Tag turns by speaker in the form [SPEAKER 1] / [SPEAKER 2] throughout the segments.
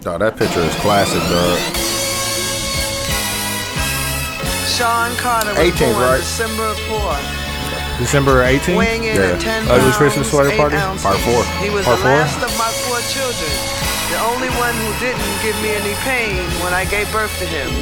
[SPEAKER 1] Dog, that picture is classic, dog.
[SPEAKER 2] Sean Carter was
[SPEAKER 1] 18th,
[SPEAKER 2] born
[SPEAKER 1] right?
[SPEAKER 2] December of 4,
[SPEAKER 3] December 18th.
[SPEAKER 2] weighing in
[SPEAKER 1] Yeah.
[SPEAKER 2] at 10
[SPEAKER 3] Ugly
[SPEAKER 2] pounds,
[SPEAKER 3] Uh, Christmas sweater
[SPEAKER 2] 8
[SPEAKER 3] party?
[SPEAKER 2] ounces.
[SPEAKER 1] Part four.
[SPEAKER 2] He was
[SPEAKER 3] Part
[SPEAKER 2] the
[SPEAKER 3] four?
[SPEAKER 2] last of my four children, the only one who didn't give me any pain when I gave birth to him.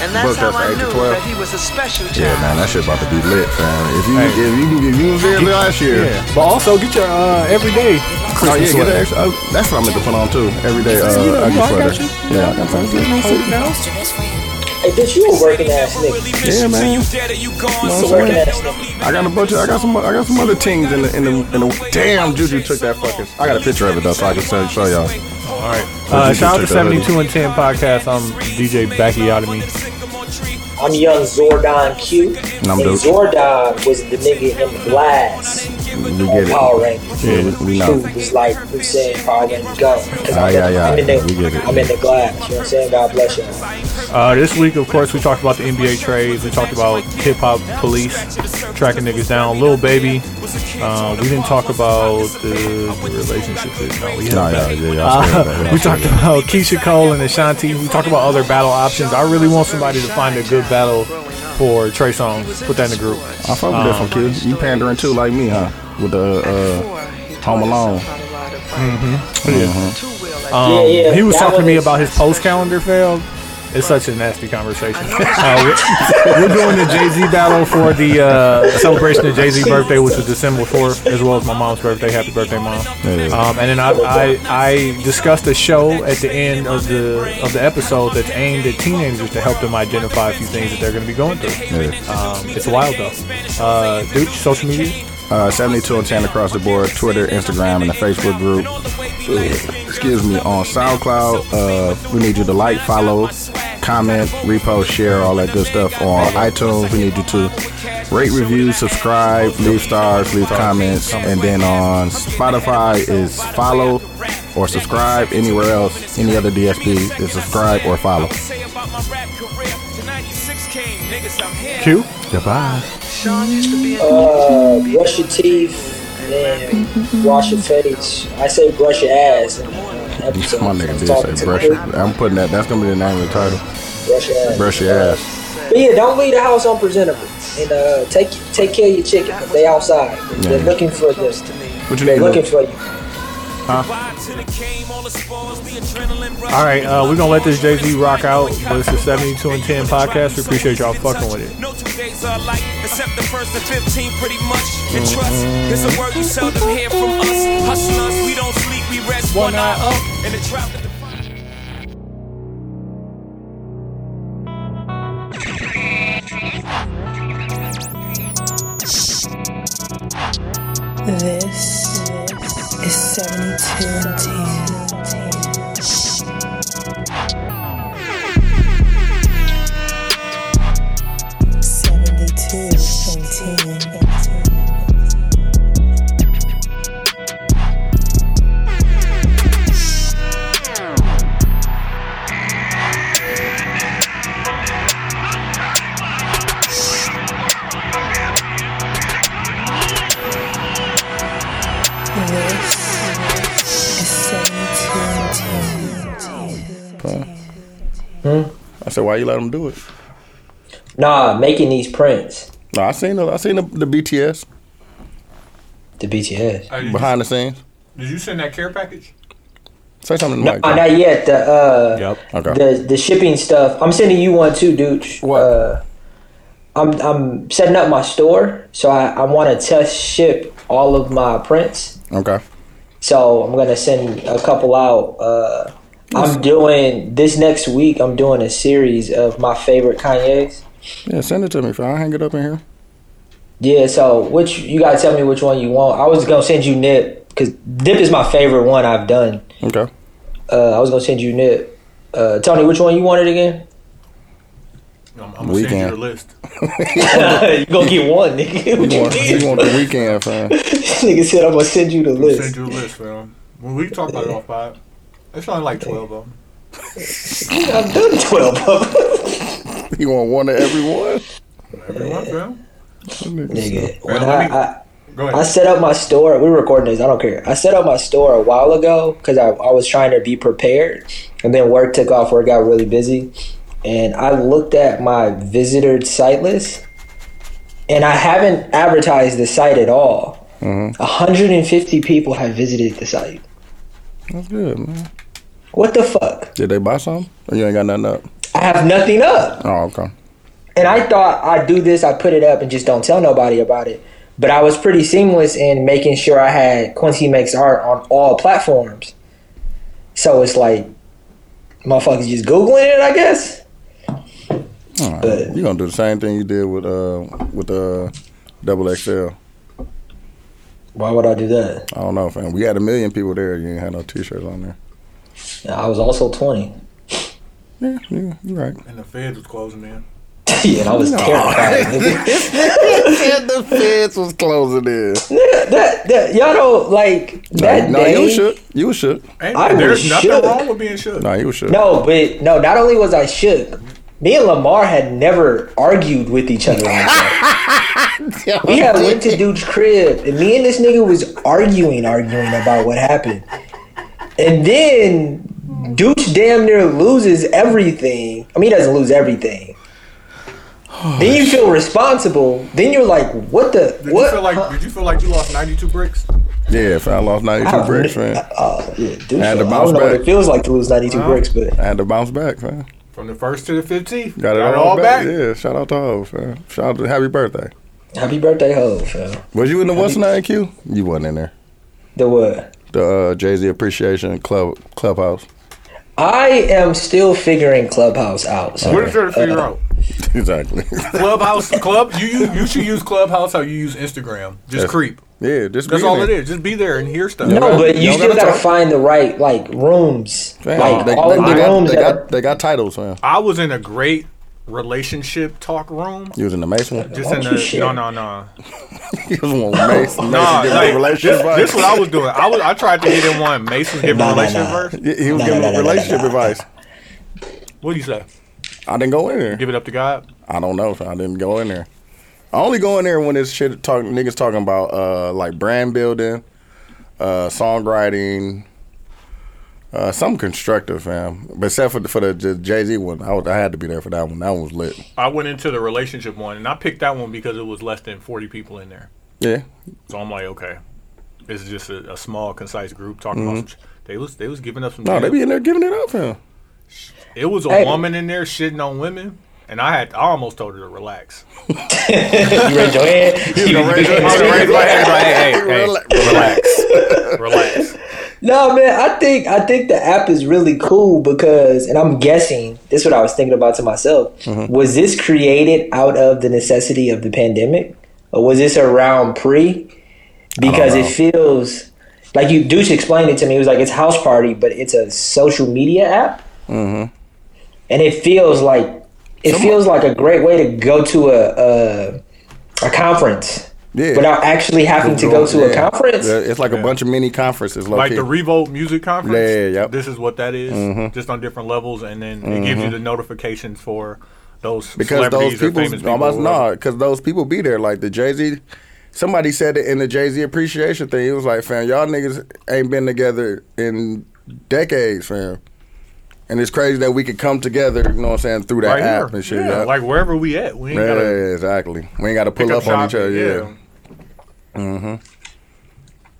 [SPEAKER 2] And that's
[SPEAKER 1] Booked
[SPEAKER 2] how
[SPEAKER 1] up for
[SPEAKER 2] I
[SPEAKER 1] 8 to
[SPEAKER 2] knew
[SPEAKER 1] 12.
[SPEAKER 2] that he was a special child.
[SPEAKER 1] Yeah, man, that shit about to be lit, fam. If you
[SPEAKER 3] Hey.
[SPEAKER 1] if you if you was there last year,
[SPEAKER 3] Yeah. But also get your uh, everyday
[SPEAKER 1] oh
[SPEAKER 3] Christmas
[SPEAKER 1] yeah, get an
[SPEAKER 3] sweater.
[SPEAKER 1] extra. oh, that's what I meant to put on too. Every day, uh,
[SPEAKER 3] you know,
[SPEAKER 1] ugly
[SPEAKER 3] I got
[SPEAKER 1] sweater.
[SPEAKER 3] you.
[SPEAKER 1] Yeah, I got something.
[SPEAKER 4] Hey, bitch, you a working ass nigga.
[SPEAKER 1] Yeah, man.
[SPEAKER 4] You a working ass nigga.
[SPEAKER 1] I got a bunch of, I got some, I got some other teams in the, in the, in the. Damn, Juju took that fucking. I got a picture of it though, so I can show, show y'all.
[SPEAKER 3] All right. Uh, shout out to 72 and 10 podcast. I'm DJ Backyotomy.
[SPEAKER 4] I'm young Zordon Q.
[SPEAKER 1] And I'm
[SPEAKER 4] and
[SPEAKER 1] Duke.
[SPEAKER 4] Zordon was the nigga in the glass
[SPEAKER 1] We
[SPEAKER 4] on
[SPEAKER 1] get
[SPEAKER 4] Power
[SPEAKER 1] it.
[SPEAKER 4] Rangers.
[SPEAKER 1] Yeah, we, we
[SPEAKER 4] Who
[SPEAKER 1] know.
[SPEAKER 4] was like, who said Power Rangers go? Because
[SPEAKER 1] Ah,
[SPEAKER 4] I'm,
[SPEAKER 1] yeah,
[SPEAKER 4] in-
[SPEAKER 1] yeah,
[SPEAKER 4] I'm in
[SPEAKER 1] we get
[SPEAKER 4] the,
[SPEAKER 1] it.
[SPEAKER 4] I'm in the glass. You know what I'm saying? God bless you.
[SPEAKER 3] Uh, this week, of course, we talked about the NBA trades. We talked about hip hop police tracking niggas down. Lil Baby. Uh, we didn't talk about the relationship. shit. No, we haven't.
[SPEAKER 1] Nah, yeah, yeah, y'all scared of
[SPEAKER 3] Uh,
[SPEAKER 1] that.
[SPEAKER 3] we talked about Keisha Cole and Ashanti. We talked about other battle options. I really want somebody to find a good battle for Trey Songz. Put that in the group.
[SPEAKER 1] I fuck with that from kids. You pandering too, like me, huh? With the uh, Home Alone.
[SPEAKER 2] Mm-hmm.
[SPEAKER 3] Um,
[SPEAKER 4] Yeah, yeah,
[SPEAKER 3] he was
[SPEAKER 4] that
[SPEAKER 3] talking to
[SPEAKER 4] one
[SPEAKER 3] me
[SPEAKER 4] is-
[SPEAKER 3] about his post calendar failed. It's such a nasty conversation. Uh, we're, we're doing the Jay Z battle for the uh, celebration of Jay Z birthday, which was December fourth, as well as my mom's birthday. Happy birthday, mom!
[SPEAKER 1] Yeah.
[SPEAKER 3] Um, and then I, I I discussed a show at the end of the of the episode that's aimed at teenagers to help them identify a few things that they're going to be going through. Um, it's wild though. Uh, dude, social media.
[SPEAKER 1] Uh, 72 and 10 across the board Twitter, Instagram, and the Facebook group. Uh, Excuse me, on SoundCloud. Uh, we need you to like, follow, comment, repost, share, all that good stuff on iTunes. We need you to rate, review, subscribe, leave stars, leave comments, and then on Spotify is follow or subscribe. Anywhere else, any other DSP is subscribe or follow.
[SPEAKER 3] Q.
[SPEAKER 1] Goodbye.
[SPEAKER 2] Sean used to be in
[SPEAKER 1] Oh.
[SPEAKER 4] Uh, brush your teeth and wash your face. I say brush your ass. In, uh, episodes.
[SPEAKER 1] My nigga
[SPEAKER 4] I'm
[SPEAKER 1] did
[SPEAKER 4] talking
[SPEAKER 1] say
[SPEAKER 4] to
[SPEAKER 1] brush.
[SPEAKER 4] the
[SPEAKER 1] Your,
[SPEAKER 4] group,
[SPEAKER 1] I'm putting that. That's gonna be the name of the title.
[SPEAKER 4] brush your ass.
[SPEAKER 1] Brush your ass.
[SPEAKER 4] But yeah, don't leave the house unpresentable. And uh, take take care of your chicken. 'cause They outside. They're
[SPEAKER 1] Yeah.
[SPEAKER 4] looking for you.
[SPEAKER 2] to me.
[SPEAKER 1] What you
[SPEAKER 4] They're
[SPEAKER 1] name?
[SPEAKER 4] looking for you.
[SPEAKER 3] All right, uh, we're gonna let this Jay Z rock out. But it's the 72 and 10 podcast. We appreciate y'all fucking with it.
[SPEAKER 5] No two days are alike, except the first and 15, pretty much. And trust is a word you seldom hear from us. Hustlers, we don't sleep, we rest one, eye up. And the trap that the
[SPEAKER 6] This is 72 and 10. Seventy-two and ten. This is seventy-two and ten.
[SPEAKER 1] I said, why you let him do it?
[SPEAKER 4] Nah, making these prints.
[SPEAKER 1] No, I seen the, I seen the, the BTS
[SPEAKER 4] The BTS.
[SPEAKER 1] behind the scenes.
[SPEAKER 3] Did you send that care package?
[SPEAKER 1] Say something to
[SPEAKER 4] No,
[SPEAKER 1] Mike. Tom.
[SPEAKER 4] not yet. Oh, The uh,
[SPEAKER 3] Yep.
[SPEAKER 1] Okay.
[SPEAKER 4] the the shipping stuff. I'm sending you one too, dude.
[SPEAKER 1] What?
[SPEAKER 4] Uh, I'm I'm setting up my store, so I, I want to test ship all of my prints.
[SPEAKER 1] okay.
[SPEAKER 4] So I'm gonna send a couple out. Uh, I'm doing this next week. I'm doing a series of my favorite Kanye's.
[SPEAKER 1] Yeah, send it to me. fam. I'll hang it up in here.
[SPEAKER 4] Yeah. So which you gotta tell me which one you want. I was gonna send you Nip because Nip is my favorite one I've done.
[SPEAKER 1] Okay.
[SPEAKER 4] Uh, I was gonna send you Nip. Uh, Tony, which one you wanted again?
[SPEAKER 3] I'm,
[SPEAKER 1] send you Weekend. the
[SPEAKER 3] list.
[SPEAKER 4] you gonna get one, nigga. What
[SPEAKER 1] You want,
[SPEAKER 4] you
[SPEAKER 1] you
[SPEAKER 4] mean?
[SPEAKER 1] want the weekend, fam.
[SPEAKER 4] This nigga said I'm gonna send you the list.
[SPEAKER 3] you a list, man. When we talk about it off five, it's only like 12 of them.
[SPEAKER 4] I've done twelve of them.
[SPEAKER 1] You want one of every one?
[SPEAKER 3] Everyone, fam.
[SPEAKER 4] Nigga,
[SPEAKER 3] Well,
[SPEAKER 4] when
[SPEAKER 3] let
[SPEAKER 4] I,
[SPEAKER 3] me-
[SPEAKER 4] I,
[SPEAKER 3] Go
[SPEAKER 4] I
[SPEAKER 3] ahead.
[SPEAKER 4] set up my store. We're recording this. I don't care. I set up my store a while ago because I, I was trying to be prepared, and then work took off. Work got really busy, and I looked at my visitor site list, and I haven't advertised the site at all. Mm-hmm. 150 people have visited the site.
[SPEAKER 1] That's good, man.
[SPEAKER 4] What the fuck?
[SPEAKER 1] Did they buy something? Or you ain't got nothing up?
[SPEAKER 4] I have nothing up.
[SPEAKER 1] Oh, okay.
[SPEAKER 4] And I thought I'd do this, I put it up and just don't tell nobody about it. But I was pretty seamless in making sure I had Quincy Makes Art on all platforms. So it's like, motherfuckers just Googling it, I guess. But
[SPEAKER 1] You gonna do the same thing you did with uh with uh double XL.
[SPEAKER 4] why would I do that?
[SPEAKER 1] I don't know, fam. We had a million people there. You ain't had no t-shirts on there.
[SPEAKER 4] I was also 20.
[SPEAKER 1] Yeah, yeah, you right.
[SPEAKER 3] And the feds was closing in.
[SPEAKER 4] and I was terrified. nigga.
[SPEAKER 1] and the fence was closing in.
[SPEAKER 4] that, that, y'all know, like, that
[SPEAKER 1] no,
[SPEAKER 4] day.
[SPEAKER 1] you should. You should.
[SPEAKER 3] Ain't,
[SPEAKER 4] I
[SPEAKER 3] there's
[SPEAKER 4] was
[SPEAKER 3] nothing
[SPEAKER 4] shook.
[SPEAKER 3] wrong with being shook.
[SPEAKER 1] No, you should.
[SPEAKER 4] No, but no, not only was I shook, me and Lamar had never argued with each other like that. we had went to dude's crib and me and this nigga was arguing, arguing about what happened. And then Dooch damn near loses everything. I mean he doesn't lose everything. then you feel responsible. Then you're like, what the
[SPEAKER 3] Did
[SPEAKER 4] what
[SPEAKER 3] you feel
[SPEAKER 4] huh?
[SPEAKER 3] like? Did you feel like you lost 92 bricks?
[SPEAKER 1] Yeah, fam. I lost ninety two
[SPEAKER 4] Oh,
[SPEAKER 1] bricks,
[SPEAKER 4] man.
[SPEAKER 1] fam.
[SPEAKER 4] Oh, yeah, Dooch,
[SPEAKER 1] I
[SPEAKER 4] I,
[SPEAKER 1] had to
[SPEAKER 4] don't
[SPEAKER 1] bounce
[SPEAKER 4] know what
[SPEAKER 1] back.
[SPEAKER 4] it feels like to lose 92 bricks, but
[SPEAKER 1] I had to bounce back, fam.
[SPEAKER 3] From the first to the 15th,
[SPEAKER 1] Got it all, back. Yeah, shout out to Hov, fam. Shout out to Happy Birthday.
[SPEAKER 4] happy birthday, ho, fam.
[SPEAKER 1] Was you in the what's name queue? You wasn't in there.
[SPEAKER 4] The what?
[SPEAKER 1] The uh, Jay Z Appreciation Club Clubhouse.
[SPEAKER 4] I am still figuring Clubhouse out. So
[SPEAKER 3] We're just trying to figure out.
[SPEAKER 1] exactly.
[SPEAKER 3] Clubhouse, club. You, you you should use Clubhouse how you use Instagram. Just
[SPEAKER 1] That's-
[SPEAKER 3] creep.
[SPEAKER 1] yeah, just
[SPEAKER 3] That's
[SPEAKER 1] be
[SPEAKER 3] all
[SPEAKER 1] there.
[SPEAKER 3] it is. Just be there and hear stuff.
[SPEAKER 4] no,
[SPEAKER 1] Y'all
[SPEAKER 4] but
[SPEAKER 1] gotta-
[SPEAKER 4] you
[SPEAKER 1] y'all
[SPEAKER 4] still
[SPEAKER 1] gotta
[SPEAKER 4] gotta
[SPEAKER 1] talk.
[SPEAKER 4] find the right like rooms,
[SPEAKER 1] Fam,
[SPEAKER 4] like
[SPEAKER 1] they,
[SPEAKER 4] all
[SPEAKER 1] they-
[SPEAKER 4] of
[SPEAKER 1] they
[SPEAKER 4] the
[SPEAKER 1] got,
[SPEAKER 4] rooms
[SPEAKER 1] they,
[SPEAKER 4] that.
[SPEAKER 1] got, they got titles, fam.
[SPEAKER 3] I was in a great relationship talk room.
[SPEAKER 1] You was in the Mason one.
[SPEAKER 3] Just
[SPEAKER 4] Why
[SPEAKER 3] in
[SPEAKER 4] don't you
[SPEAKER 3] the
[SPEAKER 4] share?
[SPEAKER 3] no no no
[SPEAKER 1] you was one with Mason. Mason
[SPEAKER 3] no.
[SPEAKER 1] giving
[SPEAKER 3] Like,
[SPEAKER 1] a relationship advice.
[SPEAKER 3] this is what I was doing. I was I tried to get in one. Mason giving
[SPEAKER 4] Nah, nah,
[SPEAKER 3] relationship
[SPEAKER 4] nah.
[SPEAKER 3] verse.
[SPEAKER 1] Yeah, he was
[SPEAKER 4] No,
[SPEAKER 1] giving
[SPEAKER 4] no, no, no,
[SPEAKER 1] relationship
[SPEAKER 4] no, no.
[SPEAKER 1] advice.
[SPEAKER 3] What do you say?
[SPEAKER 1] I didn't go in there.
[SPEAKER 3] Give it up to God.
[SPEAKER 1] I don't know. fam. I didn't go in there. I only go in there when it's shit talk, niggas talking about uh, like brand building, uh, songwriting, uh, something constructive, fam. But except for the, for the Jay Z one, I, was, I had to be there for that one. That one was lit.
[SPEAKER 3] I went into the relationship one and I picked that one because it was less than forty people in there.
[SPEAKER 1] Yeah,
[SPEAKER 3] So I'm like, okay, this is just a, a small, concise group talking
[SPEAKER 4] Mm-hmm.
[SPEAKER 3] about. Some, sh- they was they was giving up some.
[SPEAKER 1] no, they
[SPEAKER 3] damn-
[SPEAKER 1] be in there giving it up, fam.
[SPEAKER 3] It was a
[SPEAKER 4] Hey.
[SPEAKER 3] woman in there shitting on women, and I had I almost told her to relax.
[SPEAKER 4] you raise your hand.
[SPEAKER 3] raise my hand, like, hey, hey, hey,
[SPEAKER 1] relax.
[SPEAKER 3] Relax.
[SPEAKER 4] No, man, I think I think the app is really cool because, and I'm guessing this is what I was thinking about to myself.
[SPEAKER 1] Mm-hmm.
[SPEAKER 4] Was this created out of the necessity of the pandemic, or was this around pre? Because it feels like you douche explained it to me. It was like it's house party, but it's a social media app,
[SPEAKER 1] Mm-hmm.
[SPEAKER 4] and it feels like it feels like a great way to go to a a, a conference
[SPEAKER 1] Yeah.
[SPEAKER 4] without actually having to go to a
[SPEAKER 1] Yeah.
[SPEAKER 4] conference.
[SPEAKER 1] Yeah, it's like a bunch of mini conferences.
[SPEAKER 3] Like
[SPEAKER 1] Like
[SPEAKER 3] the Revolt Music Conference.
[SPEAKER 1] Yeah, yeah, Mm-hmm. yep.
[SPEAKER 3] This is what that is, just on different levels, and then it gives you the notifications for those
[SPEAKER 1] Mm-hmm. because those
[SPEAKER 3] celebrities
[SPEAKER 1] people,
[SPEAKER 3] or famous people.
[SPEAKER 1] almost
[SPEAKER 3] or
[SPEAKER 1] no,
[SPEAKER 3] whatever.
[SPEAKER 1] because those people be there. Like the Jay Z, somebody said it in the Jay Z appreciation thing. It was like, fam, y'all niggas ain't been together in decades, fam. And it's crazy that we could come together. You know what I'm saying through that
[SPEAKER 3] Right here.
[SPEAKER 1] app and shit.
[SPEAKER 3] yeah,
[SPEAKER 1] Yeah,
[SPEAKER 3] like wherever we at, we ain't
[SPEAKER 1] yeah,
[SPEAKER 3] gotta
[SPEAKER 1] exactly. We ain't got to
[SPEAKER 3] pick
[SPEAKER 1] pull up, on
[SPEAKER 3] shop,
[SPEAKER 1] each other. Yeah.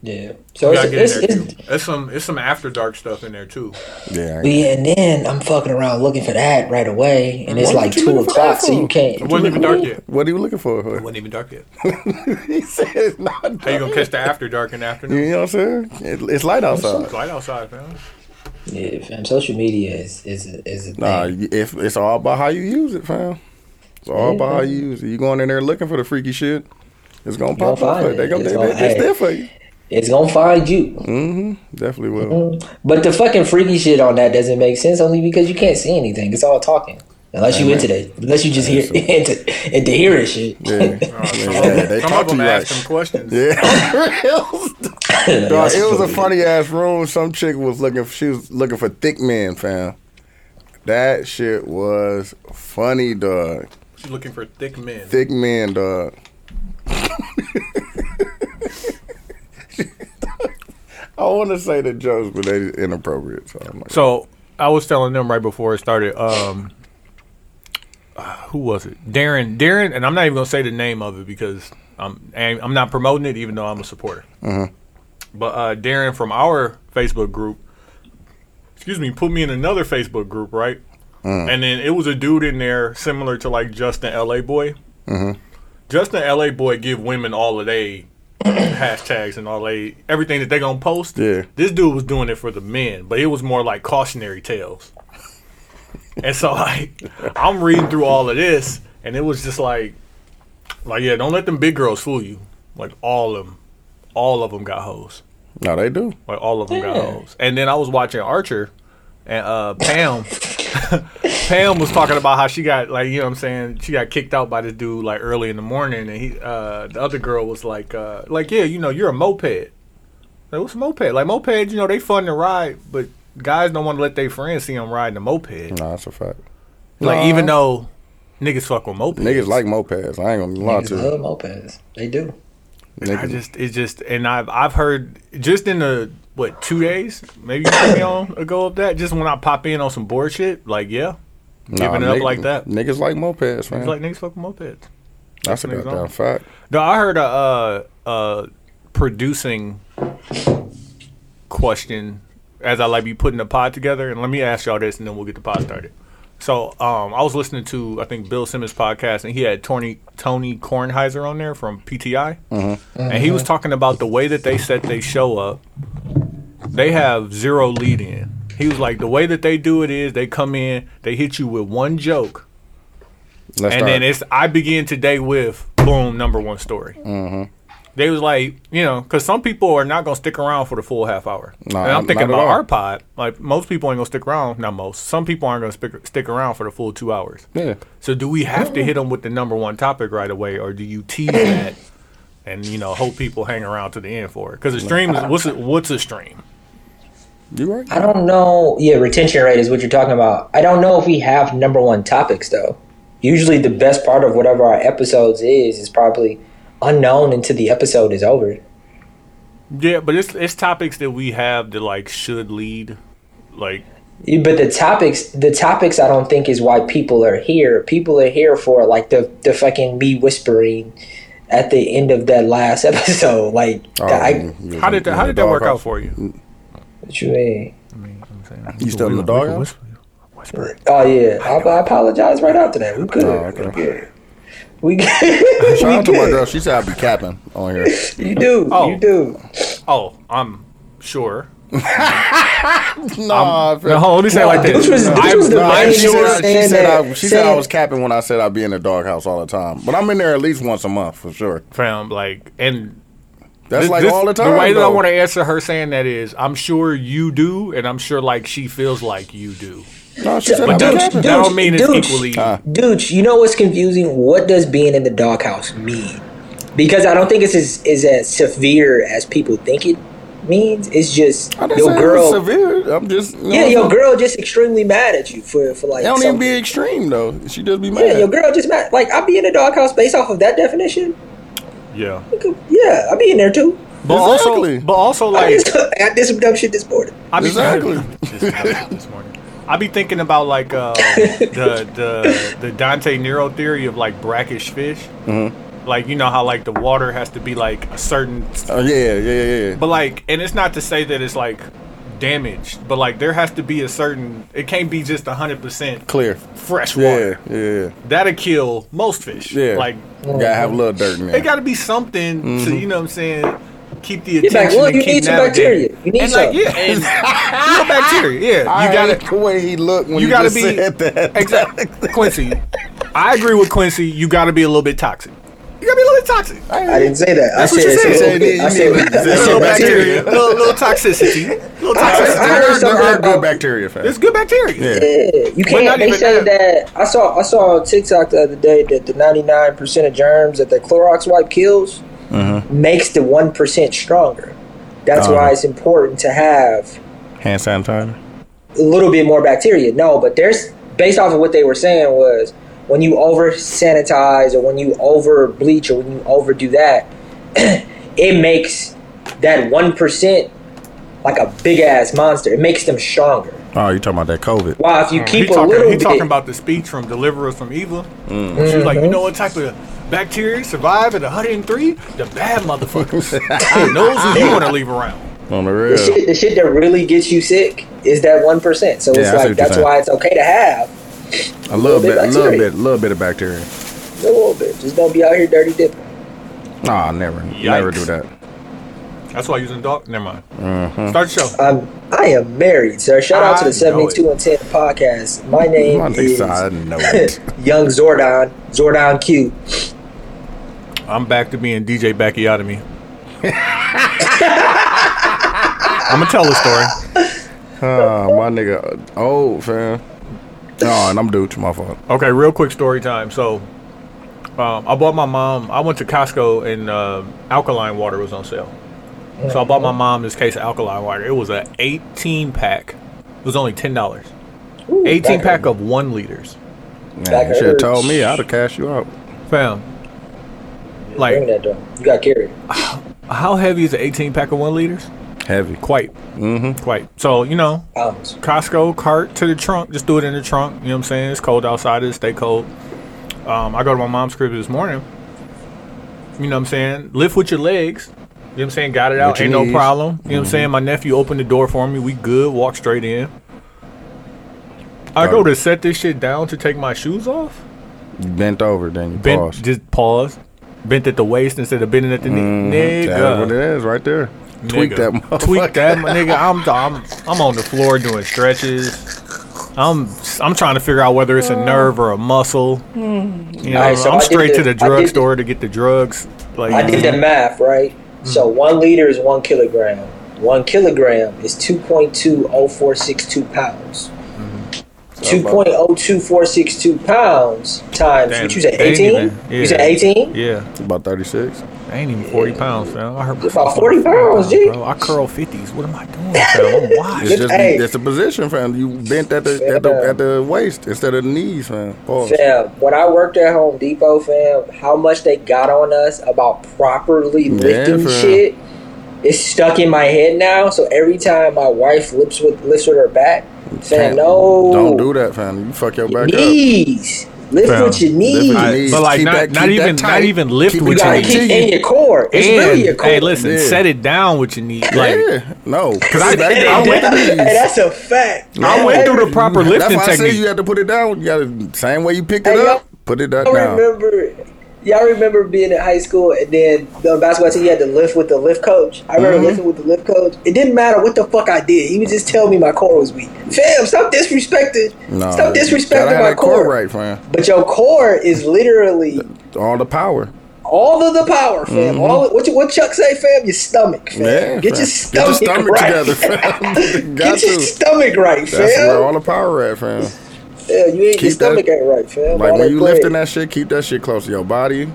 [SPEAKER 4] Yeah. So
[SPEAKER 3] We
[SPEAKER 4] it's,
[SPEAKER 3] gotta get
[SPEAKER 4] it's,
[SPEAKER 3] in there
[SPEAKER 4] it's,
[SPEAKER 3] too. It's some it's some after dark stuff in there too.
[SPEAKER 1] yeah,
[SPEAKER 4] But yeah, and then I'm fucking around looking for that right away, and it's like two o'clock, so you
[SPEAKER 3] It
[SPEAKER 4] can't.
[SPEAKER 3] wasn't even dark yet. It
[SPEAKER 1] What are you looking for?
[SPEAKER 3] wasn't even dark yet.
[SPEAKER 1] he said it's not.
[SPEAKER 3] How you gonna catch the after dark in the afternoon?
[SPEAKER 1] You know what I'm saying? It, it's light outside.
[SPEAKER 3] It's light outside, man.
[SPEAKER 4] Yeah, fam. Social media is is a, is a thing.
[SPEAKER 1] Nah, you- if it's all about how you use it, fam. It's all about how you use it. You going in there looking for the freaky shit. It's gonna
[SPEAKER 4] Gonna
[SPEAKER 1] pop up. but
[SPEAKER 4] find
[SPEAKER 1] They
[SPEAKER 4] it.
[SPEAKER 1] gonna,
[SPEAKER 4] It's
[SPEAKER 1] they,
[SPEAKER 4] gonna-
[SPEAKER 1] they- it's
[SPEAKER 4] hey.
[SPEAKER 1] there for you.
[SPEAKER 4] It's gonna find you.
[SPEAKER 1] Definitely
[SPEAKER 3] Mm-hmm.
[SPEAKER 1] will.
[SPEAKER 4] But the fucking freaky shit on that doesn't make sense only because you can't see anything. It's all talking. Unless you into that. Unless you just hear into, into hearing shit.
[SPEAKER 1] Yeah,
[SPEAKER 3] Some
[SPEAKER 1] yeah
[SPEAKER 3] of
[SPEAKER 1] they
[SPEAKER 3] them
[SPEAKER 1] talk to you
[SPEAKER 3] ask
[SPEAKER 1] like.
[SPEAKER 3] some questions.
[SPEAKER 1] Yeah, Dog, it was a funny ass room. Some chick was looking. She was looking for thick men, fam. That shit was funny, dog.
[SPEAKER 3] She's looking for thick men.
[SPEAKER 1] Thick men, dog. I want to say the jokes, but they inappropriate. So, I'm like,
[SPEAKER 3] So I was telling them right before it started. Um, uh, who was it? Darren. Darren, and I'm not even gonna say the name of it because I'm and I'm not promoting it, even though I'm a supporter. But uh, Darren from our Facebook group, excuse me, put me in another Facebook group, right? And then it was a dude in there similar to like Justin LA Boy. Justin LA Boy give women all of they hashtags and all they everything that they gonna post.
[SPEAKER 1] Yeah.
[SPEAKER 3] This dude was doing it for the men, but it was more like cautionary tales. and so like I'm reading through all of this and it was just like like yeah, don't let them big girls fool you. Like all of them, all of them got hoes.
[SPEAKER 1] no, they do.
[SPEAKER 3] Like all of them got hoes. And then I was watching Archer, and uh, Pam, Pam was talking about how she got like you know what I'm saying she got kicked out by this dude like early in the morning, and he uh, the other girl was like uh, like yeah you know you're a moped. Like what's a moped? Like moped you know they fun to ride, but guys don't want to let their friends see them riding a moped.
[SPEAKER 1] No, that's a fact.
[SPEAKER 3] Like even though niggas fuck with mopeds,
[SPEAKER 1] Niggas like mopeds. I ain't gonna lie
[SPEAKER 4] Niggas
[SPEAKER 1] to you.
[SPEAKER 4] love mopeds. They do.
[SPEAKER 1] Niggas,
[SPEAKER 3] I just it just and I've I've heard just in the what two days maybe you put me on ago of that just when I pop in on some board shit like yeah
[SPEAKER 1] nah,
[SPEAKER 3] giving it up like that.
[SPEAKER 1] Niggas like mopeds, man.
[SPEAKER 3] it's like niggas fucking mopeds.
[SPEAKER 1] that's a
[SPEAKER 3] niggas
[SPEAKER 1] goddamn
[SPEAKER 3] don't.
[SPEAKER 1] fact.
[SPEAKER 3] No, I heard a uh, uh, producing question as I like be putting the pod together, and let me ask y'all this, and then we'll get the pod started. So um, I was listening to I think Bill Simmons podcast, and he had Tony Tony Kornheiser on there from PTI, and he was talking about the way that they set they show up. They have zero lead in. He was like, the way that they do it is they come in, they hit you with one joke,
[SPEAKER 1] Let's
[SPEAKER 3] and
[SPEAKER 1] start.
[SPEAKER 3] then it's I begin today with boom number one story.
[SPEAKER 1] Mm-hmm.
[SPEAKER 3] They was like, you know, because some people are not gonna stick around for the full half hour.
[SPEAKER 1] Nah,
[SPEAKER 3] and I'm thinking
[SPEAKER 1] not at
[SPEAKER 3] about
[SPEAKER 1] all.
[SPEAKER 3] our pod. Like most people ain't gonna stick around. Not most. Some people aren't gonna stick stick around for the full two hours.
[SPEAKER 1] yeah.
[SPEAKER 3] So do we have to hit them with the number one topic right away, or do you tease that and you know hope people hang around to the end for it? Because a stream is what's a, what's a stream?
[SPEAKER 1] You right?
[SPEAKER 4] I don't know. Yeah, retention rate is what you're talking about. I don't know if we have number one topics though. Usually, the best part of whatever our episodes is is probably unknown until the episode is over.
[SPEAKER 3] Yeah, but it's it's topics that we have that like should lead, like
[SPEAKER 4] Yeah, But the topics, the topics, I don't think is why people are here. People are here for like the the fucking me whispering at the end of that last episode. Like,
[SPEAKER 1] Oh,
[SPEAKER 4] I,
[SPEAKER 1] you-
[SPEAKER 3] how did that,
[SPEAKER 1] you
[SPEAKER 3] how
[SPEAKER 1] in
[SPEAKER 3] did
[SPEAKER 1] the
[SPEAKER 3] that work
[SPEAKER 1] doghouse?
[SPEAKER 3] out for you?
[SPEAKER 4] what you mean?
[SPEAKER 1] You still in the doghouse?
[SPEAKER 4] Oh yeah, I, I apologize right after that. We good.
[SPEAKER 1] Oh, okay.
[SPEAKER 4] We good.
[SPEAKER 1] Shout out to my girl. She said I'd be capping on here.
[SPEAKER 4] you do.
[SPEAKER 3] Oh.
[SPEAKER 4] You do.
[SPEAKER 3] Oh, I'm sure.
[SPEAKER 1] nah, I feel-
[SPEAKER 3] No, hold on, say it like this.
[SPEAKER 4] This was- this was the
[SPEAKER 1] Nah,
[SPEAKER 4] main
[SPEAKER 3] I'm
[SPEAKER 1] she
[SPEAKER 4] sure
[SPEAKER 1] said, she
[SPEAKER 4] saying
[SPEAKER 1] said
[SPEAKER 4] that-
[SPEAKER 1] I, she said I
[SPEAKER 4] saying-
[SPEAKER 1] was capping when I said I'd be in the doghouse all the time. But I'm in there at least once a month for sure.
[SPEAKER 3] fam, like, and
[SPEAKER 1] That's
[SPEAKER 3] thi-
[SPEAKER 1] like
[SPEAKER 3] this-
[SPEAKER 1] all the time.
[SPEAKER 3] The way that I
[SPEAKER 1] though.
[SPEAKER 3] want to answer her saying that is, I'm sure you do, and I'm sure like she feels like you do.
[SPEAKER 1] No, she said
[SPEAKER 4] But
[SPEAKER 1] I'd be
[SPEAKER 4] dude,
[SPEAKER 1] capping.
[SPEAKER 3] That don't
[SPEAKER 4] Dude,
[SPEAKER 3] mean it's
[SPEAKER 4] dude.
[SPEAKER 3] equally.
[SPEAKER 1] Ah.
[SPEAKER 4] Dude, you know what's confusing? What does being in the doghouse mean? Because I don't think it's as, is as severe as people think it means. It's just
[SPEAKER 1] I didn't
[SPEAKER 4] your
[SPEAKER 1] say it
[SPEAKER 4] girl.
[SPEAKER 1] was severe. I'm just you know
[SPEAKER 4] Yeah,
[SPEAKER 1] what
[SPEAKER 4] your
[SPEAKER 1] I'm-
[SPEAKER 4] girl just extremely mad at you for for like.
[SPEAKER 1] It don't even
[SPEAKER 4] something.
[SPEAKER 1] be extreme though. She just be mad.
[SPEAKER 4] yeah, your girl just mad. Like I be in the doghouse based off of that definition.
[SPEAKER 3] Yeah,
[SPEAKER 4] Yeah, I be in there too.
[SPEAKER 3] but
[SPEAKER 1] Exactly.
[SPEAKER 3] also, but also
[SPEAKER 4] I,
[SPEAKER 3] like,
[SPEAKER 4] just, I did some dumb shit this morning.
[SPEAKER 3] I be
[SPEAKER 1] Exactly.
[SPEAKER 3] this morning. I be thinking about like uh, the the the Dante Nero theory of like brackish fish.
[SPEAKER 1] Mm-hmm.
[SPEAKER 3] Like you know how like the water has to be like a certain
[SPEAKER 1] Oh yeah, yeah, yeah, yeah.
[SPEAKER 3] But like, and it's not to say that it's like damaged, but like there has to be a certain. It can't be just hundred percent
[SPEAKER 1] Clear.
[SPEAKER 3] fresh
[SPEAKER 1] Yeah,
[SPEAKER 3] water.
[SPEAKER 1] yeah, yeah.
[SPEAKER 3] That'll kill most fish.
[SPEAKER 1] yeah. Mm-hmm.
[SPEAKER 3] Like
[SPEAKER 1] gotta have a little dirt in there.
[SPEAKER 3] it got to be something to you know what I'm saying. Keep the
[SPEAKER 4] He's
[SPEAKER 3] attention.
[SPEAKER 4] like, well,
[SPEAKER 3] and
[SPEAKER 4] you
[SPEAKER 3] keep
[SPEAKER 4] need some
[SPEAKER 3] navigating.
[SPEAKER 4] bacteria. You need
[SPEAKER 3] and like,
[SPEAKER 4] some.
[SPEAKER 3] yeah, and you know, bacteria. Yeah, you
[SPEAKER 1] got
[SPEAKER 3] got
[SPEAKER 1] it.
[SPEAKER 3] to
[SPEAKER 1] The way he looked when
[SPEAKER 3] You
[SPEAKER 1] you,
[SPEAKER 3] gotta
[SPEAKER 1] just
[SPEAKER 3] be-
[SPEAKER 1] said that.
[SPEAKER 3] exactly Quincy. I agree with Quincy. You got to be a little bit toxic. You got to be a little bit toxic.
[SPEAKER 4] I didn't say that.
[SPEAKER 3] That's
[SPEAKER 4] I
[SPEAKER 3] what
[SPEAKER 4] said,
[SPEAKER 3] you said.
[SPEAKER 4] it's a little
[SPEAKER 1] You
[SPEAKER 4] bit. I
[SPEAKER 1] said
[SPEAKER 4] said,
[SPEAKER 1] you
[SPEAKER 4] I
[SPEAKER 1] needed-
[SPEAKER 4] said
[SPEAKER 3] little
[SPEAKER 4] bacteria.
[SPEAKER 3] bacteria, little, little toxicity, little
[SPEAKER 1] There
[SPEAKER 4] I
[SPEAKER 3] toxicity.
[SPEAKER 4] heard
[SPEAKER 1] are- there
[SPEAKER 4] something
[SPEAKER 1] are good
[SPEAKER 4] about-
[SPEAKER 1] bacteria, fam.
[SPEAKER 3] It's good bacteria.
[SPEAKER 1] Yeah.
[SPEAKER 4] Yeah, you
[SPEAKER 3] not
[SPEAKER 4] can't. They
[SPEAKER 3] even
[SPEAKER 4] said that. I saw I saw on TikTok the other day that the ninety nine percent of germs that the Clorox wipe kills makes the one percent stronger. That's why it's important to have
[SPEAKER 1] Hand sanitizer.
[SPEAKER 4] a little bit more bacteria. No, but there's based off of what they were saying was when you over sanitize or when you over bleach or when you overdo that, it makes that one percent like a big ass monster. It makes them stronger.
[SPEAKER 1] Oh, you talking about that COVID?
[SPEAKER 4] While if you
[SPEAKER 3] Uh-huh. he
[SPEAKER 4] keep a
[SPEAKER 3] talking,
[SPEAKER 4] little
[SPEAKER 3] he
[SPEAKER 4] bit,
[SPEAKER 3] talking about Mm. the speech from Deliver Us from Evil. She was like, you know what type of bacteria survive at 103? The bad motherfuckers. Those who you want to leave around.
[SPEAKER 1] On the
[SPEAKER 4] the
[SPEAKER 1] real.
[SPEAKER 4] shit, the shit that really gets you sick is that one percent. So
[SPEAKER 1] Yeah, I
[SPEAKER 4] it's
[SPEAKER 1] see
[SPEAKER 4] like
[SPEAKER 1] what you're
[SPEAKER 4] that's
[SPEAKER 1] saying.
[SPEAKER 4] why it's okay to have
[SPEAKER 1] A little bit,
[SPEAKER 4] bit
[SPEAKER 1] a little
[SPEAKER 4] bacteria.
[SPEAKER 1] bit, a little bit of bacteria.
[SPEAKER 4] a little bit. Just don't be out here dirty dipping.
[SPEAKER 1] Nah, never, never
[SPEAKER 3] Yikes.
[SPEAKER 1] do that.
[SPEAKER 3] That's why using dog. Never mind. Start the show.
[SPEAKER 4] I'm, I am married, sir. Shout out to
[SPEAKER 3] I
[SPEAKER 4] the 72
[SPEAKER 3] know
[SPEAKER 4] and 10 podcast. My
[SPEAKER 1] I'm
[SPEAKER 4] name
[SPEAKER 1] on the
[SPEAKER 4] is
[SPEAKER 1] side, no. it.
[SPEAKER 4] Young Zordon, Zordon Q.
[SPEAKER 3] I'm back to being DJ Backiotomy. I'm gonna tell the story.
[SPEAKER 1] Ah, my nigga, old fam. Oh, and I'm dude. My fault.
[SPEAKER 3] Okay, real quick story time. So, um, I bought my mom. I went to Costco and uh, alkaline water was on sale. So I bought
[SPEAKER 4] Mm-hmm.
[SPEAKER 3] my mom this case of alkaline water. It was a 18 pack. It was only ten dollars. 18
[SPEAKER 4] back
[SPEAKER 3] pack of one liters.
[SPEAKER 1] Man,
[SPEAKER 4] Back
[SPEAKER 1] you should have
[SPEAKER 4] hurts.
[SPEAKER 1] told me. I'd have cashed you out.
[SPEAKER 3] Fam,
[SPEAKER 4] Bring
[SPEAKER 3] like
[SPEAKER 4] that drum. You got carried.
[SPEAKER 3] how heavy is an 18 pack of one liters?
[SPEAKER 1] Heavy.
[SPEAKER 3] Quite. Mm-hmm. Quite. So you know,
[SPEAKER 4] Pounds.
[SPEAKER 3] Costco cart to the trunk. Just do it in the trunk. You know what I'm saying? It's cold outside. It stay cold. Um, I go to my mom's crib this morning. You know what I'm saying? Lift with your legs. You Mm-hmm. know what I'm saying? Got it out.
[SPEAKER 1] With your
[SPEAKER 3] Ain't
[SPEAKER 1] knees.
[SPEAKER 3] no problem. You know what I'm saying? My nephew opened the door for me. We good. Walk straight in. I go to set this shit down to take my shoes off.
[SPEAKER 1] You bent over, then you
[SPEAKER 3] Bent,
[SPEAKER 1] paused.
[SPEAKER 3] just pause. Bent at the waist instead of bending at the knee. Nigga.
[SPEAKER 1] That's what it is right there. Tweak
[SPEAKER 3] Nigga.
[SPEAKER 1] that motherfucker.
[SPEAKER 3] Tweak that, my nigga. I'm, I'm I'm on the floor doing stretches. I'm I'm trying to figure out whether it's a nerve or a muscle. You know,
[SPEAKER 4] Alright, so
[SPEAKER 3] I'm
[SPEAKER 4] I did
[SPEAKER 3] straight
[SPEAKER 4] the-
[SPEAKER 3] to the
[SPEAKER 4] I did-
[SPEAKER 3] drugstore to get the drugs. Like
[SPEAKER 4] I did the math, right? So one liter is one kilogram. One kilogram is 2.20462 pounds. 2.02462 pounds times,
[SPEAKER 3] Damn,
[SPEAKER 4] what you say,
[SPEAKER 3] they ain't
[SPEAKER 4] 18?
[SPEAKER 3] even-
[SPEAKER 4] You said
[SPEAKER 3] yeah.
[SPEAKER 4] 18?
[SPEAKER 3] Yeah,
[SPEAKER 1] About 36.
[SPEAKER 3] I ain't even 40 pounds, fam. I heard
[SPEAKER 4] It's about 40 pounds, G.
[SPEAKER 3] Bro, I curl 50s. What am I doing, fam? I'm
[SPEAKER 1] It's
[SPEAKER 3] washed.
[SPEAKER 1] just
[SPEAKER 4] Hey.
[SPEAKER 1] it's a position, fam. You bent at the at the, at the waist instead of the knees, fam. Pause.
[SPEAKER 4] Fam, when I worked at Home Depot, fam, how much they got on us about properly lifting
[SPEAKER 1] fam.
[SPEAKER 4] shit is stuck in my head now. So every time my wife lifts with lifts with her back, fam,
[SPEAKER 1] Fam,
[SPEAKER 4] no,
[SPEAKER 1] Don't do that, fam. You fuck your
[SPEAKER 4] Your
[SPEAKER 1] back up.
[SPEAKER 4] knees. Lift
[SPEAKER 3] Fam,
[SPEAKER 4] with your
[SPEAKER 1] Lift
[SPEAKER 4] knees.
[SPEAKER 1] with your
[SPEAKER 3] knees.
[SPEAKER 1] knees.
[SPEAKER 3] But, like,
[SPEAKER 1] Keep
[SPEAKER 3] not-
[SPEAKER 1] that-
[SPEAKER 3] not
[SPEAKER 1] keep
[SPEAKER 3] even-
[SPEAKER 1] that
[SPEAKER 3] not
[SPEAKER 1] tight.
[SPEAKER 3] even lift
[SPEAKER 1] Keep
[SPEAKER 3] with
[SPEAKER 4] You
[SPEAKER 1] it
[SPEAKER 3] your
[SPEAKER 4] gotta
[SPEAKER 1] tight
[SPEAKER 3] knees.
[SPEAKER 1] to
[SPEAKER 4] keep
[SPEAKER 1] you.
[SPEAKER 4] in your core. It's really your
[SPEAKER 3] And,
[SPEAKER 4] core.
[SPEAKER 3] hey, listen,
[SPEAKER 1] Yeah.
[SPEAKER 3] set it down with your knee. Like,
[SPEAKER 1] yeah, no. Cause
[SPEAKER 3] I- I went-
[SPEAKER 4] hey, that's a fact.
[SPEAKER 3] I went through the proper
[SPEAKER 1] That's
[SPEAKER 3] lifting
[SPEAKER 1] why I say you
[SPEAKER 3] technique.
[SPEAKER 1] have to put it down. You got to same way you picked
[SPEAKER 4] Hey,
[SPEAKER 1] it
[SPEAKER 4] yo.
[SPEAKER 1] up. Put it up
[SPEAKER 4] I
[SPEAKER 1] down.
[SPEAKER 4] remember, y'all remember being in high school and then the basketball team you had to lift with the lift coach. I
[SPEAKER 1] Mm-hmm.
[SPEAKER 4] remember lifting with the lift coach. It didn't matter what the fuck I did. He would just tell me my core was weak. Fam, stop disrespecting.
[SPEAKER 1] No,
[SPEAKER 4] stop
[SPEAKER 1] you gotta
[SPEAKER 4] disrespecting
[SPEAKER 1] have
[SPEAKER 4] my
[SPEAKER 1] that core
[SPEAKER 4] core.
[SPEAKER 1] right, fam.
[SPEAKER 4] But your core is literally
[SPEAKER 1] All the power.
[SPEAKER 4] all of the power, fam. All what you, what Chuck say, fam? Your stomach, fam.
[SPEAKER 1] Mm-hmm. Yeah,
[SPEAKER 4] get,
[SPEAKER 1] fam.
[SPEAKER 4] Your
[SPEAKER 1] Get
[SPEAKER 4] stomach
[SPEAKER 1] your stomach
[SPEAKER 4] right.
[SPEAKER 1] together, fam. Got
[SPEAKER 4] Get your
[SPEAKER 1] to.
[SPEAKER 4] stomach right, fam.
[SPEAKER 1] That's where all the power at, fam.
[SPEAKER 4] yeah, you ain't your
[SPEAKER 1] keep that-
[SPEAKER 4] stomach ain't right, fam.
[SPEAKER 1] Like
[SPEAKER 4] All
[SPEAKER 1] when you
[SPEAKER 4] bread.
[SPEAKER 1] lifting that shit, keep that shit close to your body,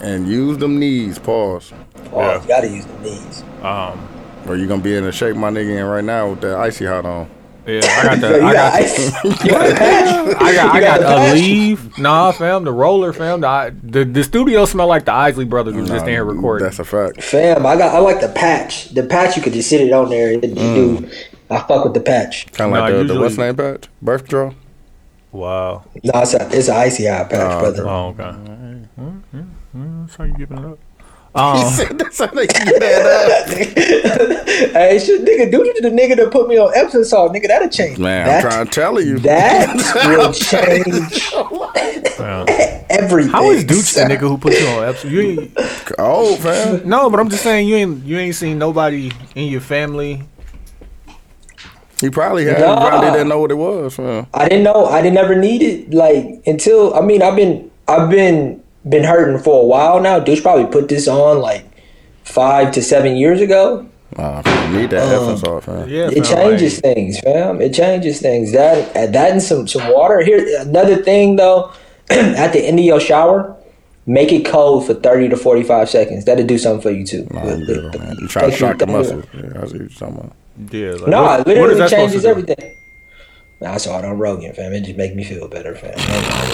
[SPEAKER 1] and use them knees. Pause.
[SPEAKER 4] Oh,
[SPEAKER 3] Yeah.
[SPEAKER 4] you gotta use the knees.
[SPEAKER 1] Or you gonna be in the shape my nigga in right now with that icy hot on.
[SPEAKER 3] Yeah, I got
[SPEAKER 4] Yo,
[SPEAKER 3] the.
[SPEAKER 4] you
[SPEAKER 3] I
[SPEAKER 4] got
[SPEAKER 3] got the
[SPEAKER 4] ice. you got a patch.
[SPEAKER 3] I got,
[SPEAKER 4] You
[SPEAKER 3] I
[SPEAKER 4] got
[SPEAKER 3] got,
[SPEAKER 4] the patch?
[SPEAKER 3] a leave. Nah, fam, the roller, fam. The, I- the, the studio smelled like the Isley brothers was just in here recording.
[SPEAKER 1] That's a fact.
[SPEAKER 4] Fam, I got I like the patch. The patch you could just sit it on there and you do. I fuck with the patch.
[SPEAKER 1] Kind of
[SPEAKER 3] Nah,
[SPEAKER 1] like the, the
[SPEAKER 3] usually-
[SPEAKER 1] what's name patch? Birth control.
[SPEAKER 3] wow.
[SPEAKER 4] No, it's a it's an icy hot patch, brother.
[SPEAKER 3] Oh, okay. hmm, That's how you giving it up.
[SPEAKER 1] That's how they keep that
[SPEAKER 4] Hey, shit, nigga, dude, you the nigga that put me on Epsom salt, nigga. That'll change.
[SPEAKER 1] up. Man,
[SPEAKER 4] that,
[SPEAKER 1] I'm trying to tell you.
[SPEAKER 4] That will change everything.
[SPEAKER 3] How is Dooch the nigga who put you on episode? You ain't,
[SPEAKER 1] Oh, fam.
[SPEAKER 3] no, but I'm just saying you ain't you ain't seen nobody in your family.
[SPEAKER 1] He probably had.
[SPEAKER 4] Nah.
[SPEAKER 1] He probably didn't know what it was, fam.
[SPEAKER 4] I didn't know. I didn't ever need it. Like until I mean, I've been I've been been hurting for a while now. Dude's probably put this on like five to seven years ago.
[SPEAKER 1] Nah, fam, you need that effing salt, fam.
[SPEAKER 3] Yeah,
[SPEAKER 4] It
[SPEAKER 3] fam,
[SPEAKER 4] changes
[SPEAKER 3] like-
[SPEAKER 4] things, fam. It changes things. That add that and some some water. Here another thing though, at the end of your shower, make it cold for thirty to forty five seconds. That'll do something for you too.
[SPEAKER 1] Nah, you good, man. You trying to
[SPEAKER 4] Take
[SPEAKER 1] shock the
[SPEAKER 4] your-
[SPEAKER 1] muscle? Yeah, I see what you're talking about.
[SPEAKER 3] yeah, like,
[SPEAKER 4] No,
[SPEAKER 3] what-
[SPEAKER 4] it
[SPEAKER 3] what is
[SPEAKER 4] literally
[SPEAKER 3] that supposed to
[SPEAKER 4] changes
[SPEAKER 3] do?
[SPEAKER 4] everything. Nah, I saw it on Rogan, fam. It just make me feel better, fam.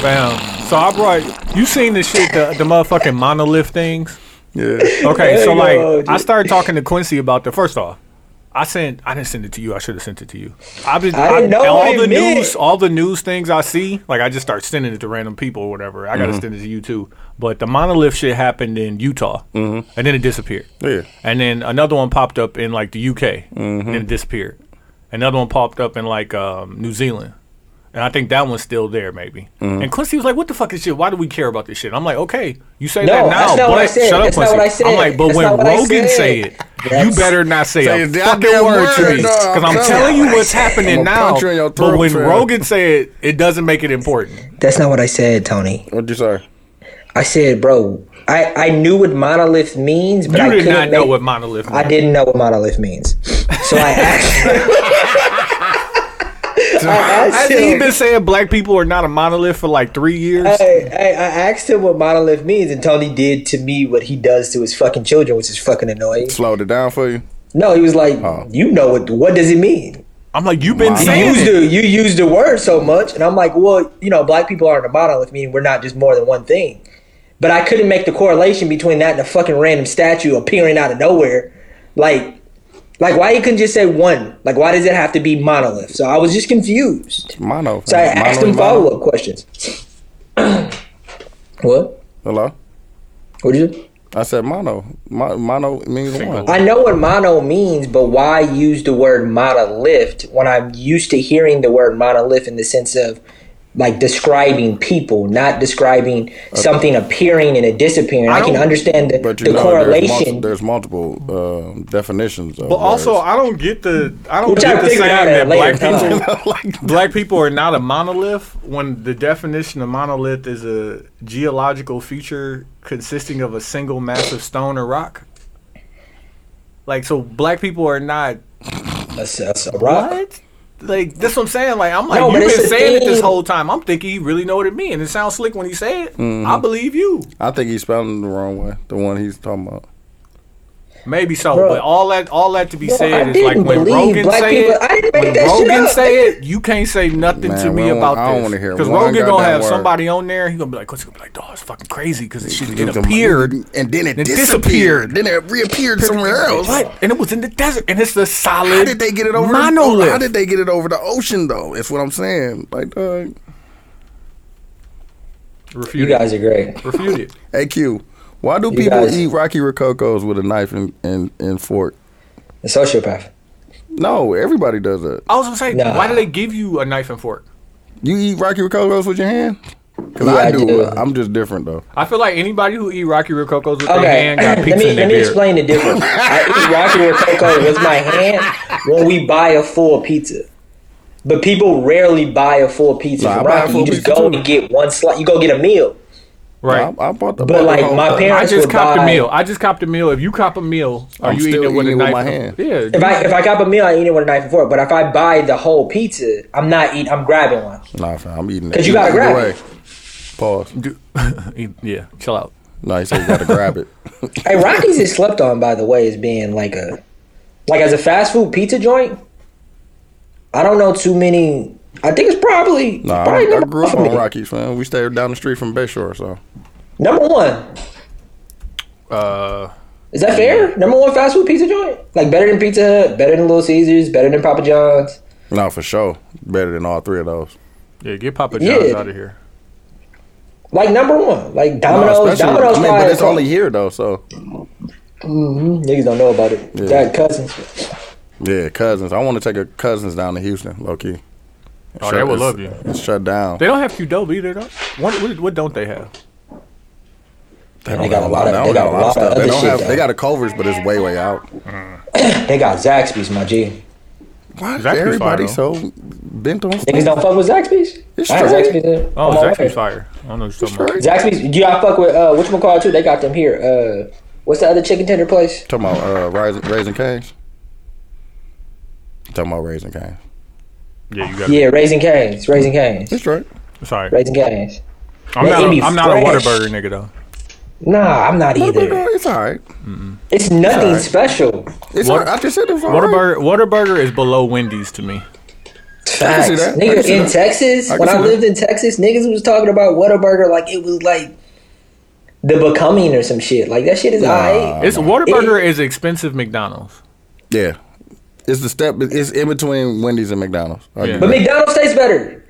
[SPEAKER 3] Fam. So I brought you seen this shit the, the motherfucking monolith things.
[SPEAKER 1] Yeah.
[SPEAKER 3] Okay,
[SPEAKER 4] There
[SPEAKER 3] so
[SPEAKER 4] you
[SPEAKER 3] like
[SPEAKER 4] go,
[SPEAKER 3] I
[SPEAKER 4] dude.
[SPEAKER 3] started talking to Quincy about the first off. I sent. I didn't send it to you. I should have sent it to you. I've been.
[SPEAKER 4] I didn't know
[SPEAKER 3] all
[SPEAKER 4] what it
[SPEAKER 3] the
[SPEAKER 4] meant.
[SPEAKER 3] news, all the news things I see. Like I just start sending it to random people or whatever. I gotta send it to you too. But the monolith shit happened in Utah, and then it disappeared.
[SPEAKER 1] Yeah.
[SPEAKER 3] And then another one popped up in like the UK, and then it disappeared. Another one popped up in like um, New Zealand. And I think that one's still there, maybe. And Quincy was like, "What the fuck is shit? Why do we care about this shit?" I'm like, "Okay, you say
[SPEAKER 4] No,
[SPEAKER 3] that now,
[SPEAKER 4] that's not
[SPEAKER 3] but
[SPEAKER 4] what I said.
[SPEAKER 3] shut up,
[SPEAKER 4] That's not
[SPEAKER 3] Quincy."
[SPEAKER 4] what I said.
[SPEAKER 3] am like, "But
[SPEAKER 4] That's not
[SPEAKER 3] when
[SPEAKER 4] what I
[SPEAKER 3] Rogan
[SPEAKER 4] said.
[SPEAKER 3] say it, you
[SPEAKER 4] That's-
[SPEAKER 3] better not say,
[SPEAKER 1] Say
[SPEAKER 3] a
[SPEAKER 1] the
[SPEAKER 3] fucking
[SPEAKER 1] goddamn
[SPEAKER 3] word, to
[SPEAKER 1] word,
[SPEAKER 3] me
[SPEAKER 1] dog.
[SPEAKER 3] because I'm
[SPEAKER 1] That's
[SPEAKER 3] telling you
[SPEAKER 4] not what I
[SPEAKER 3] what's
[SPEAKER 4] said.
[SPEAKER 3] happening
[SPEAKER 1] I'm gonna
[SPEAKER 3] now.
[SPEAKER 1] punch you in your
[SPEAKER 3] but
[SPEAKER 1] throat,
[SPEAKER 3] when
[SPEAKER 1] fam.
[SPEAKER 3] Rogan say it, it doesn't make it important.
[SPEAKER 4] That's not what I said, Tony.
[SPEAKER 1] What'd you say?
[SPEAKER 4] I said, bro, I, I knew what monolith means, but
[SPEAKER 3] You
[SPEAKER 4] I
[SPEAKER 3] did
[SPEAKER 4] couldn't
[SPEAKER 3] not know
[SPEAKER 4] make-
[SPEAKER 3] what monolith.
[SPEAKER 4] I
[SPEAKER 3] meant.
[SPEAKER 4] didn't know what monolith means. So I asked. I
[SPEAKER 3] Has
[SPEAKER 4] asked
[SPEAKER 3] he
[SPEAKER 4] him,
[SPEAKER 3] been saying black people are not a monolith for like three years?
[SPEAKER 4] I, I, I asked him what monolith means, and Tony did to me what he does to his fucking children, which is fucking annoying.
[SPEAKER 1] Slowed it down for you.
[SPEAKER 4] No, he was like,
[SPEAKER 1] Oh.
[SPEAKER 4] "You know what? What does it mean?
[SPEAKER 3] I'm like, you've been
[SPEAKER 1] Wow.
[SPEAKER 4] You
[SPEAKER 3] saying
[SPEAKER 4] use
[SPEAKER 3] it.
[SPEAKER 4] the you use the word so much." And I'm like, "Well, you know, black people aren't a monolith, meaning we're not just more than one thing." But I couldn't make the correlation between that and a fucking random statue appearing out of nowhere, like, like why you couldn't just say one? Like, why does it have to be monolith? So I was just confused.
[SPEAKER 1] Mono.
[SPEAKER 4] So I
[SPEAKER 1] fam.
[SPEAKER 4] asked
[SPEAKER 1] Mono
[SPEAKER 4] him
[SPEAKER 1] is mono.
[SPEAKER 4] follow up questions. what?
[SPEAKER 1] Hello.
[SPEAKER 4] What did you?
[SPEAKER 1] I said mono. Mo- mono means one.
[SPEAKER 4] I know what mono means, but why use the word monolith when I'm used to hearing the word monolith in the sense of like describing people, not describing something appearing and it disappearing. I, can
[SPEAKER 3] don't-
[SPEAKER 4] understand the,
[SPEAKER 1] But you
[SPEAKER 4] the
[SPEAKER 1] know,
[SPEAKER 4] correlation.
[SPEAKER 1] there's, mul- there's multiple um, definitions. Of
[SPEAKER 3] But also,
[SPEAKER 1] words.
[SPEAKER 3] I don't get the I don't
[SPEAKER 4] Which I
[SPEAKER 3] get the saying
[SPEAKER 4] figured out
[SPEAKER 3] that
[SPEAKER 4] at a
[SPEAKER 3] black
[SPEAKER 4] later time.
[SPEAKER 3] people black people are not a monolith when the definition of monolith is a geological feature consisting of a single massive stone or rock. Like so, black people are not
[SPEAKER 4] That's- that's a rock.
[SPEAKER 3] what? Like that's what I'm saying. Like I'm like
[SPEAKER 4] No, but
[SPEAKER 3] you've
[SPEAKER 4] it's
[SPEAKER 3] been
[SPEAKER 4] a
[SPEAKER 3] saying it this
[SPEAKER 4] thing.
[SPEAKER 3] whole time. I'm thinking you really know what it means. And it sounds slick when you say it.
[SPEAKER 4] Mm-hmm.
[SPEAKER 3] I believe you.
[SPEAKER 1] I think he's spelling the wrong way. The one he's talking about.
[SPEAKER 3] Maybe so,
[SPEAKER 4] Bro.
[SPEAKER 3] but all that all that to be
[SPEAKER 4] No, I
[SPEAKER 3] said is like
[SPEAKER 4] didn't
[SPEAKER 3] when
[SPEAKER 4] believe
[SPEAKER 3] Rogan
[SPEAKER 4] black
[SPEAKER 3] say
[SPEAKER 4] people- I
[SPEAKER 3] it,
[SPEAKER 4] didn't make
[SPEAKER 3] when
[SPEAKER 4] that shit
[SPEAKER 3] Rogan
[SPEAKER 4] up.
[SPEAKER 3] say it, you can't say nothing to
[SPEAKER 1] Man,
[SPEAKER 3] me
[SPEAKER 1] we don't-
[SPEAKER 3] about
[SPEAKER 1] I don't
[SPEAKER 3] this.
[SPEAKER 1] wanna hear
[SPEAKER 3] Because
[SPEAKER 1] one
[SPEAKER 3] Rogan gonna
[SPEAKER 1] goddamn
[SPEAKER 3] have
[SPEAKER 1] word.
[SPEAKER 3] somebody on there. He gonna be like, "What's gonna be like, dog? It's fucking crazy because it, shit- it appeared
[SPEAKER 1] and then it,
[SPEAKER 3] It
[SPEAKER 1] disappeared.
[SPEAKER 3] disappeared.
[SPEAKER 1] Then it reappeared somewhere else.
[SPEAKER 3] What? and it was in the desert, and it's a solid.
[SPEAKER 1] How did they get it over?
[SPEAKER 3] monolith?
[SPEAKER 1] How did they get it over the ocean though? That's what I'm saying. Like, uh, dog.
[SPEAKER 3] refute
[SPEAKER 4] You guys are great.
[SPEAKER 3] it? Refute it.
[SPEAKER 1] Hey Q, why do
[SPEAKER 4] You
[SPEAKER 1] people
[SPEAKER 4] guys-
[SPEAKER 1] eat Rocky Rococos with a knife and, and, and fork?
[SPEAKER 4] A sociopath.
[SPEAKER 1] No, everybody does that.
[SPEAKER 3] I was gonna say,
[SPEAKER 4] Nah.
[SPEAKER 3] why do they give you a knife and fork?
[SPEAKER 1] You eat Rocky Rococos with your hand? Cause
[SPEAKER 4] Yeah,
[SPEAKER 1] I
[SPEAKER 4] I
[SPEAKER 1] do.
[SPEAKER 4] do.
[SPEAKER 1] I'm just different though.
[SPEAKER 3] I feel like anybody who eat Rocky Rococos with their
[SPEAKER 4] Okay,
[SPEAKER 3] hand got
[SPEAKER 4] let
[SPEAKER 3] pizza
[SPEAKER 4] me
[SPEAKER 3] in
[SPEAKER 4] let
[SPEAKER 3] their
[SPEAKER 4] me
[SPEAKER 3] beard.
[SPEAKER 4] explain the difference. I eat Rocky Rococo with my hand when we buy a full pizza, but people rarely buy a full pizza
[SPEAKER 1] Nah, I
[SPEAKER 4] from
[SPEAKER 1] buy a
[SPEAKER 4] Rocky.
[SPEAKER 1] full
[SPEAKER 4] You just
[SPEAKER 1] pizza
[SPEAKER 4] go
[SPEAKER 1] too.
[SPEAKER 4] and get one slice. You go get a meal.
[SPEAKER 3] Right.
[SPEAKER 1] I, I bought the.
[SPEAKER 4] But,
[SPEAKER 1] bought the
[SPEAKER 4] like,
[SPEAKER 1] whole
[SPEAKER 4] my
[SPEAKER 1] thing.
[SPEAKER 4] parents-
[SPEAKER 3] I just
[SPEAKER 4] would
[SPEAKER 3] copped a
[SPEAKER 4] buy-
[SPEAKER 3] meal. I just copped a meal. If you cop a meal, are
[SPEAKER 1] I'm
[SPEAKER 3] you eating
[SPEAKER 1] still
[SPEAKER 3] it with a
[SPEAKER 1] eating it with
[SPEAKER 3] knife?
[SPEAKER 1] my hand.
[SPEAKER 3] Yeah.
[SPEAKER 4] If I if I cop a meal, I eat it with a knife and fork. But if I buy the whole pizza, I'm not eating. I'm grabbing one.
[SPEAKER 1] Nah, fam, I'm eating it.
[SPEAKER 4] 'Cause you gotta
[SPEAKER 1] Either
[SPEAKER 4] grab
[SPEAKER 1] way.
[SPEAKER 4] it.
[SPEAKER 1] Pause.
[SPEAKER 3] Do- yeah, chill out.
[SPEAKER 1] No, he said you gotta grab it.
[SPEAKER 4] Hey, Rocky's is slept on by the way as being like a like as a fast food pizza joint. I don't know too many. I think it's probably
[SPEAKER 1] Nah,
[SPEAKER 4] probably
[SPEAKER 1] I, I
[SPEAKER 4] number
[SPEAKER 1] grew up
[SPEAKER 4] one for
[SPEAKER 1] on
[SPEAKER 4] me.
[SPEAKER 1] Rockies, man. We stayed down the street from Bayshore, so
[SPEAKER 4] Number one.
[SPEAKER 3] Uh,
[SPEAKER 4] Is that fair? Number one fast food pizza joint? Like better than Pizza Hut, better than Little Caesars, better than Papa John's.
[SPEAKER 1] no, for sure, better than all three of those.
[SPEAKER 3] yeah, get Papa John's
[SPEAKER 4] Yeah.
[SPEAKER 3] out of here.
[SPEAKER 4] Like number one. Like
[SPEAKER 1] No,
[SPEAKER 4] Domino's.
[SPEAKER 1] especially-
[SPEAKER 4] Domino's
[SPEAKER 1] I mean, but
[SPEAKER 4] probably-
[SPEAKER 1] it's only here though, so
[SPEAKER 4] Mhm, Niggas don't know about it.
[SPEAKER 1] Yeah.
[SPEAKER 4] Got cousins.
[SPEAKER 1] yeah, cousins. I want to take a cousins down to Houston, low key.
[SPEAKER 3] Oh, they would love you.
[SPEAKER 1] Shut down.
[SPEAKER 3] They don't have Qdoba either, though. What, what, what don't they have?
[SPEAKER 1] They,
[SPEAKER 4] They got a lot of-
[SPEAKER 1] don't
[SPEAKER 4] they got a lot of
[SPEAKER 1] They
[SPEAKER 4] other
[SPEAKER 1] don't
[SPEAKER 4] shit,
[SPEAKER 1] have. They
[SPEAKER 4] though.
[SPEAKER 1] got a Culver's, but it's way way out.
[SPEAKER 4] They got Zaxby's, my G.
[SPEAKER 1] Why is
[SPEAKER 3] Zaxby's fire,
[SPEAKER 1] everybody
[SPEAKER 3] though.
[SPEAKER 1] so bent on?
[SPEAKER 4] Niggas don't fuck with Zaxby's?
[SPEAKER 1] It's
[SPEAKER 4] I had
[SPEAKER 1] straight.
[SPEAKER 4] Zaxby's uh, in.
[SPEAKER 3] Oh,
[SPEAKER 4] on my
[SPEAKER 3] Zaxby's
[SPEAKER 4] way.
[SPEAKER 3] fire. I don't know what you're talking about.
[SPEAKER 4] Zaxby's. Do y'all fuck with uh whatchamacallit too? They got them here. Uh what's the other chicken tender place?
[SPEAKER 1] Talking about uh, raising, raising canes. Talking about raising canes.
[SPEAKER 3] Yeah, you got
[SPEAKER 4] Yeah, Raising Canes. Raising Canes.
[SPEAKER 1] It's right.
[SPEAKER 3] it. Sorry.
[SPEAKER 4] Raising Canes.
[SPEAKER 3] I'm
[SPEAKER 4] They
[SPEAKER 3] not,
[SPEAKER 4] be
[SPEAKER 3] a, I'm not a
[SPEAKER 4] fresh.
[SPEAKER 3] Whataburger nigga, though.
[SPEAKER 4] Nah, I'm not either.
[SPEAKER 1] It's all right.
[SPEAKER 4] It's nothing
[SPEAKER 1] Alright.
[SPEAKER 4] special.
[SPEAKER 1] It's
[SPEAKER 3] What-
[SPEAKER 1] all right. I just said it's all right.
[SPEAKER 3] Whataburger, Whataburger is below Wendy's to me.
[SPEAKER 1] can see
[SPEAKER 4] Facts.
[SPEAKER 1] that. I can
[SPEAKER 4] Nigga,
[SPEAKER 1] see
[SPEAKER 4] in
[SPEAKER 1] that.
[SPEAKER 4] Texas,
[SPEAKER 1] I can
[SPEAKER 4] when
[SPEAKER 1] see
[SPEAKER 4] I
[SPEAKER 1] that.
[SPEAKER 4] lived in Texas, niggas was talking about Whataburger like it was like the becoming or some shit. Like that shit is alright.
[SPEAKER 3] It's Whataburger is expensive McDonald's.
[SPEAKER 1] Yeah. It's the step. It's in between Wendy's and McDonald's. Are you
[SPEAKER 3] Yeah.
[SPEAKER 4] But
[SPEAKER 1] right?
[SPEAKER 4] McDonald's tastes better.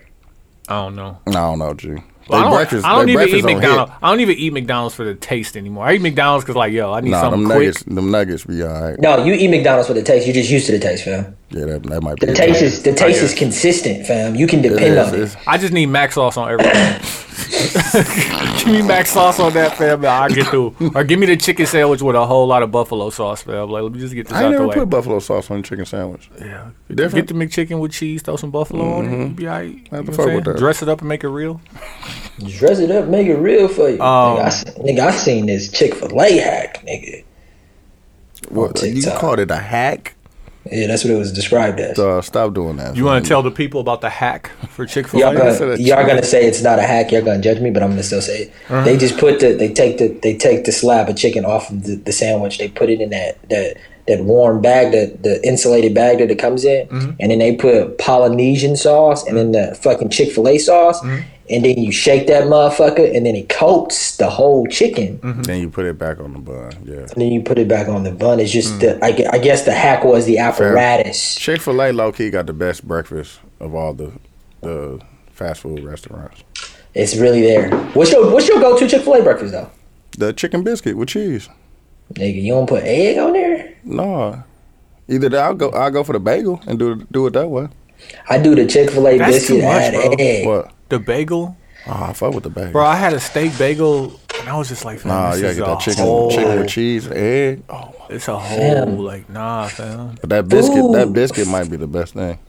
[SPEAKER 3] I don't know.
[SPEAKER 1] I don't know, G.
[SPEAKER 3] I don't, I don't
[SPEAKER 1] they
[SPEAKER 3] even eat
[SPEAKER 1] breakfast don't hit.
[SPEAKER 3] McDonald's. I don't even eat McDonald's for the taste anymore. I eat McDonald's because like, yo, I need
[SPEAKER 1] Nah,
[SPEAKER 3] something
[SPEAKER 1] them
[SPEAKER 3] quick.
[SPEAKER 1] nuggets, them nuggets be all right.
[SPEAKER 4] No, you eat McDonald's for the taste. You're just used to the taste, fam.
[SPEAKER 1] Yeah, that, that might be
[SPEAKER 4] The
[SPEAKER 1] it.
[SPEAKER 4] taste is the taste is
[SPEAKER 1] Yeah.
[SPEAKER 4] consistent, fam. You can
[SPEAKER 1] It
[SPEAKER 4] depend
[SPEAKER 1] is,
[SPEAKER 4] on it.
[SPEAKER 1] it's-
[SPEAKER 3] I just need mac sauce on everything. give me mac sauce on that, fam. and I'll get through. Or give me the chicken sandwich with a whole lot of buffalo sauce, fam. Like, let me just get this
[SPEAKER 1] I
[SPEAKER 3] out
[SPEAKER 1] ain't
[SPEAKER 3] the
[SPEAKER 1] never
[SPEAKER 3] way.
[SPEAKER 1] put buffalo sauce on a chicken sandwich. Yeah,
[SPEAKER 3] Get
[SPEAKER 1] different.
[SPEAKER 3] the McChicken with cheese, throw some buffalo on it. You be all right. You know
[SPEAKER 1] Mm-hmm. have to
[SPEAKER 3] what
[SPEAKER 1] fuck
[SPEAKER 3] I'm
[SPEAKER 1] with
[SPEAKER 3] saying?
[SPEAKER 1] that.
[SPEAKER 3] Dress it up and make it real.
[SPEAKER 4] Dress it up, make it real for you.
[SPEAKER 3] Um,
[SPEAKER 4] nigga, I, se- nigga, I seen this Chick Fil A hack, nigga.
[SPEAKER 1] what, you
[SPEAKER 4] TikTok.
[SPEAKER 1] called it a hack?
[SPEAKER 4] Yeah, that's what it was described as.
[SPEAKER 1] Uh, stop doing that.
[SPEAKER 3] You want to tell the people about the hack for Chick fil
[SPEAKER 4] y'all
[SPEAKER 3] A?
[SPEAKER 1] I said
[SPEAKER 4] gonna,
[SPEAKER 1] that
[SPEAKER 4] y'all
[SPEAKER 1] chick-
[SPEAKER 4] gonna say it's not a hack. Y'all gonna judge me, but I'm gonna still say it. They just put the they take the they take the slab of chicken off of the, the sandwich. They put it in that that that warm bag, that the insulated bag that it comes in, and then they put Polynesian sauce and then the fucking Chick Fil A sauce, and then you shake that motherfucker, and then it coats the whole chicken.
[SPEAKER 1] Then you put it back on the bun. Yeah.
[SPEAKER 4] And then you put it back on the bun. It's just the I, gue- I guess the hack was the apparatus.
[SPEAKER 1] Chick Fil A low key got the best breakfast of all the the fast food restaurants.
[SPEAKER 4] It's really there. What's your what's your go to Chick Fil A breakfast though?
[SPEAKER 1] The chicken biscuit with cheese.
[SPEAKER 4] Nigga, you don't put egg on there.
[SPEAKER 1] No, either that, I'll go. I'll go for the bagel and do do it that way.
[SPEAKER 4] I do the Chick Fil A
[SPEAKER 3] That's
[SPEAKER 4] biscuit
[SPEAKER 3] too much,
[SPEAKER 4] add
[SPEAKER 3] bro.
[SPEAKER 4] egg.
[SPEAKER 1] What?
[SPEAKER 3] The bagel.
[SPEAKER 1] Oh, I fuck with the bagel.
[SPEAKER 3] Bro, I had a steak bagel and I was just like, fam,
[SPEAKER 1] Nah,
[SPEAKER 3] this
[SPEAKER 1] you gotta
[SPEAKER 3] is
[SPEAKER 1] get
[SPEAKER 3] a
[SPEAKER 1] that chicken,
[SPEAKER 3] whole,
[SPEAKER 1] chicken with cheese, egg. Oh,
[SPEAKER 3] It's a whole,
[SPEAKER 4] Fam.
[SPEAKER 3] like, nah, fam.
[SPEAKER 1] but that biscuit, that
[SPEAKER 4] Ooh.
[SPEAKER 1] biscuit might be the best thing.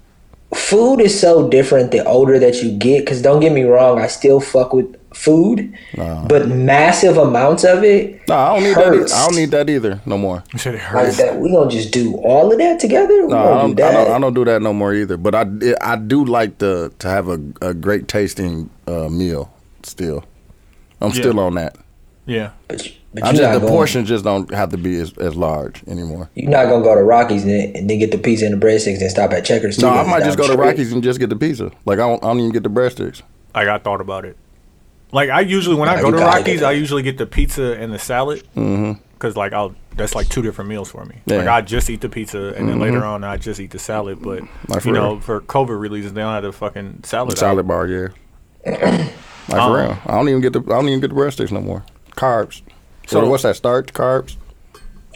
[SPEAKER 4] Food is so different the older that you get. Cause don't get me wrong, I still fuck with food, but massive amounts of it.
[SPEAKER 1] No, I don't need
[SPEAKER 4] hurts.
[SPEAKER 1] that. e- I don't need that either no more.
[SPEAKER 3] You said it
[SPEAKER 4] Like
[SPEAKER 3] hurts.
[SPEAKER 4] that, we gonna just do all of that together. We
[SPEAKER 1] No, I
[SPEAKER 4] gonna
[SPEAKER 1] don't,
[SPEAKER 4] do
[SPEAKER 1] I
[SPEAKER 4] that.
[SPEAKER 1] don't. I don't do that no more either. But I, d- I do like the to have a, a great tasting uh, meal. Still, I'm still on that.
[SPEAKER 3] Yeah.
[SPEAKER 4] but you- but
[SPEAKER 1] I
[SPEAKER 4] you're
[SPEAKER 1] just
[SPEAKER 4] not
[SPEAKER 1] the
[SPEAKER 4] going.
[SPEAKER 1] portions just don't have to be as, as large anymore.
[SPEAKER 4] You're not gonna go to Rockies and, then- and then get the pizza and the breadsticks and stop at Checkers.
[SPEAKER 1] No,
[SPEAKER 4] too,
[SPEAKER 1] I
[SPEAKER 4] that's
[SPEAKER 1] might
[SPEAKER 4] down
[SPEAKER 1] just go
[SPEAKER 4] the
[SPEAKER 1] to
[SPEAKER 4] street.
[SPEAKER 1] Rockies and just get the pizza. Like I don't, I don't even get the breadsticks.
[SPEAKER 3] Like, I thought about it. Like, I usually, when I
[SPEAKER 4] Nah,
[SPEAKER 3] go
[SPEAKER 4] you
[SPEAKER 3] to
[SPEAKER 4] gotta get
[SPEAKER 3] Rockies,
[SPEAKER 4] that.
[SPEAKER 3] I usually get the pizza and the salad. Because, like, I'll, that's like two different meals for me.
[SPEAKER 1] Yeah.
[SPEAKER 3] Like, I just eat the pizza and then later on, I just eat the salad. But,
[SPEAKER 1] Like, for
[SPEAKER 3] you know,
[SPEAKER 1] real.
[SPEAKER 3] for COVID releases, they don't have the fucking salad.
[SPEAKER 1] Salad bar, yeah. like
[SPEAKER 3] Um,
[SPEAKER 1] for real, I don't even get the I don't even get the breadsticks no more. Carbs. So
[SPEAKER 3] So-
[SPEAKER 1] what's that? Starch carbs.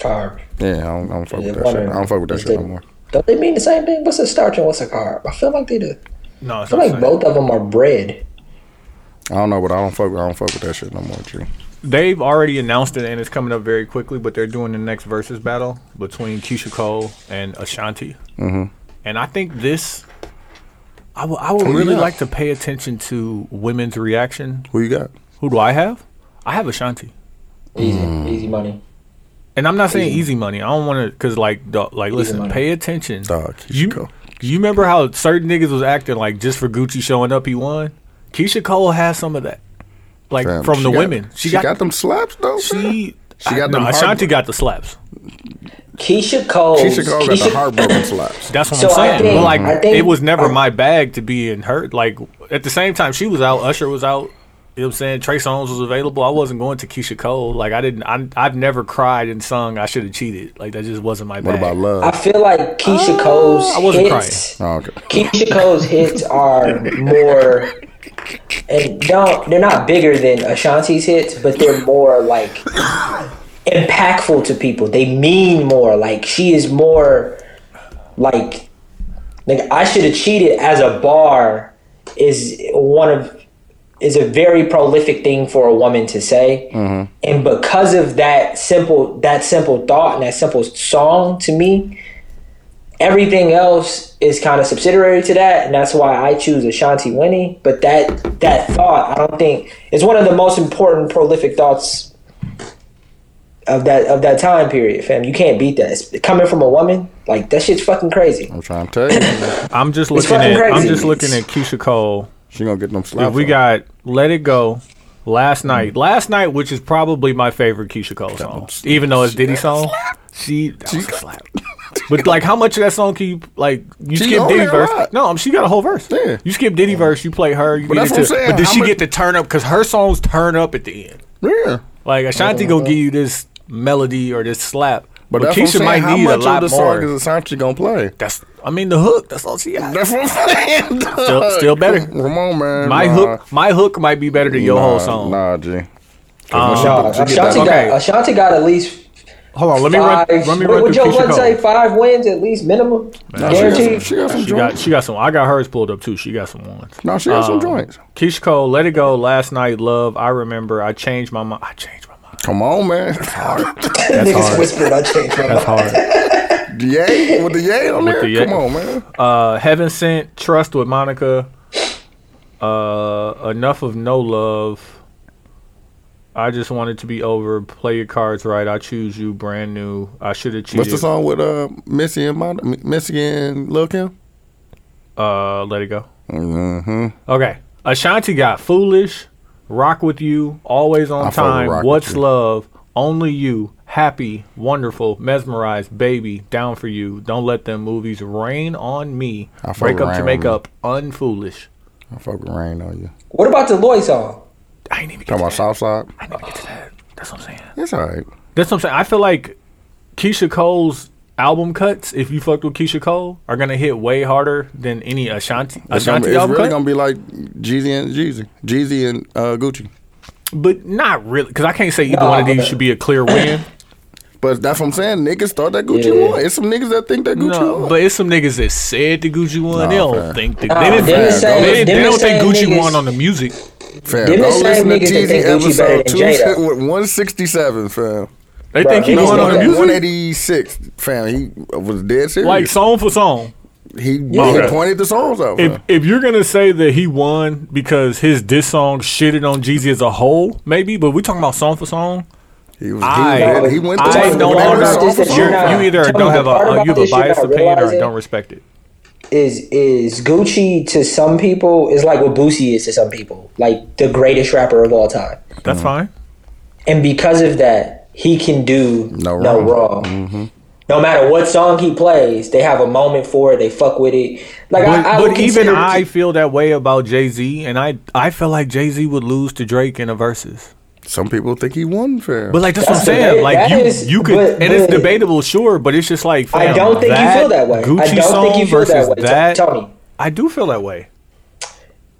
[SPEAKER 4] Carb.
[SPEAKER 1] Yeah, I don't, I don't fuck
[SPEAKER 4] Yeah,
[SPEAKER 1] with that shit.
[SPEAKER 4] wondering-
[SPEAKER 1] I don't fuck with that
[SPEAKER 4] is
[SPEAKER 1] shit
[SPEAKER 4] they-
[SPEAKER 1] no more.
[SPEAKER 4] Don't they mean the same thing? What's a starch and what's a carb? I feel like they do. I
[SPEAKER 3] No, it's
[SPEAKER 4] feel
[SPEAKER 3] not
[SPEAKER 4] like
[SPEAKER 3] the same.
[SPEAKER 4] both of them are bread.
[SPEAKER 1] I don't know, but I don't fuck. I don't fuck with that shit no more, G.
[SPEAKER 3] They've already announced it and it's coming up very quickly, but they're doing the next versus battle between Keisha Cole and Ashanti. Mm-hmm. And I think this, I would- I would
[SPEAKER 1] Who you
[SPEAKER 3] really
[SPEAKER 1] got?
[SPEAKER 3] like to pay attention to women's reaction.
[SPEAKER 1] Who you got?
[SPEAKER 3] Who do I have? I have Ashanti.
[SPEAKER 4] Easy,
[SPEAKER 1] Mm.
[SPEAKER 4] easy money.
[SPEAKER 3] And I'm not saying easy money. I don't want to, cause like, dog, like, listen,
[SPEAKER 4] money.
[SPEAKER 3] pay attention.
[SPEAKER 1] Dog, Keisha
[SPEAKER 3] you,
[SPEAKER 1] Cole.
[SPEAKER 3] you remember how certain niggas was acting like just for Gucci showing up, he won. Keisha Cole has some of that, like
[SPEAKER 1] Fam,
[SPEAKER 3] from
[SPEAKER 1] she
[SPEAKER 3] the
[SPEAKER 1] got-
[SPEAKER 3] women. She, got,
[SPEAKER 1] them slaps though. She,
[SPEAKER 3] she.
[SPEAKER 1] She
[SPEAKER 3] I-
[SPEAKER 1] got
[SPEAKER 3] no,
[SPEAKER 1] them hard-
[SPEAKER 3] Ashanti got the slaps.
[SPEAKER 4] Keisha
[SPEAKER 3] Oh,
[SPEAKER 4] Cole.
[SPEAKER 1] Keisha Cole got the heartbroken slaps.
[SPEAKER 3] That's what
[SPEAKER 4] So
[SPEAKER 3] I'm
[SPEAKER 4] I
[SPEAKER 3] saying.
[SPEAKER 4] think-
[SPEAKER 3] but like,
[SPEAKER 4] I think-
[SPEAKER 3] it was never
[SPEAKER 4] I-
[SPEAKER 3] my bag to be in her. Like, at the same time, she was out. Usher was out. You know what I'm saying? Trey Songz was available. I wasn't going to Keisha Cole. Like, I didn't. I, I've never cried and sung. I should have cheated. Like, that just wasn't my bag.
[SPEAKER 1] What about
[SPEAKER 4] I
[SPEAKER 1] love?
[SPEAKER 4] feel like Keisha Cole's
[SPEAKER 3] I wasn't
[SPEAKER 4] hits.
[SPEAKER 1] Uh, Oh, okay.
[SPEAKER 4] Keisha Cole's hits are more, and don't they're not bigger than Ashanti's hits, but they're more like impactful to people. They mean more. Like she is more like like I should have cheated as a bar is one of is a very prolific thing for a woman to say. And because of that simple that simple thought and that simple song to me, everything else is kind of subsidiary to that, and that's why I choose Ashanti Winnie. But that that thought, I don't think is one of the most important prolific thoughts of that of that time period, fam. You can't beat that. It's, coming from a woman, like that shit's fucking crazy.
[SPEAKER 1] I'm trying to tell you,
[SPEAKER 3] I'm just looking
[SPEAKER 4] fucking
[SPEAKER 3] at. I'm
[SPEAKER 4] crazy.
[SPEAKER 3] just looking at Keisha Cole.
[SPEAKER 1] she gonna get them slaps.
[SPEAKER 3] If we
[SPEAKER 1] on.
[SPEAKER 3] got Let It Go. Last
[SPEAKER 1] Mm.
[SPEAKER 3] night, last night, which is probably my favorite Keisha Cole song,
[SPEAKER 1] was-
[SPEAKER 3] even though it's Diddy song, she that was a slap. But like, how much of that song can you like? You skip
[SPEAKER 1] on
[SPEAKER 3] Diddy
[SPEAKER 1] there a
[SPEAKER 3] verse.
[SPEAKER 1] lot.
[SPEAKER 3] No, um, she got a whole verse.
[SPEAKER 1] Yeah. Mm.
[SPEAKER 3] You skip Diddy verse. You play her. You get
[SPEAKER 1] that's
[SPEAKER 3] it
[SPEAKER 1] what
[SPEAKER 3] to-
[SPEAKER 1] I'm saying.
[SPEAKER 3] But did
[SPEAKER 1] How
[SPEAKER 3] she
[SPEAKER 1] much-
[SPEAKER 3] get the turn up? Because her songs turn up at the end.
[SPEAKER 1] yeah.
[SPEAKER 3] Like Ashanti gonna give you this melody or this slap,
[SPEAKER 1] But
[SPEAKER 3] Well,
[SPEAKER 1] that's what I'm
[SPEAKER 3] Keisha
[SPEAKER 1] saying.
[SPEAKER 3] might
[SPEAKER 1] How
[SPEAKER 3] need a
[SPEAKER 1] much
[SPEAKER 3] lot
[SPEAKER 1] of the
[SPEAKER 3] more.
[SPEAKER 1] song is Asante gonna play?
[SPEAKER 3] That's I mean the hook. That's all she got.
[SPEAKER 1] That's what I'm saying. dog.
[SPEAKER 3] Still- still better.
[SPEAKER 1] Come on, man.
[SPEAKER 3] my
[SPEAKER 1] nah.
[SPEAKER 3] hook. My hook might be better than your
[SPEAKER 1] Uh, nah,
[SPEAKER 3] whole song.
[SPEAKER 1] Nah, G. 'Cause when
[SPEAKER 3] Um,
[SPEAKER 4] No,
[SPEAKER 1] she- she get
[SPEAKER 4] Ashanti
[SPEAKER 1] that-
[SPEAKER 4] got,
[SPEAKER 3] okay.
[SPEAKER 4] Ashanti got at least
[SPEAKER 3] Hold on. Let me run.
[SPEAKER 4] five.
[SPEAKER 3] Let me
[SPEAKER 4] what
[SPEAKER 3] run
[SPEAKER 4] would
[SPEAKER 3] through
[SPEAKER 4] your one
[SPEAKER 3] Keisha
[SPEAKER 4] say?
[SPEAKER 3] Cole.
[SPEAKER 4] Five wins at least minimum,
[SPEAKER 1] Nah, she got some-
[SPEAKER 4] guaranteed.
[SPEAKER 1] She got some
[SPEAKER 3] She got.
[SPEAKER 1] joints.
[SPEAKER 3] She got some. I got hers pulled up too. She got some ones.
[SPEAKER 1] No, she got some
[SPEAKER 3] Um,
[SPEAKER 1] joints.
[SPEAKER 3] Keisha Cole, let it go. Last night, love. I remember. I changed my mind. I changed my mind.
[SPEAKER 1] Come on, man. That's hard.
[SPEAKER 3] That's
[SPEAKER 4] Niggas
[SPEAKER 3] hard.
[SPEAKER 4] whispered, I changed my
[SPEAKER 3] That's
[SPEAKER 4] mind.
[SPEAKER 3] hard.
[SPEAKER 1] Yay with the yay on
[SPEAKER 3] With
[SPEAKER 1] there.
[SPEAKER 3] the yay.
[SPEAKER 1] Come on, man.
[SPEAKER 3] Uh, Heaven sent trust with Monica. Uh, enough of no love. I just want it to be over. Play your cards right. I choose you. Brand new. I should have cheated.
[SPEAKER 1] What's the song with uh Missy and Mon- M- Missy and Lil Kim?
[SPEAKER 3] Uh, let it go.
[SPEAKER 1] Mm-hmm.
[SPEAKER 3] Okay. Ashanti got foolish, rock with you, always on
[SPEAKER 1] I fuck with Rock
[SPEAKER 3] time,
[SPEAKER 1] With
[SPEAKER 3] what's
[SPEAKER 1] You.
[SPEAKER 3] love, only you, happy, wonderful, mesmerized, baby, down for you, don't let them movies rain on me,
[SPEAKER 1] I fuck
[SPEAKER 3] break
[SPEAKER 1] with
[SPEAKER 3] up to
[SPEAKER 1] Rain
[SPEAKER 3] make
[SPEAKER 1] on Me.
[SPEAKER 3] up, unfoolish.
[SPEAKER 1] I fucking rain on you.
[SPEAKER 4] What about the Lloyd song?
[SPEAKER 3] I ain't even get
[SPEAKER 1] Talking
[SPEAKER 3] to
[SPEAKER 1] about Southside.
[SPEAKER 3] that. I ain't even get to that. That's what I'm saying.
[SPEAKER 1] It's all right.
[SPEAKER 3] That's what I'm saying. I feel like Keisha Cole's album cuts, if you fucked with Keisha Cole, are gonna hit way harder than any Ashanti
[SPEAKER 1] It's, gonna,
[SPEAKER 3] Ashanti
[SPEAKER 1] be- it's
[SPEAKER 3] album
[SPEAKER 1] really
[SPEAKER 3] cut.
[SPEAKER 1] gonna be like Jeezy and Jeezy, Jeezy and uh, Gucci.
[SPEAKER 3] but not really, because I can't say either
[SPEAKER 4] No,
[SPEAKER 3] one of these
[SPEAKER 4] but-
[SPEAKER 3] should be a clear win.
[SPEAKER 1] But that's what I'm saying. Niggas thought that Gucci
[SPEAKER 4] Yeah.
[SPEAKER 1] won. It's some niggas that think that Gucci
[SPEAKER 3] No,
[SPEAKER 1] won.
[SPEAKER 3] but it's some niggas that said the Gucci one. they
[SPEAKER 1] Nah,
[SPEAKER 3] don't
[SPEAKER 1] fam.
[SPEAKER 3] think the,
[SPEAKER 4] Nah,
[SPEAKER 3] they didn't.
[SPEAKER 4] them
[SPEAKER 1] the
[SPEAKER 3] They,
[SPEAKER 1] same-
[SPEAKER 3] didn't-
[SPEAKER 4] them
[SPEAKER 3] they
[SPEAKER 4] the
[SPEAKER 3] don't think
[SPEAKER 4] same
[SPEAKER 3] Gucci
[SPEAKER 4] niggas-
[SPEAKER 3] won on the music.
[SPEAKER 1] Fam,
[SPEAKER 4] them the
[SPEAKER 1] go
[SPEAKER 4] same
[SPEAKER 1] listen to
[SPEAKER 4] niggas that
[SPEAKER 1] Jeezy
[SPEAKER 4] think Gucci better
[SPEAKER 1] episode
[SPEAKER 4] than
[SPEAKER 1] two
[SPEAKER 4] Jada.
[SPEAKER 1] one sixty seven, fam.
[SPEAKER 3] They
[SPEAKER 4] Bruh,
[SPEAKER 3] think he
[SPEAKER 4] you
[SPEAKER 1] No,
[SPEAKER 4] know
[SPEAKER 3] won on
[SPEAKER 4] what?
[SPEAKER 3] the
[SPEAKER 1] one
[SPEAKER 3] music,
[SPEAKER 1] eighty six, fam. He was dead serious.
[SPEAKER 3] like song for song.
[SPEAKER 1] he,
[SPEAKER 4] Okay.
[SPEAKER 1] he pointed the songs out.
[SPEAKER 3] If
[SPEAKER 1] fam.
[SPEAKER 3] if you're gonna say that he won because his diss song shitted on Jeezy as a whole, maybe, but we talking about song for song.
[SPEAKER 1] He was.
[SPEAKER 3] I-
[SPEAKER 1] he, went- he went.
[SPEAKER 4] I
[SPEAKER 1] through
[SPEAKER 3] I
[SPEAKER 1] it.
[SPEAKER 4] the
[SPEAKER 3] don't
[SPEAKER 4] part
[SPEAKER 1] Whatever
[SPEAKER 4] about
[SPEAKER 1] song
[SPEAKER 4] this that
[SPEAKER 1] for
[SPEAKER 4] you're
[SPEAKER 1] song.
[SPEAKER 4] not-
[SPEAKER 3] you either
[SPEAKER 4] Tell me
[SPEAKER 3] don't
[SPEAKER 4] the
[SPEAKER 3] have a,
[SPEAKER 4] part
[SPEAKER 3] a
[SPEAKER 4] about
[SPEAKER 3] you have a
[SPEAKER 4] this you're
[SPEAKER 3] biased
[SPEAKER 4] not
[SPEAKER 3] opinion or
[SPEAKER 4] realizing.
[SPEAKER 3] don't respect it.
[SPEAKER 4] Is is Gucci to some people is like what Boosie is to some people, like the greatest rapper of all time.
[SPEAKER 3] That's fine.
[SPEAKER 4] and because of that, he can do
[SPEAKER 1] No
[SPEAKER 4] no,
[SPEAKER 1] wrong.
[SPEAKER 4] wrong. Mm-hmm. No matter what song he plays, they have a moment for it. They fuck with it. Like
[SPEAKER 3] But,
[SPEAKER 4] I, I would
[SPEAKER 3] but even
[SPEAKER 4] consider-
[SPEAKER 3] I feel that way about Jay Z, and I I feel like Jay Z would lose to Drake in a versus.
[SPEAKER 1] Some people think he won, fam.
[SPEAKER 3] But like that's, what
[SPEAKER 4] That's
[SPEAKER 3] I'm saying.
[SPEAKER 4] debate-
[SPEAKER 3] Like
[SPEAKER 4] that
[SPEAKER 3] you,
[SPEAKER 4] is-
[SPEAKER 3] you could,
[SPEAKER 4] but-
[SPEAKER 3] and it's
[SPEAKER 4] but-
[SPEAKER 3] debatable, sure, but it's just like
[SPEAKER 4] I
[SPEAKER 3] fam,
[SPEAKER 4] don't think you feel that way. I
[SPEAKER 3] Gucci
[SPEAKER 4] don't
[SPEAKER 3] song
[SPEAKER 4] think you feel that
[SPEAKER 3] versus
[SPEAKER 4] way, T- Tony.
[SPEAKER 3] I do feel that way.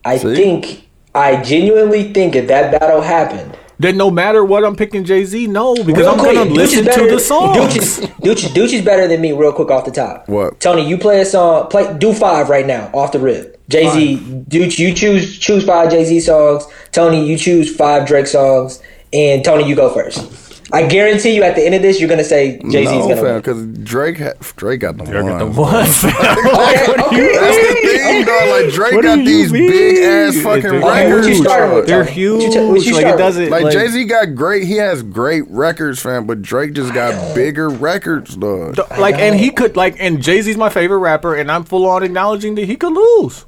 [SPEAKER 4] I
[SPEAKER 1] See?
[SPEAKER 4] think I genuinely think if that battle happened,
[SPEAKER 3] That no matter what, I'm picking Jay Z. No, because
[SPEAKER 4] real
[SPEAKER 3] I'm
[SPEAKER 4] quick,
[SPEAKER 3] gonna
[SPEAKER 4] Dooch
[SPEAKER 3] listen
[SPEAKER 4] is better-
[SPEAKER 3] to the song.
[SPEAKER 4] Dooch is, Dooch, Dooch is better than me, real quick off the top.
[SPEAKER 1] What?
[SPEAKER 4] Tony, you play a song. Play do five right now off the rip. Jay Z, Dooch, you choose choose five Jay Z songs. Tony, you choose five Drake songs, and Tony, you go first. I guarantee you, at the end of this, you're gonna say Jay
[SPEAKER 1] no,
[SPEAKER 4] Z's gonna.
[SPEAKER 1] fam,
[SPEAKER 4] Win.
[SPEAKER 1] because Drake ha- Drake got the one.
[SPEAKER 3] the one.
[SPEAKER 4] Okay,
[SPEAKER 1] That's
[SPEAKER 4] okay.
[SPEAKER 1] the thing, dog. Like Drake
[SPEAKER 3] What do
[SPEAKER 1] got
[SPEAKER 3] you
[SPEAKER 1] these
[SPEAKER 3] mean?
[SPEAKER 1] big ass
[SPEAKER 3] It's
[SPEAKER 1] fucking
[SPEAKER 3] huge.
[SPEAKER 4] Okay, what you
[SPEAKER 1] records.
[SPEAKER 4] starting
[SPEAKER 1] dog.
[SPEAKER 4] with?
[SPEAKER 3] They're
[SPEAKER 4] What you ta-
[SPEAKER 3] huge.
[SPEAKER 4] what you
[SPEAKER 3] Like it
[SPEAKER 4] start with?
[SPEAKER 3] doesn't.
[SPEAKER 1] Like Jay Z got great. He has great records, fam. But Drake just got bigger records, dog.
[SPEAKER 3] th- Like and he could like and Jay Z's my favorite rapper, and I'm full on acknowledging that he could lose.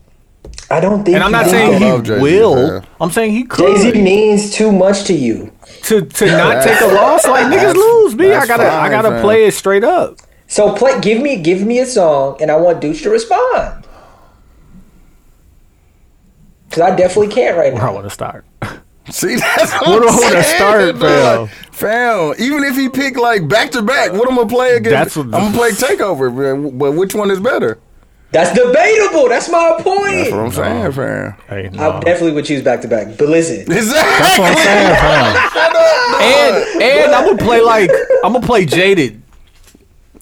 [SPEAKER 4] I don't think.
[SPEAKER 3] And I'm not
[SPEAKER 4] you-
[SPEAKER 3] saying
[SPEAKER 1] love
[SPEAKER 3] he
[SPEAKER 1] Jay-Z,
[SPEAKER 3] will.
[SPEAKER 1] man.
[SPEAKER 3] I'm saying he could.
[SPEAKER 4] Jay Z means too much to you.
[SPEAKER 3] to to not
[SPEAKER 1] That's-
[SPEAKER 3] take a loss. Like niggas
[SPEAKER 1] that's-
[SPEAKER 3] lose, B. I
[SPEAKER 1] that's
[SPEAKER 3] gotta I
[SPEAKER 1] fine,
[SPEAKER 3] gotta
[SPEAKER 1] fam.
[SPEAKER 3] play it straight up.
[SPEAKER 4] So play. Give me give me a song, and I want Dooch to respond. Cause I definitely can't right now.
[SPEAKER 3] Where I want to start.
[SPEAKER 1] See, that's
[SPEAKER 3] Where
[SPEAKER 1] what
[SPEAKER 3] do
[SPEAKER 1] I'm
[SPEAKER 3] I wanna
[SPEAKER 1] saying,
[SPEAKER 3] start,
[SPEAKER 1] dog. Fam, even if he pick like back to back, what I'm gonna play against?
[SPEAKER 3] That's what-
[SPEAKER 1] I'm gonna play Takeover, man. But which one is better?
[SPEAKER 4] That's debatable. That's my
[SPEAKER 1] That's
[SPEAKER 4] point.
[SPEAKER 1] what I'm saying, fam.
[SPEAKER 3] Hey, no.
[SPEAKER 4] I definitely would choose back to back. But listen,
[SPEAKER 1] Exactly.
[SPEAKER 3] I'm saying, fam. and and I'm gonna play like I'm gonna play jaded,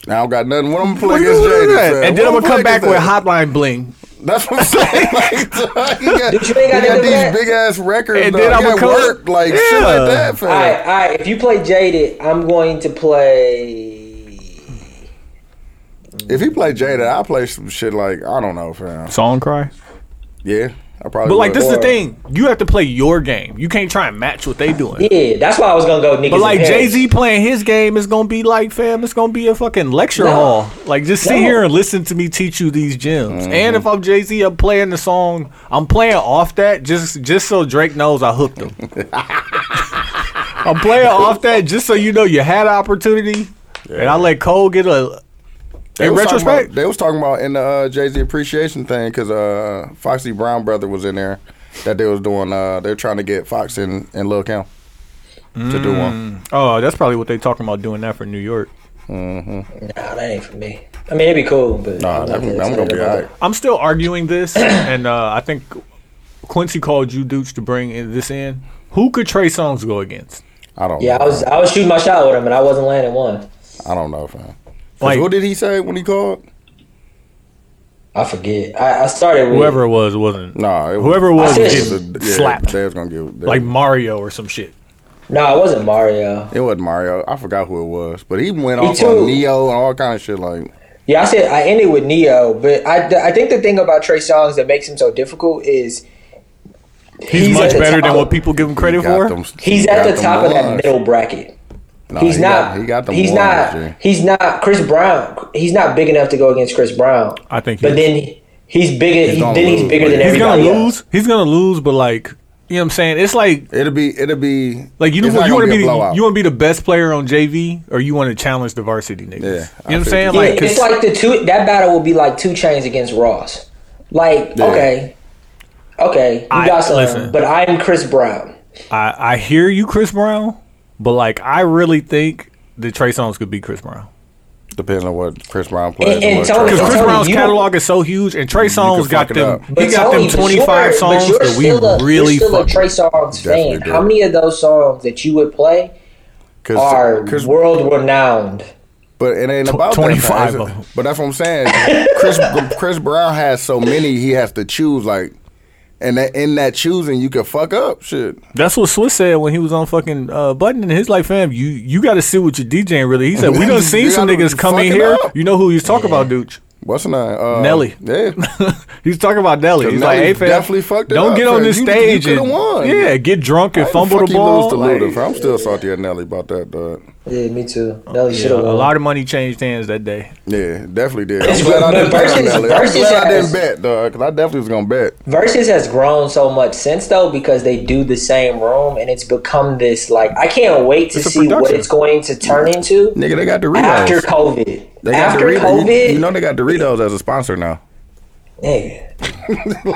[SPEAKER 1] I don't got nothing. What I'm gonna play
[SPEAKER 3] and
[SPEAKER 1] against Jada, fam?
[SPEAKER 3] then
[SPEAKER 1] What
[SPEAKER 3] I'm gonna
[SPEAKER 1] play
[SPEAKER 3] come back
[SPEAKER 1] against
[SPEAKER 3] with
[SPEAKER 1] that?
[SPEAKER 3] hotline bling,
[SPEAKER 1] That's what I'm saying. Like, dog, he got,
[SPEAKER 4] Dude, you ain't got
[SPEAKER 1] he
[SPEAKER 4] nothing
[SPEAKER 1] got
[SPEAKER 4] to
[SPEAKER 1] these
[SPEAKER 4] rap.
[SPEAKER 1] big ass records.
[SPEAKER 3] And
[SPEAKER 1] dog.
[SPEAKER 3] then
[SPEAKER 1] He
[SPEAKER 3] I'ma
[SPEAKER 1] got
[SPEAKER 3] come-
[SPEAKER 1] work like shit like
[SPEAKER 3] Yeah.
[SPEAKER 1] that, fam.
[SPEAKER 4] all right, all right. If you play Jaded, I'm going to play.
[SPEAKER 1] If he play Jada, I play some shit like I don't know, fam.
[SPEAKER 3] song cry.
[SPEAKER 1] Yeah, I probably.
[SPEAKER 3] But like
[SPEAKER 1] would.
[SPEAKER 3] this is the
[SPEAKER 1] Or-
[SPEAKER 3] thing, you have to play your game. You can't try and match what they doing.
[SPEAKER 4] Yeah, that's why I was gonna go. Niggas
[SPEAKER 3] But like
[SPEAKER 4] and
[SPEAKER 3] Jay
[SPEAKER 4] Parents.
[SPEAKER 3] Z playing his game is gonna be like, fam, it's gonna be a fucking lecture
[SPEAKER 4] No.
[SPEAKER 3] hall. Like just sit
[SPEAKER 4] No.
[SPEAKER 3] here and listen to me teach you these gems.
[SPEAKER 1] Mm-hmm.
[SPEAKER 3] And if I'm Jay Z, I'm playing the song. I'm playing off that just just so Drake knows I hooked him. I'm playing off that just so you know you had an opportunity. And I let Cole get a.
[SPEAKER 1] They
[SPEAKER 3] in
[SPEAKER 1] was talking
[SPEAKER 3] retrospect,
[SPEAKER 1] about- they was talking about in the uh, Jay Z appreciation thing because uh, Foxy Brown brother was in there that they was doing. Uh, they were trying to get Fox and, and Lil Kim to do one.
[SPEAKER 3] Mm. oh, that's probably what they talking about doing that for New York.
[SPEAKER 4] Nah, that ain't for me. I mean, it'd be cool, but
[SPEAKER 1] Nah, that, I'm gonna be alright.
[SPEAKER 3] I'm still arguing this, and uh, I think Quincy called you, Dooch, to bring in- this in. Who could Trey Songz go against?
[SPEAKER 1] I don't.
[SPEAKER 4] Yeah, I was I was shooting my shot with him, and I wasn't landing one.
[SPEAKER 1] I don't know, fam. 'Cause
[SPEAKER 3] Like-
[SPEAKER 1] what did he say when he called?
[SPEAKER 4] I forget. I, I started with
[SPEAKER 3] Whoever it was, it wasn't.
[SPEAKER 1] Nah, it
[SPEAKER 3] Whoever it was,
[SPEAKER 4] I
[SPEAKER 3] was
[SPEAKER 4] said-
[SPEAKER 3] getting slapped.
[SPEAKER 1] They was gonna get
[SPEAKER 3] Like Mario or some shit.
[SPEAKER 4] No, it wasn't Mario.
[SPEAKER 1] It wasn't Mario. I forgot who it was, but he went
[SPEAKER 4] Me
[SPEAKER 1] off
[SPEAKER 4] too.
[SPEAKER 1] on Neo and all kind of shit. Like,
[SPEAKER 4] Yeah, I said I ended with Neo, but I, I think the thing about Trey Songz that makes him so difficult is
[SPEAKER 3] He's,
[SPEAKER 4] at
[SPEAKER 3] much
[SPEAKER 4] the
[SPEAKER 3] better than
[SPEAKER 4] top-
[SPEAKER 3] what people give him credit
[SPEAKER 1] he got
[SPEAKER 3] for.
[SPEAKER 1] them-
[SPEAKER 4] He's
[SPEAKER 1] he
[SPEAKER 4] at
[SPEAKER 1] got
[SPEAKER 4] the
[SPEAKER 1] them
[SPEAKER 4] top of that
[SPEAKER 1] ones.
[SPEAKER 4] middle bracket.
[SPEAKER 1] Nah,
[SPEAKER 4] he's
[SPEAKER 1] he
[SPEAKER 4] not.
[SPEAKER 1] Got, he got the.
[SPEAKER 4] he's not. He's not. Chris Brown. He's not big enough to go against Chris Brown.
[SPEAKER 3] I think he
[SPEAKER 4] But
[SPEAKER 3] is.
[SPEAKER 4] then he's bigger.
[SPEAKER 1] He's
[SPEAKER 4] he,
[SPEAKER 1] gonna
[SPEAKER 4] then he's
[SPEAKER 1] lose.
[SPEAKER 4] bigger than
[SPEAKER 3] He's
[SPEAKER 4] everybody.
[SPEAKER 3] gonna
[SPEAKER 4] else.
[SPEAKER 3] lose. He's gonna lose, but like, you know what I'm saying? It's like
[SPEAKER 1] It'll be. It'll be.
[SPEAKER 3] like you know
[SPEAKER 1] it's not
[SPEAKER 3] you
[SPEAKER 1] gonna
[SPEAKER 3] want to
[SPEAKER 1] a
[SPEAKER 3] be, the,
[SPEAKER 1] blowout.
[SPEAKER 3] you want to be the best player on JV or you want to challenge the varsity
[SPEAKER 1] Yeah,
[SPEAKER 3] niggas. you know
[SPEAKER 1] I
[SPEAKER 3] what I'm
[SPEAKER 1] feel
[SPEAKER 3] saying?
[SPEAKER 1] you.
[SPEAKER 4] Yeah,
[SPEAKER 3] Like, 'cause
[SPEAKER 4] it's like the two. That battle will be like two chains against Ross. Like
[SPEAKER 1] Yeah.
[SPEAKER 4] okay, okay, you
[SPEAKER 3] I-
[SPEAKER 4] got some.
[SPEAKER 3] listen.
[SPEAKER 4] But I'm Chris Brown.
[SPEAKER 3] I I hear you, Chris Brown, but like I really think that Trey Songz could be Chris Brown
[SPEAKER 1] Depends on what Chris Brown plays. and
[SPEAKER 4] And- and
[SPEAKER 1] what
[SPEAKER 4] tell me-
[SPEAKER 1] Trey Songz-
[SPEAKER 3] because Chris
[SPEAKER 4] Tony,
[SPEAKER 3] Brown's
[SPEAKER 4] you-
[SPEAKER 3] catalog is so huge, and Trey Songz
[SPEAKER 1] could
[SPEAKER 3] got
[SPEAKER 1] fuck it
[SPEAKER 3] them.
[SPEAKER 1] up.
[SPEAKER 3] He got
[SPEAKER 4] Tony,
[SPEAKER 3] them
[SPEAKER 4] but
[SPEAKER 3] twenty five
[SPEAKER 4] you're- but
[SPEAKER 3] songs
[SPEAKER 4] you're
[SPEAKER 3] that we
[SPEAKER 4] still a-
[SPEAKER 3] really
[SPEAKER 4] you're still a
[SPEAKER 3] fuck.
[SPEAKER 4] Trey Songz fan.
[SPEAKER 1] Definitely do.
[SPEAKER 4] How many of those songs that you would play
[SPEAKER 1] 'cause
[SPEAKER 4] are
[SPEAKER 1] Chris-
[SPEAKER 4] world renowned?
[SPEAKER 1] But it ain't
[SPEAKER 3] Tw-
[SPEAKER 1] about 25
[SPEAKER 3] 25
[SPEAKER 1] that,
[SPEAKER 3] of
[SPEAKER 1] of
[SPEAKER 3] them.
[SPEAKER 1] But that's what I'm saying. Chris Chris Brown has so many he has to choose like and that, in that choosing you can fuck up shit.
[SPEAKER 3] That's what Swiss said when he was on fucking uh, Button, and his like, fam, you you got to see what you're DJing really. He said we done seen
[SPEAKER 1] You
[SPEAKER 3] some
[SPEAKER 1] gotta
[SPEAKER 3] niggas come in
[SPEAKER 1] fucking
[SPEAKER 3] here.
[SPEAKER 1] up.
[SPEAKER 3] You know who he's talking about, Dooch.
[SPEAKER 1] What's her name? Uh,
[SPEAKER 3] Nelly.
[SPEAKER 1] Yeah.
[SPEAKER 3] He's talking about Nelly.
[SPEAKER 1] So
[SPEAKER 3] He's
[SPEAKER 1] Nelly
[SPEAKER 3] like, "Hey, fam,
[SPEAKER 1] definitely fucked it
[SPEAKER 3] don't
[SPEAKER 1] up,
[SPEAKER 3] get on
[SPEAKER 1] fam.
[SPEAKER 3] this
[SPEAKER 1] You- you
[SPEAKER 3] stage
[SPEAKER 1] coulda
[SPEAKER 3] and
[SPEAKER 1] won.
[SPEAKER 3] yeah, get drunk and fumble
[SPEAKER 1] Fuck
[SPEAKER 3] the
[SPEAKER 1] you
[SPEAKER 3] ball."
[SPEAKER 1] lose to
[SPEAKER 3] Like,
[SPEAKER 1] Luda, fam. I'm still salty at Nelly about that, dog.
[SPEAKER 4] Yeah, me too. No, you
[SPEAKER 3] yeah,
[SPEAKER 4] should have
[SPEAKER 3] a
[SPEAKER 4] won.
[SPEAKER 3] lot of money changed hands that day.
[SPEAKER 1] Yeah, definitely did. I'm
[SPEAKER 4] It's-
[SPEAKER 1] glad I
[SPEAKER 4] but
[SPEAKER 1] didn't bet on
[SPEAKER 4] versus-
[SPEAKER 1] Nelly. I'm
[SPEAKER 4] versus
[SPEAKER 1] glad I
[SPEAKER 4] has-
[SPEAKER 1] didn't bet, dog, because I definitely was gonna bet.
[SPEAKER 4] Versus has grown so much since though because they do the same room and it's become this like I can't wait to
[SPEAKER 1] It's a
[SPEAKER 4] see what
[SPEAKER 1] production.
[SPEAKER 4] it's going to turn into
[SPEAKER 1] Nigga, they got Doritos.
[SPEAKER 4] after COVID.
[SPEAKER 1] they got
[SPEAKER 4] after
[SPEAKER 1] Doritos. You-
[SPEAKER 4] COVID,
[SPEAKER 1] You, know they got Doritos as a sponsor now.
[SPEAKER 4] nigga.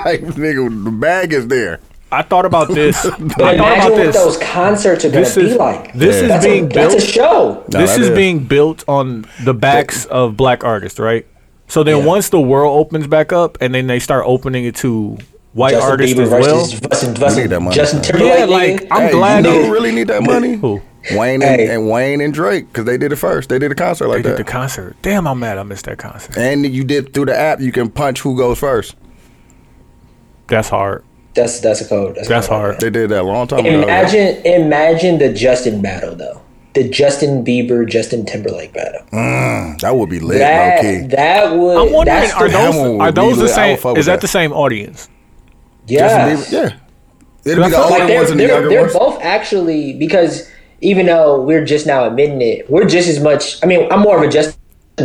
[SPEAKER 1] like nigga, the bag is there.
[SPEAKER 3] I thought about this. I
[SPEAKER 4] But
[SPEAKER 3] thought
[SPEAKER 4] imagine
[SPEAKER 3] about
[SPEAKER 4] what
[SPEAKER 3] this.
[SPEAKER 4] those concerts are going
[SPEAKER 3] this
[SPEAKER 4] to be
[SPEAKER 3] is
[SPEAKER 4] like.
[SPEAKER 3] this
[SPEAKER 1] Yeah.
[SPEAKER 3] is
[SPEAKER 4] that's,
[SPEAKER 3] being
[SPEAKER 4] a,
[SPEAKER 3] built.
[SPEAKER 4] that's a show.
[SPEAKER 1] No,
[SPEAKER 3] this
[SPEAKER 1] that
[SPEAKER 3] is,
[SPEAKER 1] is.
[SPEAKER 3] being built on the backs of black artists, right? So then once the world opens back up, and then they start opening it to white
[SPEAKER 4] Justin
[SPEAKER 3] artists
[SPEAKER 4] Bieber
[SPEAKER 3] as well.
[SPEAKER 4] versus Justin, Justin,
[SPEAKER 1] need that money,
[SPEAKER 4] Justin
[SPEAKER 1] man.
[SPEAKER 4] Timberlake.
[SPEAKER 3] Yeah, like,
[SPEAKER 4] nigga.
[SPEAKER 3] I'm
[SPEAKER 1] hey,
[SPEAKER 3] glad
[SPEAKER 1] you know
[SPEAKER 3] it-
[SPEAKER 1] who really need that money.
[SPEAKER 3] Who?
[SPEAKER 1] Wayne and,
[SPEAKER 4] Hey.
[SPEAKER 1] and Wayne and Drake because they did it first. They did a concert
[SPEAKER 3] They
[SPEAKER 1] like
[SPEAKER 3] did
[SPEAKER 1] that.
[SPEAKER 3] the concert. Damn, I'm mad. I missed that concert.
[SPEAKER 1] and you did through the app. You can punch who goes first.
[SPEAKER 3] That's hard.
[SPEAKER 4] that's that's a code. That's, a
[SPEAKER 3] That's
[SPEAKER 4] code.
[SPEAKER 3] hard.
[SPEAKER 1] They did that a long time ago.
[SPEAKER 4] Imagine imagine the Justin battle though. The Justin Bieber Justin Timberlake battle.
[SPEAKER 3] Oh,
[SPEAKER 1] Mm, That would be lit,
[SPEAKER 4] that
[SPEAKER 1] low key.
[SPEAKER 4] that would.
[SPEAKER 3] I'm wondering
[SPEAKER 4] that's
[SPEAKER 3] are
[SPEAKER 4] the-
[SPEAKER 1] That
[SPEAKER 3] those
[SPEAKER 1] one would
[SPEAKER 3] are
[SPEAKER 1] be
[SPEAKER 3] those the
[SPEAKER 1] lit. I
[SPEAKER 3] same?
[SPEAKER 1] would fuck
[SPEAKER 3] Is
[SPEAKER 1] with
[SPEAKER 3] that
[SPEAKER 1] that.
[SPEAKER 3] the same audience?
[SPEAKER 4] yeah.
[SPEAKER 1] Justin Bieber- yeah. It'd be
[SPEAKER 3] Like,
[SPEAKER 1] the older
[SPEAKER 4] like they're,
[SPEAKER 1] ones and the
[SPEAKER 4] they're,
[SPEAKER 1] younger
[SPEAKER 4] they're
[SPEAKER 1] ones.
[SPEAKER 4] both actually because even though we're just now admitting it, we're just as much. I mean, I'm more of a Justin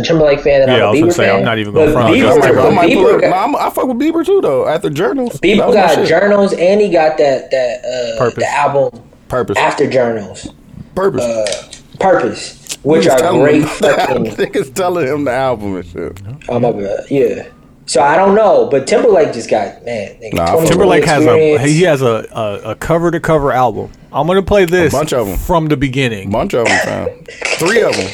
[SPEAKER 4] Timberlake fan than
[SPEAKER 3] Yeah, I
[SPEAKER 4] I'm a
[SPEAKER 3] was
[SPEAKER 4] Bieber
[SPEAKER 3] gonna say,
[SPEAKER 4] fan.
[SPEAKER 3] I'm not even gonna
[SPEAKER 4] But
[SPEAKER 3] front on
[SPEAKER 4] Bieber,
[SPEAKER 1] I
[SPEAKER 3] Justin
[SPEAKER 1] might- I
[SPEAKER 4] but
[SPEAKER 1] might pull
[SPEAKER 4] Bieber
[SPEAKER 1] up. Nah,
[SPEAKER 4] got,
[SPEAKER 1] I'm- I fuck with Bieber too though. After journals, That
[SPEAKER 4] Bieber
[SPEAKER 1] was my
[SPEAKER 4] got
[SPEAKER 1] shit.
[SPEAKER 4] journals, and he got that that uh,
[SPEAKER 3] Purpose.
[SPEAKER 4] the album
[SPEAKER 1] purpose,
[SPEAKER 4] after journals,
[SPEAKER 1] purpose.
[SPEAKER 4] Purpose, which
[SPEAKER 1] Niggas
[SPEAKER 4] are
[SPEAKER 1] telling
[SPEAKER 4] great
[SPEAKER 1] him-
[SPEAKER 4] fucking.
[SPEAKER 1] Niggas telling him the album and shit.
[SPEAKER 4] Oh my god, yeah. So I don't know, but Timberlake just got man. Nigga,
[SPEAKER 1] Nah, I
[SPEAKER 4] 20
[SPEAKER 1] fuck-
[SPEAKER 4] years
[SPEAKER 3] Timberlake has a
[SPEAKER 4] experience.
[SPEAKER 3] he has a, a, a cover to cover album. I'm gonna play this
[SPEAKER 1] bunch of 'em.
[SPEAKER 3] from the beginning.
[SPEAKER 1] Bunch of them, fam. Three of them.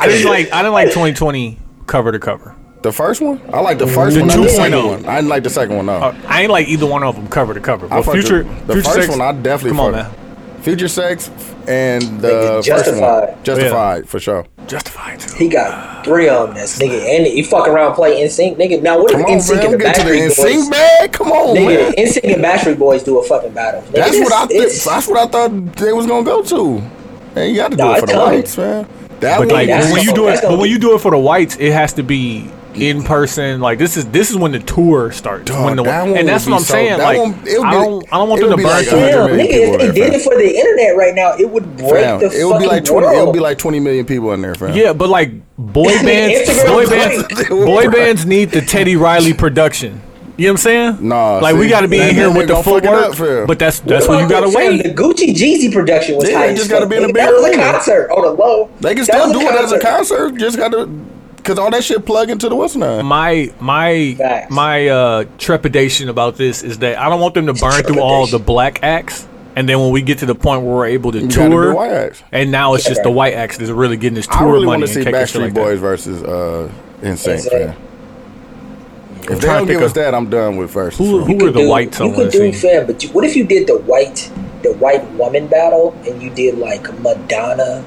[SPEAKER 3] I didn't like I didn't like 2020 cover to cover.
[SPEAKER 1] The first one, I like the first
[SPEAKER 3] The
[SPEAKER 1] one. Not the
[SPEAKER 3] 2.0.
[SPEAKER 1] second one. I didn't like the second one though.
[SPEAKER 3] I ain't like either one of them cover to cover.
[SPEAKER 1] I
[SPEAKER 3] But
[SPEAKER 1] fucked
[SPEAKER 3] future,
[SPEAKER 1] with- the
[SPEAKER 3] future
[SPEAKER 1] first
[SPEAKER 3] Sex-
[SPEAKER 1] one I definitely
[SPEAKER 3] come on,
[SPEAKER 1] fucked.
[SPEAKER 3] man.
[SPEAKER 1] Future Sex and the
[SPEAKER 4] Nigga,
[SPEAKER 1] first
[SPEAKER 4] Justified.
[SPEAKER 1] one, Justified for sure.
[SPEAKER 3] Justified. too.
[SPEAKER 4] He got three of them. That's nigga, and he fuck around play NSYNC, nigga. Now what if
[SPEAKER 1] Come on,
[SPEAKER 4] NSYNC
[SPEAKER 1] fam,
[SPEAKER 4] and
[SPEAKER 1] get to the
[SPEAKER 4] Backstreet Boys?
[SPEAKER 1] NSYNC bag. Come on,
[SPEAKER 4] Nigga,
[SPEAKER 1] man.
[SPEAKER 4] NSYNC and Backstreet Boys do a fucking battle. Nigga,
[SPEAKER 1] That's
[SPEAKER 4] it's-
[SPEAKER 1] what I. Th-
[SPEAKER 4] it's-
[SPEAKER 1] that's what I thought they was gonna go to. And you got to do
[SPEAKER 4] Nah,
[SPEAKER 1] it for
[SPEAKER 4] it's
[SPEAKER 1] the
[SPEAKER 4] coming.
[SPEAKER 1] lights, man. That
[SPEAKER 3] But
[SPEAKER 1] was
[SPEAKER 3] like
[SPEAKER 4] that's
[SPEAKER 3] when you
[SPEAKER 4] gonna-
[SPEAKER 3] do it,
[SPEAKER 4] that's gonna
[SPEAKER 3] but when
[SPEAKER 4] be-
[SPEAKER 3] you do it for the whites, it has to be in person. Like this is this is when the tour starts.
[SPEAKER 1] Dog,
[SPEAKER 3] when the
[SPEAKER 1] that one
[SPEAKER 3] and that's
[SPEAKER 1] would
[SPEAKER 3] what
[SPEAKER 1] be
[SPEAKER 3] I'm
[SPEAKER 1] so-
[SPEAKER 3] saying.
[SPEAKER 1] that
[SPEAKER 3] Like
[SPEAKER 1] one- it would
[SPEAKER 3] I
[SPEAKER 1] be-
[SPEAKER 3] don't I don't want them
[SPEAKER 1] it would
[SPEAKER 3] to burn
[SPEAKER 1] be like
[SPEAKER 3] too much.
[SPEAKER 1] a
[SPEAKER 4] Damn,
[SPEAKER 1] hundred million
[SPEAKER 4] nigga, if
[SPEAKER 1] people
[SPEAKER 4] they
[SPEAKER 1] there,
[SPEAKER 4] did
[SPEAKER 1] fam.
[SPEAKER 4] it for the internet right now, it would break
[SPEAKER 1] fam.
[SPEAKER 4] the
[SPEAKER 1] It would be like twenty. It would be like twenty million people in there, fam.
[SPEAKER 3] Yeah, but like boy bands,
[SPEAKER 4] Instagram
[SPEAKER 3] boy
[SPEAKER 4] was
[SPEAKER 3] bands,
[SPEAKER 1] great.
[SPEAKER 3] boy bands need the Teddy Riley production. You know what I'm saying?
[SPEAKER 1] Nah,
[SPEAKER 3] like we
[SPEAKER 1] see,
[SPEAKER 3] got to be
[SPEAKER 1] that
[SPEAKER 3] in here
[SPEAKER 1] nigga
[SPEAKER 3] with the
[SPEAKER 1] gonna fuck it up,
[SPEAKER 3] footwork.
[SPEAKER 1] fam.
[SPEAKER 3] But that's that's what you gotta
[SPEAKER 4] The
[SPEAKER 3] wait.
[SPEAKER 4] Gucci Jeezy production was
[SPEAKER 1] Yeah,
[SPEAKER 4] high.
[SPEAKER 1] you just
[SPEAKER 4] as
[SPEAKER 1] gotta
[SPEAKER 4] fuck,
[SPEAKER 1] be in a
[SPEAKER 4] nigga.
[SPEAKER 1] big
[SPEAKER 4] That was a
[SPEAKER 1] arena.
[SPEAKER 4] concert on the low.
[SPEAKER 1] they can
[SPEAKER 4] That
[SPEAKER 1] still
[SPEAKER 4] was
[SPEAKER 1] do it as a concert. Just got to, cause all that shit plug into the what's now.
[SPEAKER 3] My my
[SPEAKER 4] Facts.
[SPEAKER 3] my uh, trepidation about this is that I don't want them to burn through all the black acts. And then when we get to the point where we're able to
[SPEAKER 1] gotta do
[SPEAKER 3] tour,
[SPEAKER 1] White Acts.
[SPEAKER 3] and now it's just the white acts that's really getting this
[SPEAKER 1] I
[SPEAKER 3] tour
[SPEAKER 1] really want
[SPEAKER 3] money and
[SPEAKER 1] to see
[SPEAKER 3] kicking shit
[SPEAKER 1] Backstreet
[SPEAKER 3] like that.
[SPEAKER 1] Boys versus uh, NSYNC.
[SPEAKER 4] Insane.
[SPEAKER 1] man. If they
[SPEAKER 3] trying to
[SPEAKER 1] don't
[SPEAKER 3] pick
[SPEAKER 1] give us
[SPEAKER 3] a-
[SPEAKER 1] that, I'm done with versus.
[SPEAKER 3] Who-
[SPEAKER 1] man.
[SPEAKER 3] who-
[SPEAKER 4] could
[SPEAKER 3] are the
[SPEAKER 4] do-
[SPEAKER 3] whites
[SPEAKER 4] You
[SPEAKER 3] on
[SPEAKER 4] could
[SPEAKER 3] the
[SPEAKER 4] do
[SPEAKER 3] scene?
[SPEAKER 4] fam, but you, what if you did the white, the white woman battle, and you did like Madonna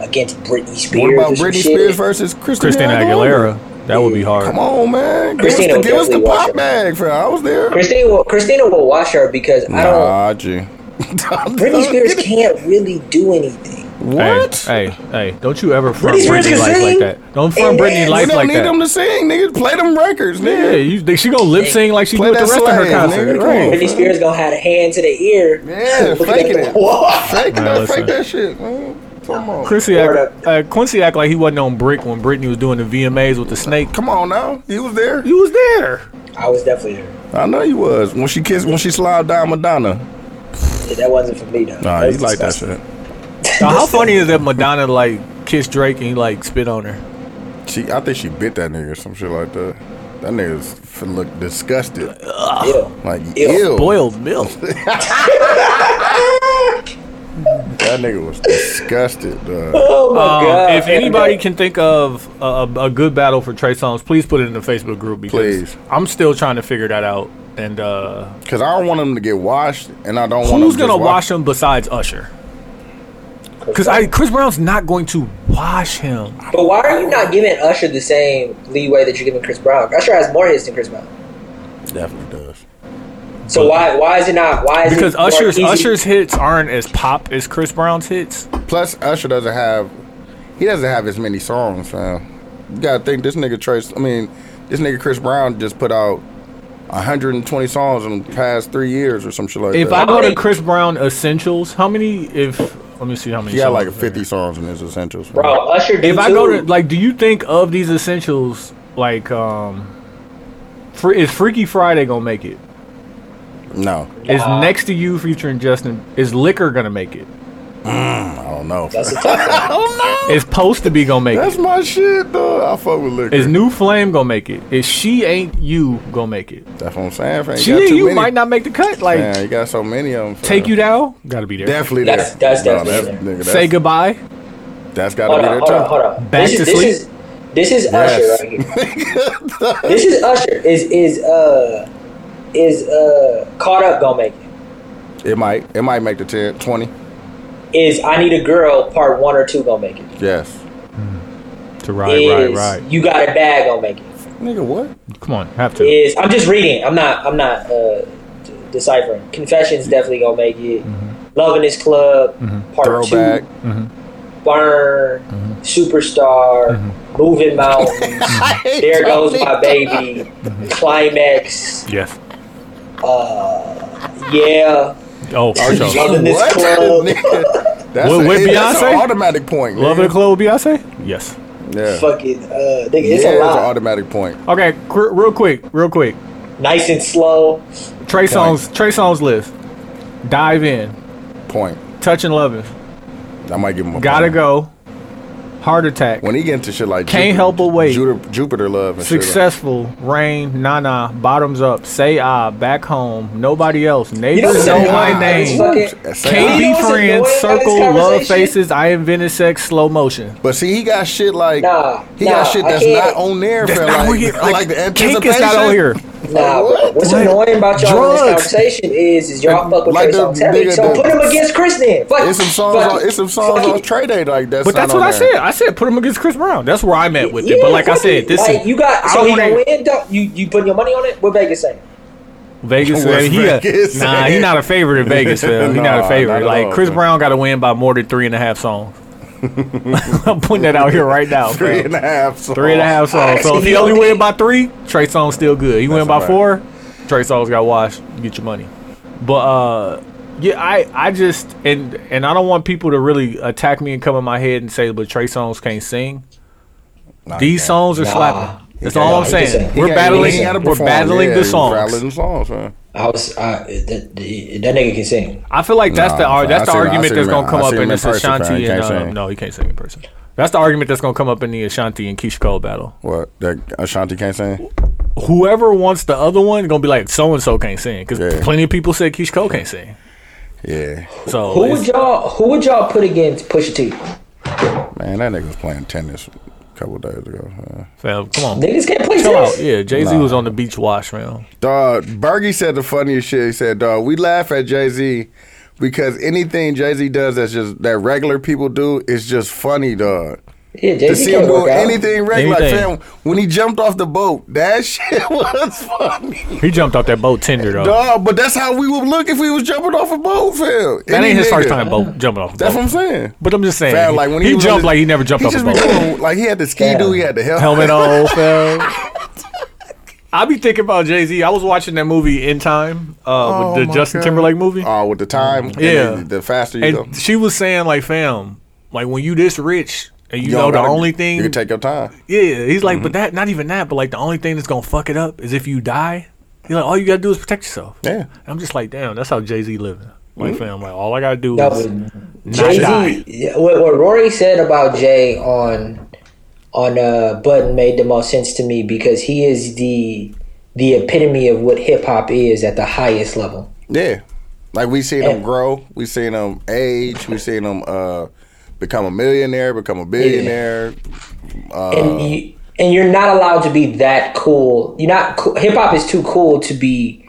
[SPEAKER 4] against Britney Spears?
[SPEAKER 1] What about
[SPEAKER 4] or some
[SPEAKER 1] Britney
[SPEAKER 4] shit?
[SPEAKER 1] Spears versus Christina,
[SPEAKER 3] Christina Aguilera. That would be hard.
[SPEAKER 1] Come on, man. Give us
[SPEAKER 4] Christina
[SPEAKER 1] the,
[SPEAKER 4] would
[SPEAKER 1] give us the
[SPEAKER 4] definitely watch
[SPEAKER 1] pop
[SPEAKER 4] it.
[SPEAKER 1] bag, fam. I was there.
[SPEAKER 4] Christina will, Christina will watch her because I don't.
[SPEAKER 1] Nah, G.
[SPEAKER 4] Britney Spears can't really do anything.
[SPEAKER 1] What?
[SPEAKER 3] Hey, hey, hey, don't you ever front
[SPEAKER 4] Britney Spears
[SPEAKER 3] Britney
[SPEAKER 4] can
[SPEAKER 3] life like
[SPEAKER 4] sing
[SPEAKER 3] that. Don't front
[SPEAKER 4] and
[SPEAKER 3] Britney
[SPEAKER 4] dance.
[SPEAKER 1] We
[SPEAKER 3] life
[SPEAKER 1] don't
[SPEAKER 3] like
[SPEAKER 1] need them
[SPEAKER 3] that.
[SPEAKER 1] to sing, nigga. Play them records,
[SPEAKER 3] Yeah,
[SPEAKER 1] nigga.
[SPEAKER 3] you, think she gonna lip sync like she
[SPEAKER 1] Play
[SPEAKER 3] did with the
[SPEAKER 1] that
[SPEAKER 3] rest of her
[SPEAKER 1] slave,
[SPEAKER 3] concert.
[SPEAKER 1] nigga. Come on.
[SPEAKER 3] Right.
[SPEAKER 4] Britney Spears gonna have a hand to the ear.
[SPEAKER 1] Yeah,
[SPEAKER 4] looking
[SPEAKER 1] faking
[SPEAKER 4] at
[SPEAKER 1] it.
[SPEAKER 4] the wall.
[SPEAKER 1] Fake,
[SPEAKER 3] Man,
[SPEAKER 1] that,
[SPEAKER 3] listen.
[SPEAKER 1] fake that shit, man. Come on.
[SPEAKER 3] Quincy
[SPEAKER 4] Word
[SPEAKER 3] act, uh, Quincy act like he wasn't on brick when Britney was doing the VMAs with the snake.
[SPEAKER 1] Come on now. You was there.
[SPEAKER 3] You was there.
[SPEAKER 4] I was definitely there.
[SPEAKER 1] I know you was. When she kissed, when she slowed down Madonna.
[SPEAKER 4] Yeah, that wasn't for me though.
[SPEAKER 1] Nah,
[SPEAKER 4] That
[SPEAKER 1] you
[SPEAKER 4] was
[SPEAKER 1] like that
[SPEAKER 4] disgusting.
[SPEAKER 1] shit.
[SPEAKER 3] Now, how funny is that Madonna like kissed Drake and he like spit on her?
[SPEAKER 1] She, I think she bit that nigga or some shit like that. That nigga's f- look disgusted.
[SPEAKER 4] Ew.
[SPEAKER 1] Like,
[SPEAKER 4] Ew.
[SPEAKER 1] ew.
[SPEAKER 3] Boiled milk.
[SPEAKER 1] That nigga was disgusted, dog.
[SPEAKER 4] Oh my
[SPEAKER 3] Um,
[SPEAKER 4] god.
[SPEAKER 3] if anybody can think of a, a, a good battle for Trey Songz, please put it in the Facebook group because
[SPEAKER 1] Please.
[SPEAKER 3] I'm still trying to figure that out. And uh,
[SPEAKER 1] Cause I don't want him to get washed, and I don't want
[SPEAKER 3] who's
[SPEAKER 1] him
[SPEAKER 3] gonna wash
[SPEAKER 1] wash
[SPEAKER 3] him besides Usher? Because I Chris Brown's not going to wash him.
[SPEAKER 4] But why are you not giving Usher the same leeway that you're giving Chris Brown? Usher has more hits than Chris Brown.
[SPEAKER 1] Definitely does.
[SPEAKER 4] So why why is it not? Why is it
[SPEAKER 3] Because
[SPEAKER 4] more
[SPEAKER 3] Usher's
[SPEAKER 4] easy-
[SPEAKER 3] Usher's hits aren't as pop as Chris Brown's hits.
[SPEAKER 1] Plus, Usher doesn't have, he doesn't have as many songs, fam. You gotta think this nigga Trace. I mean, this nigga Chris Brown just put out 120 songs in the past three years or some shit like
[SPEAKER 3] If I
[SPEAKER 1] that.
[SPEAKER 3] go to Chris Brown Essentials, how many? If let me see how many.
[SPEAKER 1] he got
[SPEAKER 3] songs
[SPEAKER 1] like
[SPEAKER 3] are
[SPEAKER 1] 50 songs in his essentials, fam.
[SPEAKER 4] Bro, Usher.
[SPEAKER 3] there.
[SPEAKER 4] do
[SPEAKER 3] If I go to
[SPEAKER 4] too.
[SPEAKER 3] like, do you think of these essentials like um, Fre- is Freaky Friday gonna make it?
[SPEAKER 1] No,
[SPEAKER 3] Is next to you featuring Justin? Is Liquor gonna make it?
[SPEAKER 1] I don't know.
[SPEAKER 4] That's a
[SPEAKER 1] fam.
[SPEAKER 4] tough one.
[SPEAKER 1] I don't know.
[SPEAKER 3] Is Post to be gonna make
[SPEAKER 1] That's
[SPEAKER 3] it?
[SPEAKER 1] my shit, though. I fuck with liquor.
[SPEAKER 3] Is New Flame gonna make it? Is She Ain't You gonna make it?
[SPEAKER 1] That's what I'm saying, fam.
[SPEAKER 3] She
[SPEAKER 1] got
[SPEAKER 3] Ain't
[SPEAKER 1] too
[SPEAKER 3] You
[SPEAKER 1] many.
[SPEAKER 3] might not make the cut. Like
[SPEAKER 1] Man, you got so many of them. Fam.
[SPEAKER 3] Take You Down, gotta be there.
[SPEAKER 1] Definitely
[SPEAKER 4] That's-
[SPEAKER 1] there.
[SPEAKER 4] that's
[SPEAKER 1] No,
[SPEAKER 4] definitely
[SPEAKER 1] that's-
[SPEAKER 4] there.
[SPEAKER 1] nigga,
[SPEAKER 3] Say
[SPEAKER 1] that's-
[SPEAKER 3] goodbye.
[SPEAKER 1] That's gotta
[SPEAKER 4] Hold
[SPEAKER 1] be
[SPEAKER 4] on,
[SPEAKER 1] there
[SPEAKER 4] hold on,
[SPEAKER 1] too.
[SPEAKER 4] hold on.
[SPEAKER 3] Back
[SPEAKER 4] this
[SPEAKER 3] to
[SPEAKER 4] is, this
[SPEAKER 3] sleep?
[SPEAKER 4] is this is
[SPEAKER 1] Yes.
[SPEAKER 4] Usher right here. this is Usher. Is is uh is uh caught up gonna make it?
[SPEAKER 1] It might. It might make the 10, 20.
[SPEAKER 4] Is I need a girl part one or two gonna make it?
[SPEAKER 1] Yes.
[SPEAKER 3] To ride,
[SPEAKER 4] is
[SPEAKER 3] ride, ride.
[SPEAKER 4] you got a bag gonna make it?
[SPEAKER 1] Nigga, what?
[SPEAKER 3] Come on, have to.
[SPEAKER 4] Is I'm just reading. I'm not. I'm not uh, d- deciphering. Confessions definitely gonna make it.
[SPEAKER 3] Mm-hmm.
[SPEAKER 4] Loving this club part
[SPEAKER 1] Throwback.
[SPEAKER 4] two. Burn.
[SPEAKER 3] Mm-hmm.
[SPEAKER 4] Superstar. Moving mountains. there goes my baby.
[SPEAKER 3] Mm-hmm.
[SPEAKER 4] Climax.
[SPEAKER 3] Yes.
[SPEAKER 4] Yeah.
[SPEAKER 3] Oh, for sure.
[SPEAKER 4] Loving this
[SPEAKER 1] What?
[SPEAKER 4] club.
[SPEAKER 1] Nigga, that's
[SPEAKER 3] With-
[SPEAKER 1] a-
[SPEAKER 3] with
[SPEAKER 1] it- that's an
[SPEAKER 3] Beyonce?
[SPEAKER 1] automatic point.
[SPEAKER 3] Love
[SPEAKER 1] nigga.
[SPEAKER 3] it, Chloe Beyonce. Yes.
[SPEAKER 1] Yeah.
[SPEAKER 4] Fucking. Uh, nigga,
[SPEAKER 1] yeah,
[SPEAKER 4] it's
[SPEAKER 1] it's
[SPEAKER 4] a
[SPEAKER 1] an
[SPEAKER 4] lot.
[SPEAKER 1] automatic point.
[SPEAKER 3] Okay, qu- real quick, real quick.
[SPEAKER 4] Nice and slow.
[SPEAKER 3] Trey Songz, Trey Songz list. Dive in,
[SPEAKER 1] Point.
[SPEAKER 3] touch and loving.
[SPEAKER 1] I might give him a
[SPEAKER 3] Gotta
[SPEAKER 1] point.
[SPEAKER 3] go. Heart attack.
[SPEAKER 1] When he get into shit like
[SPEAKER 3] Can't
[SPEAKER 1] Jupiter,
[SPEAKER 3] help but wait.
[SPEAKER 1] Jupiter, Jupiter love and
[SPEAKER 3] Successful. Rain. Nana. Bottoms up. Say ah. Back home. Nobody else. Neighbors
[SPEAKER 4] what's
[SPEAKER 3] know
[SPEAKER 1] annoying
[SPEAKER 3] my
[SPEAKER 1] about
[SPEAKER 4] this
[SPEAKER 3] name.
[SPEAKER 4] fucking-
[SPEAKER 1] shit like that.
[SPEAKER 3] Can't
[SPEAKER 4] You know
[SPEAKER 3] be
[SPEAKER 4] what's
[SPEAKER 3] friends.
[SPEAKER 4] annoying about this
[SPEAKER 3] Circle. Love
[SPEAKER 4] conversation?
[SPEAKER 3] faces. I invented sex. Slow motion.
[SPEAKER 1] But see, he got shit like
[SPEAKER 4] Nah,
[SPEAKER 1] he
[SPEAKER 4] nah,
[SPEAKER 1] got shit
[SPEAKER 4] I
[SPEAKER 1] that's
[SPEAKER 4] can't.
[SPEAKER 1] not on there.
[SPEAKER 3] That's
[SPEAKER 1] fam,
[SPEAKER 3] not
[SPEAKER 1] like,
[SPEAKER 3] what you-
[SPEAKER 1] like, the anticipation.
[SPEAKER 3] Cake is not on here.
[SPEAKER 4] Nah, bro. What's
[SPEAKER 3] What?
[SPEAKER 4] annoying about y'all in this
[SPEAKER 3] Drugs.
[SPEAKER 4] conversation is, is y'all fuck with
[SPEAKER 1] Like
[SPEAKER 4] Trey
[SPEAKER 1] the-
[SPEAKER 4] Songz heavy.
[SPEAKER 1] nigga,
[SPEAKER 4] So
[SPEAKER 1] the-
[SPEAKER 4] put him against Chris then. Fuck.
[SPEAKER 1] It's some songs.
[SPEAKER 4] Fuck
[SPEAKER 1] On,
[SPEAKER 4] it.
[SPEAKER 1] it's some songs
[SPEAKER 4] Fuck
[SPEAKER 1] on
[SPEAKER 4] it.
[SPEAKER 1] Trade Day like that's.
[SPEAKER 3] But that's
[SPEAKER 1] not
[SPEAKER 3] what
[SPEAKER 1] on
[SPEAKER 3] I
[SPEAKER 1] there.
[SPEAKER 3] said. I said put him against Chris Brown. That's where I'm at with it.
[SPEAKER 4] Yeah,
[SPEAKER 3] But like I
[SPEAKER 4] fuck
[SPEAKER 3] said,
[SPEAKER 4] it.
[SPEAKER 3] this
[SPEAKER 4] like,
[SPEAKER 3] is
[SPEAKER 4] you got
[SPEAKER 3] I
[SPEAKER 4] so
[SPEAKER 3] don't
[SPEAKER 4] he gonna
[SPEAKER 3] wanna-
[SPEAKER 4] win. Dog? You you putting your money on it? What Vegas saying?
[SPEAKER 1] What's
[SPEAKER 3] Vegas. man, he a-
[SPEAKER 1] Vegas
[SPEAKER 3] nah,
[SPEAKER 1] saying?
[SPEAKER 3] he's not a favorite in Vegas. Phil. He's not
[SPEAKER 1] Nah,
[SPEAKER 3] a favorite.
[SPEAKER 1] not at
[SPEAKER 3] like
[SPEAKER 1] all,
[SPEAKER 3] Chris
[SPEAKER 1] man.
[SPEAKER 3] Brown got to win by more than three and a half songs. I'm putting that out here right now.
[SPEAKER 1] Three
[SPEAKER 3] Phil.
[SPEAKER 1] and a half. Songs.
[SPEAKER 3] Three and a half songs. So if he only win by three, Trey Songz still good. He win
[SPEAKER 1] That's
[SPEAKER 3] by
[SPEAKER 1] a fact.
[SPEAKER 3] four, Trey Songz got washed. Get your money. But uh, yeah, I I just and and I don't want people to really attack me and come in my head and say, but Trey Songz can't sing.
[SPEAKER 1] Nah, he
[SPEAKER 3] These
[SPEAKER 1] can't.
[SPEAKER 3] songs are
[SPEAKER 4] Nah.
[SPEAKER 3] slapping. That's
[SPEAKER 1] He
[SPEAKER 3] all I'm
[SPEAKER 1] can't.
[SPEAKER 4] He
[SPEAKER 3] saying.
[SPEAKER 4] can't.
[SPEAKER 1] He
[SPEAKER 3] We're
[SPEAKER 1] got-
[SPEAKER 3] battling.
[SPEAKER 1] he gotta
[SPEAKER 3] We're
[SPEAKER 1] perform.
[SPEAKER 3] battling
[SPEAKER 1] Yeah,
[SPEAKER 3] the
[SPEAKER 1] he's
[SPEAKER 3] songs.
[SPEAKER 1] Battling the songs, man.
[SPEAKER 4] I was uh, that, that nigga can sing.
[SPEAKER 3] I feel like that's
[SPEAKER 1] Nah,
[SPEAKER 3] the ar-
[SPEAKER 1] I
[SPEAKER 3] that's the
[SPEAKER 1] seen him- I
[SPEAKER 3] argument
[SPEAKER 1] seen
[SPEAKER 3] that's
[SPEAKER 1] him
[SPEAKER 3] gonna
[SPEAKER 1] in- I
[SPEAKER 3] come up
[SPEAKER 1] seen
[SPEAKER 3] in
[SPEAKER 1] him in
[SPEAKER 3] this
[SPEAKER 1] person, fam.
[SPEAKER 3] Ashanti
[SPEAKER 1] He
[SPEAKER 3] and
[SPEAKER 1] can't
[SPEAKER 3] uh,
[SPEAKER 1] sing.
[SPEAKER 3] no, he can't sing in person. That's the argument that's gonna come up in the Ashanti and Keisha Cole battle.
[SPEAKER 1] What? That Ashanti can't sing?
[SPEAKER 3] Whoever wants the other one gonna be like so and so can't sing because
[SPEAKER 1] Yeah.
[SPEAKER 3] plenty of people said Keisha Cole can't sing.
[SPEAKER 1] Yeah,
[SPEAKER 3] So
[SPEAKER 4] Who
[SPEAKER 3] it's-
[SPEAKER 4] would y'all Who would y'all put against Pusha T?
[SPEAKER 1] man, that nigga was playing tennis a couple days ago. Uh,
[SPEAKER 3] fam, come on,
[SPEAKER 4] Niggas can't play
[SPEAKER 3] chill
[SPEAKER 4] tennis.
[SPEAKER 3] out. Yeah, Jay Z
[SPEAKER 1] Nah.
[SPEAKER 3] was on the beach wash, man.
[SPEAKER 1] Dog, Bergie said the funniest shit. He said, "Dog, we laugh at Jay Z because anything Jay Z does that's just that regular people do is just funny, dog."
[SPEAKER 4] Yeah, Jay
[SPEAKER 1] To
[SPEAKER 4] Z
[SPEAKER 1] see him
[SPEAKER 4] can't work
[SPEAKER 1] do
[SPEAKER 4] out.
[SPEAKER 1] anything regular, like,
[SPEAKER 3] Anything.
[SPEAKER 1] fam, when he jumped off the boat, that shit was funny,
[SPEAKER 3] He jumped off that boat tender though.
[SPEAKER 1] dog. But that's how we would look if we was jumping off a boat, fam.
[SPEAKER 3] That
[SPEAKER 1] Any
[SPEAKER 3] ain't his first
[SPEAKER 1] nigga.
[SPEAKER 3] time boat jumping off. a
[SPEAKER 1] That's what
[SPEAKER 3] boat.
[SPEAKER 1] I'm saying.
[SPEAKER 3] But I'm just saying,
[SPEAKER 1] Fam, like when he,
[SPEAKER 3] he,
[SPEAKER 1] was on
[SPEAKER 3] jumped
[SPEAKER 1] the-
[SPEAKER 3] like he never jumped
[SPEAKER 1] he
[SPEAKER 3] off a
[SPEAKER 1] just be
[SPEAKER 3] boat.
[SPEAKER 1] doing- like he had the ski do, he had the helmet.
[SPEAKER 3] helmet on, fam. I be thinking about Jay Z. I was watching that movie In Time, uh,
[SPEAKER 1] Oh
[SPEAKER 3] with the
[SPEAKER 1] my
[SPEAKER 3] Justin
[SPEAKER 1] God.
[SPEAKER 3] Timberlake movie,
[SPEAKER 1] Oh, with the time, and
[SPEAKER 3] Yeah.
[SPEAKER 1] the, the faster you
[SPEAKER 3] and
[SPEAKER 1] go,
[SPEAKER 3] she was saying like, "Fam, like when you this rich and you,
[SPEAKER 1] You
[SPEAKER 3] know
[SPEAKER 1] don't
[SPEAKER 3] the
[SPEAKER 1] gotta-
[SPEAKER 3] only thing,
[SPEAKER 1] you can take Mm-hmm. your time.
[SPEAKER 3] yeah." He's like, "But that, not even that, but like the only thing that's gonna fuck it up is if you die." He's like, "All you gotta do is protect yourself."
[SPEAKER 1] Yeah. Mm-hmm.
[SPEAKER 3] And I'm just like, "Damn, that's how Jay Z living." Like, fam, like all I gotta do
[SPEAKER 4] No,
[SPEAKER 3] is
[SPEAKER 4] but
[SPEAKER 3] not die.
[SPEAKER 4] Jay Z. What, what Rory said about Jay on on uh, Button made the most sense to me because he is the the epitome of what hip hop is at the highest level.
[SPEAKER 1] Yeah, like we seen him
[SPEAKER 4] Yeah.
[SPEAKER 1] grow, we seen him age, we seen him uh, become a millionaire, become a billionaire.
[SPEAKER 4] and
[SPEAKER 1] Oh.
[SPEAKER 4] you, and you're not allowed to be that cool. You're not cool. hip hop is too cool to be.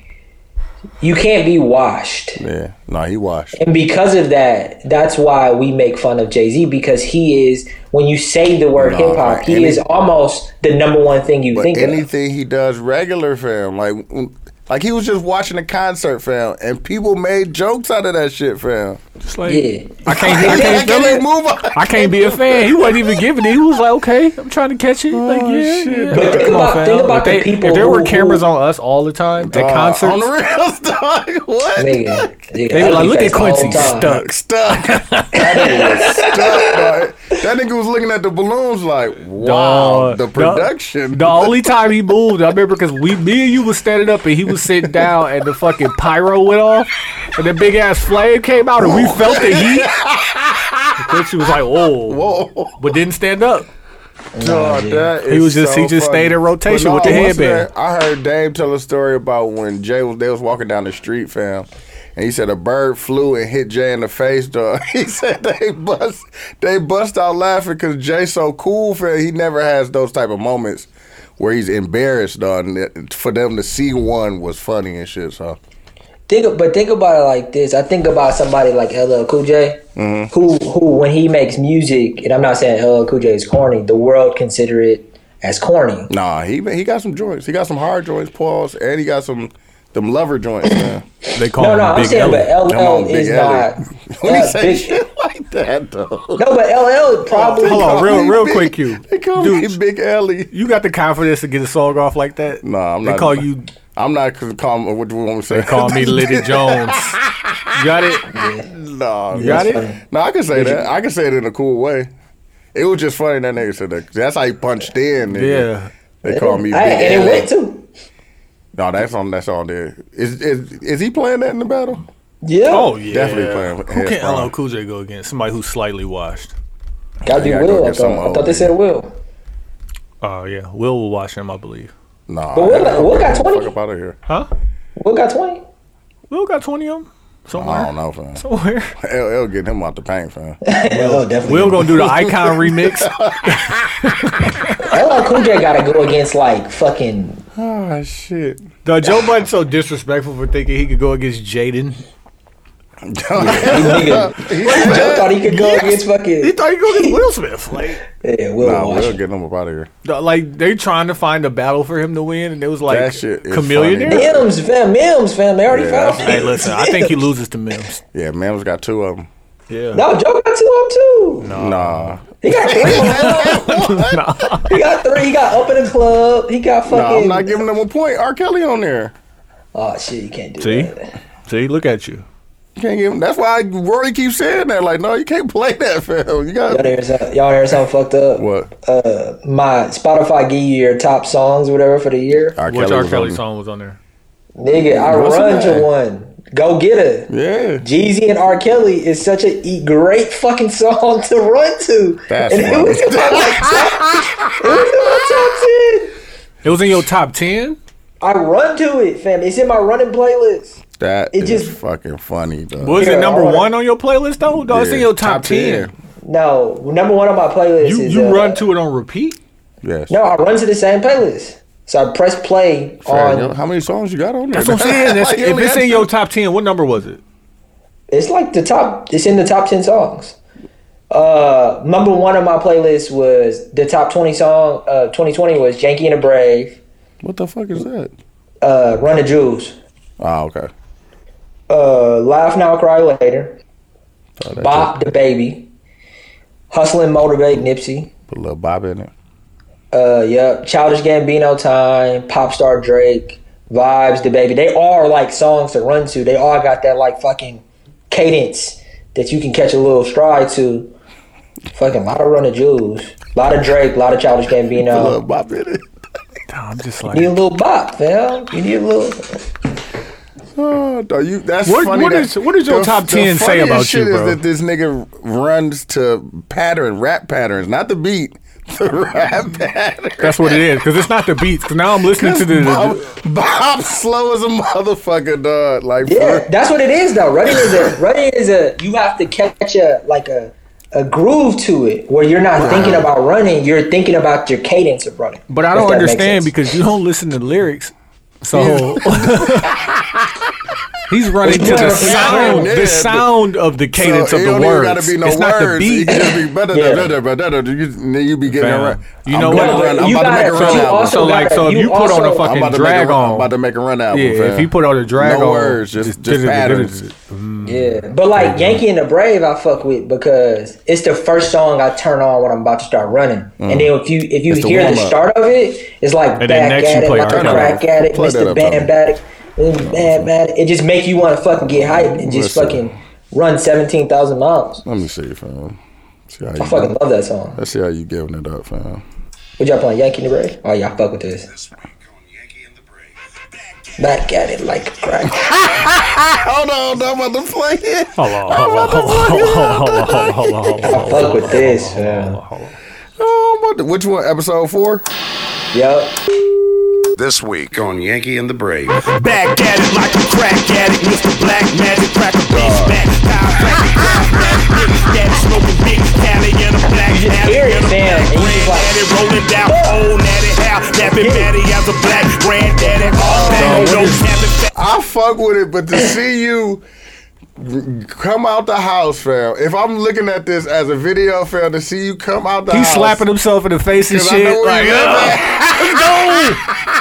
[SPEAKER 4] You can't be washed,
[SPEAKER 1] Yeah, no, he washed.
[SPEAKER 4] and because of that, that's why we make fun of Jay Z because he is. When you say the word
[SPEAKER 1] Nah,
[SPEAKER 4] hip hop,
[SPEAKER 1] like
[SPEAKER 4] he
[SPEAKER 1] any-
[SPEAKER 4] is almost the number one thing you
[SPEAKER 1] But
[SPEAKER 4] think of.
[SPEAKER 1] anything he does, regular fam, like mm, like he was just watching a concert fam, and people made jokes out of that shit fam.
[SPEAKER 3] Just like,
[SPEAKER 4] Yeah,
[SPEAKER 3] I can't, I
[SPEAKER 1] I
[SPEAKER 3] can't
[SPEAKER 1] can't
[SPEAKER 3] feel
[SPEAKER 1] even
[SPEAKER 3] it.
[SPEAKER 1] move on.
[SPEAKER 3] I can't be a fan. He wasn't even giving it. He was like, okay, I'm trying to catch it.
[SPEAKER 1] Oh,
[SPEAKER 3] like, yeah, yeah.
[SPEAKER 4] But think
[SPEAKER 3] Come on,
[SPEAKER 4] about-
[SPEAKER 3] fam.
[SPEAKER 4] think about
[SPEAKER 3] If
[SPEAKER 4] the
[SPEAKER 3] they-
[SPEAKER 4] people
[SPEAKER 3] If there were
[SPEAKER 4] who-
[SPEAKER 3] cameras on us all the time at
[SPEAKER 1] Uh,
[SPEAKER 3] concerts,
[SPEAKER 1] on the real dog. What?
[SPEAKER 4] nigga, nigga,
[SPEAKER 3] they
[SPEAKER 4] I
[SPEAKER 3] were like,
[SPEAKER 4] think
[SPEAKER 3] look at
[SPEAKER 4] that's the whole
[SPEAKER 3] Quincy
[SPEAKER 4] time.
[SPEAKER 3] stuck.
[SPEAKER 1] stuck. that nigga was stuck, dog. That nigga was looking at the balloons like, wow,
[SPEAKER 3] Dog,
[SPEAKER 1] the production.
[SPEAKER 3] The, the only time he moved, I remember because we, me and you was standing up and he was sitting down and the fucking pyro went off and the big ass flame came out and we felt the heat. Then she was like, whoa.
[SPEAKER 1] Whoa.
[SPEAKER 3] But didn't stand up.
[SPEAKER 1] Dog, that
[SPEAKER 3] He
[SPEAKER 1] is
[SPEAKER 3] was just-
[SPEAKER 1] so
[SPEAKER 3] he just
[SPEAKER 1] funny.
[SPEAKER 3] stayed in rotation
[SPEAKER 1] But
[SPEAKER 3] with the
[SPEAKER 1] what's
[SPEAKER 3] headband.
[SPEAKER 1] that? I heard Dame tell a story about when Jay was they was walking down the street, fam. And he said a bird flew and hit Jay in the face, dog. He said they bust they bust out laughing because Jay so cool, fam. He never has those type of moments where he's embarrassed, dog. And that- for them to see one was funny and shit. So
[SPEAKER 4] Think, but think about it like this. I think about somebody like LL Cool J,
[SPEAKER 1] Mm-hmm.
[SPEAKER 4] who who when he makes music, and I'm not saying LL Cool J is corny. The world consider it as corny.
[SPEAKER 1] nah, he he got some joints. He got some hard joints, pause, and he got some them lover joints, man.
[SPEAKER 3] They call
[SPEAKER 4] No,
[SPEAKER 3] him
[SPEAKER 4] no, I'm
[SPEAKER 3] Big
[SPEAKER 4] saying,
[SPEAKER 3] L.
[SPEAKER 4] but
[SPEAKER 1] Come on,
[SPEAKER 4] LL
[SPEAKER 1] Big
[SPEAKER 4] is
[SPEAKER 1] Ellie.
[SPEAKER 4] not.
[SPEAKER 1] When he
[SPEAKER 4] Yeah,
[SPEAKER 1] say
[SPEAKER 4] Big-
[SPEAKER 1] shit like that, though.
[SPEAKER 4] No, but LL probably.
[SPEAKER 3] Hold on,
[SPEAKER 1] Call
[SPEAKER 3] real,
[SPEAKER 1] me
[SPEAKER 3] real
[SPEAKER 1] Big-
[SPEAKER 3] quick, you.
[SPEAKER 1] They call me
[SPEAKER 3] Dude,
[SPEAKER 1] Big Ellie.
[SPEAKER 3] you got the confidence to get a song off like that?
[SPEAKER 1] Nah, I'm
[SPEAKER 3] they
[SPEAKER 1] not.
[SPEAKER 3] call you.
[SPEAKER 1] I'm not gonna call. me- What do you want me to say?
[SPEAKER 3] They call me Liddy Jones. You got it.
[SPEAKER 1] Nah,
[SPEAKER 3] You got
[SPEAKER 4] That's
[SPEAKER 3] it.
[SPEAKER 4] funny.
[SPEAKER 1] no, I can say that. I can say it in a cool way. It was just funny that nigga said that. That's how he punched in. Nigga.
[SPEAKER 3] Yeah.
[SPEAKER 1] They call me Big
[SPEAKER 4] I, and it went
[SPEAKER 1] Ellie.
[SPEAKER 4] too.
[SPEAKER 1] No, that's on that's on there. Is is is he playing that in the battle?
[SPEAKER 4] Yeah,
[SPEAKER 3] Oh yeah.
[SPEAKER 1] Definitely playing with
[SPEAKER 3] Who
[SPEAKER 1] headphones.
[SPEAKER 3] can LL Cool J go against? Somebody who's slightly washed.
[SPEAKER 4] gotta be
[SPEAKER 1] Yeah, I gotta
[SPEAKER 4] Will. I
[SPEAKER 1] get some
[SPEAKER 4] thought, I thought they
[SPEAKER 1] old
[SPEAKER 4] said Will.
[SPEAKER 3] Oh yeah. Will will wash him, I believe.
[SPEAKER 1] Nah,
[SPEAKER 4] But Will-
[SPEAKER 1] that-
[SPEAKER 4] Will got
[SPEAKER 1] fuck
[SPEAKER 4] 20.
[SPEAKER 1] up out of here.
[SPEAKER 3] Huh?
[SPEAKER 4] Will got twenty.
[SPEAKER 3] Will got twenty of them somewhere.
[SPEAKER 1] I don't know, fam.
[SPEAKER 3] Somewhere.
[SPEAKER 1] LL getting him out the paint, fam.
[SPEAKER 4] Will definitely.
[SPEAKER 3] Will gonna do the icon remix.
[SPEAKER 4] LL Cool J gotta go against like fucking.
[SPEAKER 1] oh shit.
[SPEAKER 3] Duh, Joe Budden's so disrespectful for thinking he could go against Jaden.
[SPEAKER 4] Nigga, Joe thought he could go against
[SPEAKER 3] He
[SPEAKER 4] fucking.
[SPEAKER 3] thought he could go against Will Smith. Like,
[SPEAKER 4] Yeah, Will.
[SPEAKER 1] Nah,
[SPEAKER 4] Washington.
[SPEAKER 1] we'll get him up out of here.
[SPEAKER 3] duh, like they trying to find a battle for him to win, and it was like
[SPEAKER 1] That shit is
[SPEAKER 3] chameleon.
[SPEAKER 1] funny.
[SPEAKER 4] Mims, fam, Mims, fam. They already
[SPEAKER 1] Yeah,
[SPEAKER 4] found
[SPEAKER 1] that's-
[SPEAKER 3] Hey, listen, I think he loses to Mims.
[SPEAKER 1] Yeah, Mims got two of them.
[SPEAKER 3] Yeah.
[SPEAKER 4] No, Joe got two of them too.
[SPEAKER 1] Nah.
[SPEAKER 4] He got three. he got three. He got up in the club. He got
[SPEAKER 1] Nah, I'm
[SPEAKER 4] fucking.
[SPEAKER 1] not giving them a point. R. Kelly on there.
[SPEAKER 4] oh shit, you can't do
[SPEAKER 3] See?
[SPEAKER 4] that.
[SPEAKER 3] See, look at you.
[SPEAKER 1] You can't give him. That's why Rory keeps saying that. Like, no, you can't play that, fam. You
[SPEAKER 4] Y'all
[SPEAKER 1] got
[SPEAKER 4] hear something, y'all hear something fucked up?
[SPEAKER 1] what?
[SPEAKER 4] Uh, my Spotify give you your top songs or whatever for the year.
[SPEAKER 1] R.
[SPEAKER 3] Which R.
[SPEAKER 1] was on
[SPEAKER 3] Kelly
[SPEAKER 1] there.
[SPEAKER 3] song was on there?
[SPEAKER 4] Nigga, I
[SPEAKER 1] What's
[SPEAKER 4] run
[SPEAKER 1] that?
[SPEAKER 4] to one. Go get her.
[SPEAKER 1] Yeah.
[SPEAKER 4] Jeezy and R. Kelly is such a e- great fucking song to run to.
[SPEAKER 1] That's
[SPEAKER 4] and it
[SPEAKER 1] funny.
[SPEAKER 4] was in my like, top- it was in my top ten.
[SPEAKER 3] It was in your top ten.
[SPEAKER 4] I run to it, fam. It's in my running playlist.
[SPEAKER 1] That
[SPEAKER 4] It
[SPEAKER 1] is
[SPEAKER 4] just-
[SPEAKER 1] fucking funny, though.
[SPEAKER 3] Was it
[SPEAKER 4] Yeah,
[SPEAKER 3] number
[SPEAKER 4] all right.
[SPEAKER 3] one on your playlist though? Dog, it's in
[SPEAKER 1] Yeah,
[SPEAKER 3] your top, ten.
[SPEAKER 4] No, number one on my playlist
[SPEAKER 3] You
[SPEAKER 4] is
[SPEAKER 3] you
[SPEAKER 4] uh,
[SPEAKER 3] run to it on repeat?
[SPEAKER 1] Yes.
[SPEAKER 4] No, I run to the same playlist. So I press play
[SPEAKER 1] Fair
[SPEAKER 4] on.
[SPEAKER 1] enough. How many songs you got on there?
[SPEAKER 3] That's what I'm saying. That's,
[SPEAKER 1] Like, you
[SPEAKER 3] if
[SPEAKER 1] only
[SPEAKER 3] it's
[SPEAKER 1] got
[SPEAKER 3] in your top ten, what number was it?
[SPEAKER 4] It's like the top. It's in the top ten songs. Uh, number one on my playlist was the top twenty song. Uh, twenty twenty was "Janky and the Brave,"
[SPEAKER 1] What the fuck is that?
[SPEAKER 4] uh, "Run the Jewels,"
[SPEAKER 1] Oh, okay.
[SPEAKER 4] uh, "Laugh Now, Cry Later,"
[SPEAKER 1] Oh, that's
[SPEAKER 4] "Bop the Baby," "Hustlin' Motivate," Nipsey.
[SPEAKER 1] it. Put a little Bob in it.
[SPEAKER 4] Uh, yep, Childish Gambino time, pop star Drake, vibes the baby. They all are like songs to run to. They all got that like fucking cadence that you can catch a little stride to. Fucking lot of running Jews, lot of Drake, lot of Childish
[SPEAKER 1] Put a little
[SPEAKER 4] Gambino.
[SPEAKER 1] Bob in it.
[SPEAKER 3] I'm just
[SPEAKER 4] Need
[SPEAKER 3] like
[SPEAKER 4] a little bop, fam. You need a little.
[SPEAKER 1] Oh, dog, you, that's
[SPEAKER 3] What-
[SPEAKER 1] funny.
[SPEAKER 3] what
[SPEAKER 1] that-
[SPEAKER 3] is- what does your
[SPEAKER 1] the-
[SPEAKER 3] top
[SPEAKER 1] the
[SPEAKER 3] 10 say
[SPEAKER 1] funniest
[SPEAKER 3] about you,
[SPEAKER 1] shit
[SPEAKER 3] bro?
[SPEAKER 1] Is that this nigga runs to pattern, rap patterns, not the beat, the rap pattern.
[SPEAKER 3] Mm. that's what it is because it's not the beats. 'Cause now I'm listening to the,
[SPEAKER 1] Bob,
[SPEAKER 3] the
[SPEAKER 1] Bob slow as a motherfucker, dog. Like,
[SPEAKER 4] Yeah,
[SPEAKER 1] for-
[SPEAKER 4] that's what it is though. Running is a running is a you have to catch a like a a groove to it where you're not thinking about running, you're thinking about your cadence of running.
[SPEAKER 3] but I
[SPEAKER 4] If
[SPEAKER 3] don't
[SPEAKER 4] that makes
[SPEAKER 3] understand
[SPEAKER 4] sense.
[SPEAKER 3] because you don't listen to lyrics. So he's running to the
[SPEAKER 4] Yeah,
[SPEAKER 3] sound,
[SPEAKER 1] yeah,
[SPEAKER 3] the
[SPEAKER 1] but-
[SPEAKER 3] sound of the
[SPEAKER 1] So
[SPEAKER 3] cadence
[SPEAKER 1] it
[SPEAKER 3] of the
[SPEAKER 1] don't even
[SPEAKER 3] words.
[SPEAKER 1] gotta be no
[SPEAKER 3] it's
[SPEAKER 1] words.
[SPEAKER 3] not the
[SPEAKER 1] You
[SPEAKER 3] beat.
[SPEAKER 1] can just be better,
[SPEAKER 4] Yeah.
[SPEAKER 1] better, better, better. You, then you be getting
[SPEAKER 3] Fam.
[SPEAKER 1] around.
[SPEAKER 3] You
[SPEAKER 1] I'm
[SPEAKER 3] know
[SPEAKER 1] gonna
[SPEAKER 3] what?
[SPEAKER 1] Run, I'm
[SPEAKER 4] You
[SPEAKER 1] about to
[SPEAKER 4] gotta-
[SPEAKER 1] make a
[SPEAKER 4] but
[SPEAKER 1] run
[SPEAKER 4] you
[SPEAKER 1] album.
[SPEAKER 4] also
[SPEAKER 3] So like, so if
[SPEAKER 4] You
[SPEAKER 3] you put on a
[SPEAKER 4] also-
[SPEAKER 1] I'm
[SPEAKER 3] fucking
[SPEAKER 1] about to make a
[SPEAKER 3] drag
[SPEAKER 1] run,
[SPEAKER 3] on,
[SPEAKER 1] I'm about to make a run album.
[SPEAKER 3] yeah,
[SPEAKER 1] fam.
[SPEAKER 3] if you put on a drag
[SPEAKER 1] no
[SPEAKER 3] on,
[SPEAKER 1] words, just, just patterns.
[SPEAKER 4] Yeah, but like Yankee and the Brave, I fuck with because it's the first song I turn on when I'm about to start running. And then if you if you
[SPEAKER 1] Mm. It's the
[SPEAKER 4] hear the
[SPEAKER 1] warm-up.
[SPEAKER 4] start of it, it's like
[SPEAKER 3] And then
[SPEAKER 4] back
[SPEAKER 3] next you
[SPEAKER 4] at it,
[SPEAKER 3] play
[SPEAKER 4] like
[SPEAKER 3] Arcade.
[SPEAKER 4] crack at it,
[SPEAKER 1] Plug that
[SPEAKER 4] Mr.
[SPEAKER 1] up,
[SPEAKER 4] Bam
[SPEAKER 1] Tommy.
[SPEAKER 4] Baddick, Bam Baddick. It just make you want to fucking get hyped and just
[SPEAKER 1] Listen.
[SPEAKER 4] fucking run seventeen thousand miles.
[SPEAKER 1] Let me see, fam. See how
[SPEAKER 4] I fucking
[SPEAKER 1] you.
[SPEAKER 4] love that song.
[SPEAKER 1] Let's see how you giving it up, fam.
[SPEAKER 4] What y'all playing Yankee and the Brave? Oh yeah, I fuck with this.
[SPEAKER 7] This week on Yankee and the Brave.
[SPEAKER 4] Back at it like crack.
[SPEAKER 1] Hold on, I'm about to play it.
[SPEAKER 3] Hold on, hold on, hold on, hold on, hold on, hold on, hold on,
[SPEAKER 4] I
[SPEAKER 3] hold on.
[SPEAKER 4] fuck with this. man.
[SPEAKER 1] Oh, what the- which one? Episode four.
[SPEAKER 4] Yup.
[SPEAKER 7] This week on Yankee and the Brave.
[SPEAKER 5] Back at it like a crack addict, Mr. Black Magic, crack a bitch back. Daddy smoking big Cali in a black
[SPEAKER 4] You just
[SPEAKER 5] alley
[SPEAKER 4] hear it,
[SPEAKER 5] in a
[SPEAKER 4] man,
[SPEAKER 5] black
[SPEAKER 4] and you just like-
[SPEAKER 5] granddaddy rolling down old natty how napping Maddie as a black granddaddy all back. No napping fat.
[SPEAKER 1] I fuck with it, but to see you come out the house, fam. If I'm looking at this as a video, fam, to see you come out the
[SPEAKER 3] He's
[SPEAKER 1] house,
[SPEAKER 3] slapping himself in the face and
[SPEAKER 1] 'cause I know
[SPEAKER 3] shit.
[SPEAKER 1] where
[SPEAKER 3] Like,
[SPEAKER 1] you live
[SPEAKER 3] "Ugh,
[SPEAKER 1] at.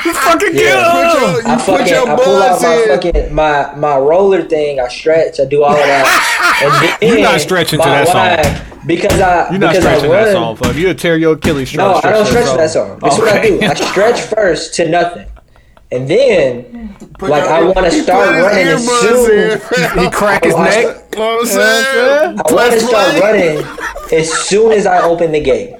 [SPEAKER 3] let's go, let's fucking
[SPEAKER 1] Put your-
[SPEAKER 3] go.
[SPEAKER 1] you
[SPEAKER 4] I
[SPEAKER 1] put
[SPEAKER 4] fucking,
[SPEAKER 1] your
[SPEAKER 4] I pull out
[SPEAKER 1] buds
[SPEAKER 4] my
[SPEAKER 1] in.
[SPEAKER 4] fucking my my roller thing. I stretch. I do all of that. And then
[SPEAKER 3] You're not stretching to
[SPEAKER 4] my
[SPEAKER 3] that song.
[SPEAKER 4] line- because I
[SPEAKER 3] You're not
[SPEAKER 4] because
[SPEAKER 3] stretching
[SPEAKER 4] I run,
[SPEAKER 3] that song, fam. You'll tear your Achilles trying
[SPEAKER 4] No,
[SPEAKER 3] to
[SPEAKER 4] I don't stretch
[SPEAKER 3] song.
[SPEAKER 4] that song. That's what I do. I stretch first to nothing, and then like I want to
[SPEAKER 1] He
[SPEAKER 4] start
[SPEAKER 1] put his
[SPEAKER 4] running as
[SPEAKER 1] earbuds
[SPEAKER 4] soon.
[SPEAKER 1] in, fam.
[SPEAKER 3] He crack his
[SPEAKER 4] I-
[SPEAKER 3] neck.
[SPEAKER 1] You know what I'm
[SPEAKER 3] saying?
[SPEAKER 1] saying?
[SPEAKER 4] I want to
[SPEAKER 1] Press
[SPEAKER 4] start
[SPEAKER 1] play.
[SPEAKER 4] running as soon as I open the gate.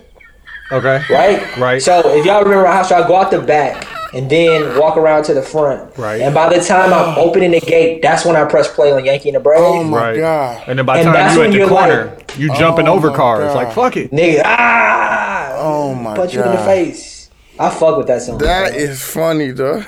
[SPEAKER 3] Okay.
[SPEAKER 1] Oh
[SPEAKER 4] Right?
[SPEAKER 3] Right.
[SPEAKER 4] So if y'all remember how so I go out the back and then walk around to the front.
[SPEAKER 3] Right.
[SPEAKER 4] And by the time I'm opening the gate, that's when I press play on Yankee and the Brave.
[SPEAKER 1] Oh my
[SPEAKER 3] Right.
[SPEAKER 1] god. Oh
[SPEAKER 3] And then by
[SPEAKER 4] And
[SPEAKER 3] the time
[SPEAKER 4] that's
[SPEAKER 3] you
[SPEAKER 4] when
[SPEAKER 3] at the
[SPEAKER 4] you're
[SPEAKER 3] corner, you jumping over
[SPEAKER 1] my
[SPEAKER 3] cars.
[SPEAKER 1] God.
[SPEAKER 3] Like, fuck it.
[SPEAKER 4] Nigga, ah!
[SPEAKER 1] Oh my
[SPEAKER 4] Punch you in the
[SPEAKER 1] God.
[SPEAKER 4] face. I fuck with that song.
[SPEAKER 1] That is funny, though.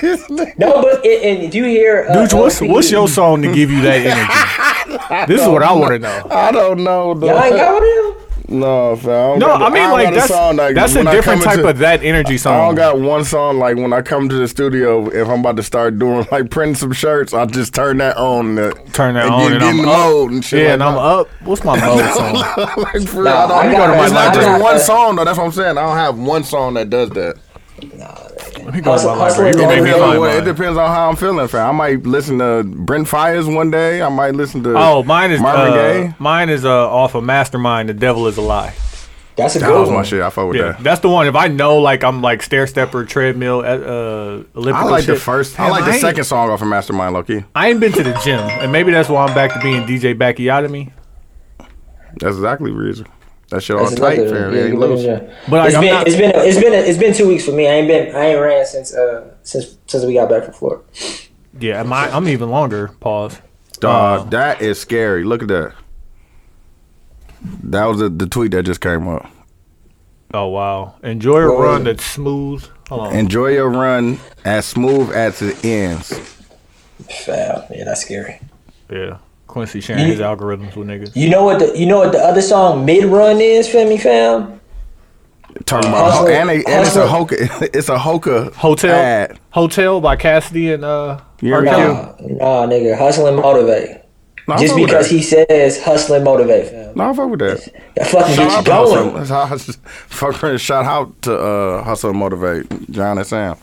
[SPEAKER 1] This nigga-
[SPEAKER 4] no, but it, and do you hear? Uh,
[SPEAKER 3] Dude, what's
[SPEAKER 4] LSD?
[SPEAKER 3] what's your song to give you that energy? This is what I want to know.
[SPEAKER 1] I don't know, though.
[SPEAKER 4] Y'all ain't got one of them.
[SPEAKER 1] no, fam.
[SPEAKER 3] No, I mean
[SPEAKER 1] don't
[SPEAKER 3] like
[SPEAKER 1] got a
[SPEAKER 3] that's
[SPEAKER 1] song, like,
[SPEAKER 3] that's a
[SPEAKER 1] when I
[SPEAKER 3] different
[SPEAKER 1] come
[SPEAKER 3] type
[SPEAKER 1] into-
[SPEAKER 3] of that energy
[SPEAKER 1] I
[SPEAKER 3] song.
[SPEAKER 1] don't got one song like when I come to the studio. If I'm about to start doing like printing some shirts, I just turn that on. uh,
[SPEAKER 3] Turn that
[SPEAKER 1] and
[SPEAKER 3] on
[SPEAKER 1] get,
[SPEAKER 3] and
[SPEAKER 1] get
[SPEAKER 3] I'm
[SPEAKER 1] in the
[SPEAKER 3] up.
[SPEAKER 1] mode and shit.
[SPEAKER 3] yeah,
[SPEAKER 1] like
[SPEAKER 3] and I'm
[SPEAKER 1] that.
[SPEAKER 3] up. What's my mode song?
[SPEAKER 1] like, for real, I
[SPEAKER 4] Nah,
[SPEAKER 1] don't.
[SPEAKER 4] I
[SPEAKER 1] I'm going
[SPEAKER 4] got
[SPEAKER 1] to
[SPEAKER 4] it.
[SPEAKER 1] my
[SPEAKER 4] It's
[SPEAKER 1] not
[SPEAKER 4] not
[SPEAKER 1] just
[SPEAKER 4] that-
[SPEAKER 1] one song though. That's what I'm saying. I don't have one song that does that.
[SPEAKER 3] Let me go to my
[SPEAKER 4] Hustle-
[SPEAKER 3] library. You
[SPEAKER 4] Hustle
[SPEAKER 3] gonna make
[SPEAKER 4] and
[SPEAKER 3] me
[SPEAKER 1] Either
[SPEAKER 3] find
[SPEAKER 1] way, it
[SPEAKER 3] mine?
[SPEAKER 1] depends on how I'm feeling. Fam. I might listen to Brent Fires one day. I might listen to
[SPEAKER 3] Oh, mine is
[SPEAKER 1] Marvin
[SPEAKER 3] uh,
[SPEAKER 1] Gaye.
[SPEAKER 3] mine is uh, off of Mastermind. The Devil is a Lie.
[SPEAKER 4] That's a
[SPEAKER 1] That
[SPEAKER 4] good
[SPEAKER 1] was my
[SPEAKER 4] one.
[SPEAKER 1] shit. I fuck with
[SPEAKER 3] Yeah,
[SPEAKER 1] that.
[SPEAKER 3] that's the one. If I know, like I'm like stair stepper, treadmill, uh, uh, elliptical.
[SPEAKER 1] I like the
[SPEAKER 3] shit.
[SPEAKER 1] first. I
[SPEAKER 3] Damn,
[SPEAKER 1] like the
[SPEAKER 3] ain't-
[SPEAKER 1] second song off of Mastermind Loki.
[SPEAKER 3] I ain't been to the gym, and maybe that's why I'm back to being DJ Bacchiotomy.
[SPEAKER 1] That's exactly the reason. That shit all
[SPEAKER 3] Oh,
[SPEAKER 4] That's another-
[SPEAKER 1] tight, fam.
[SPEAKER 4] yeah,
[SPEAKER 1] It ain't
[SPEAKER 4] you look
[SPEAKER 1] loose.
[SPEAKER 4] at you.
[SPEAKER 3] But, like,
[SPEAKER 4] it's
[SPEAKER 3] I'm
[SPEAKER 4] been
[SPEAKER 3] not-
[SPEAKER 4] it's been it's been it's been two weeks for me. I ain't been I ain't ran since uh since since we got back from Florida.
[SPEAKER 3] Yeah, am I, I'm even longer. Pause.
[SPEAKER 1] Dog, that is scary. Look at that. That was the, the tweet that just came up.
[SPEAKER 3] Oh wow, enjoy a
[SPEAKER 4] What was
[SPEAKER 3] run
[SPEAKER 4] it?
[SPEAKER 3] that's smooth. Hold on.
[SPEAKER 1] Enjoy your run as smooth as it ends.
[SPEAKER 4] Foul. Yeah, that's scary.
[SPEAKER 3] Yeah. Quincy sharing his algorithms with niggas.
[SPEAKER 4] You know what the you know what the other song mid run is, Femi fam?
[SPEAKER 1] Talking about
[SPEAKER 4] Hustler-
[SPEAKER 1] and, they, and it's a
[SPEAKER 4] Hustler-
[SPEAKER 1] hoka it's a hoka
[SPEAKER 3] Hotel
[SPEAKER 1] ad.
[SPEAKER 3] Hotel by Cassidy and uh
[SPEAKER 1] You hear me?
[SPEAKER 3] Rakim.
[SPEAKER 1] Yeah.
[SPEAKER 4] Nah, nah, nigga, hustle and motivate.
[SPEAKER 1] No, I
[SPEAKER 4] Just
[SPEAKER 1] fuck with
[SPEAKER 4] because
[SPEAKER 1] that.
[SPEAKER 4] he says hustle and motivate, fam.
[SPEAKER 1] no, I fuck with that.
[SPEAKER 4] That fucking
[SPEAKER 1] Shout
[SPEAKER 4] gets you
[SPEAKER 1] out to
[SPEAKER 4] going.
[SPEAKER 1] Hustle. Fuck, shout out to uh, Hustle and Motivate, John and Sam.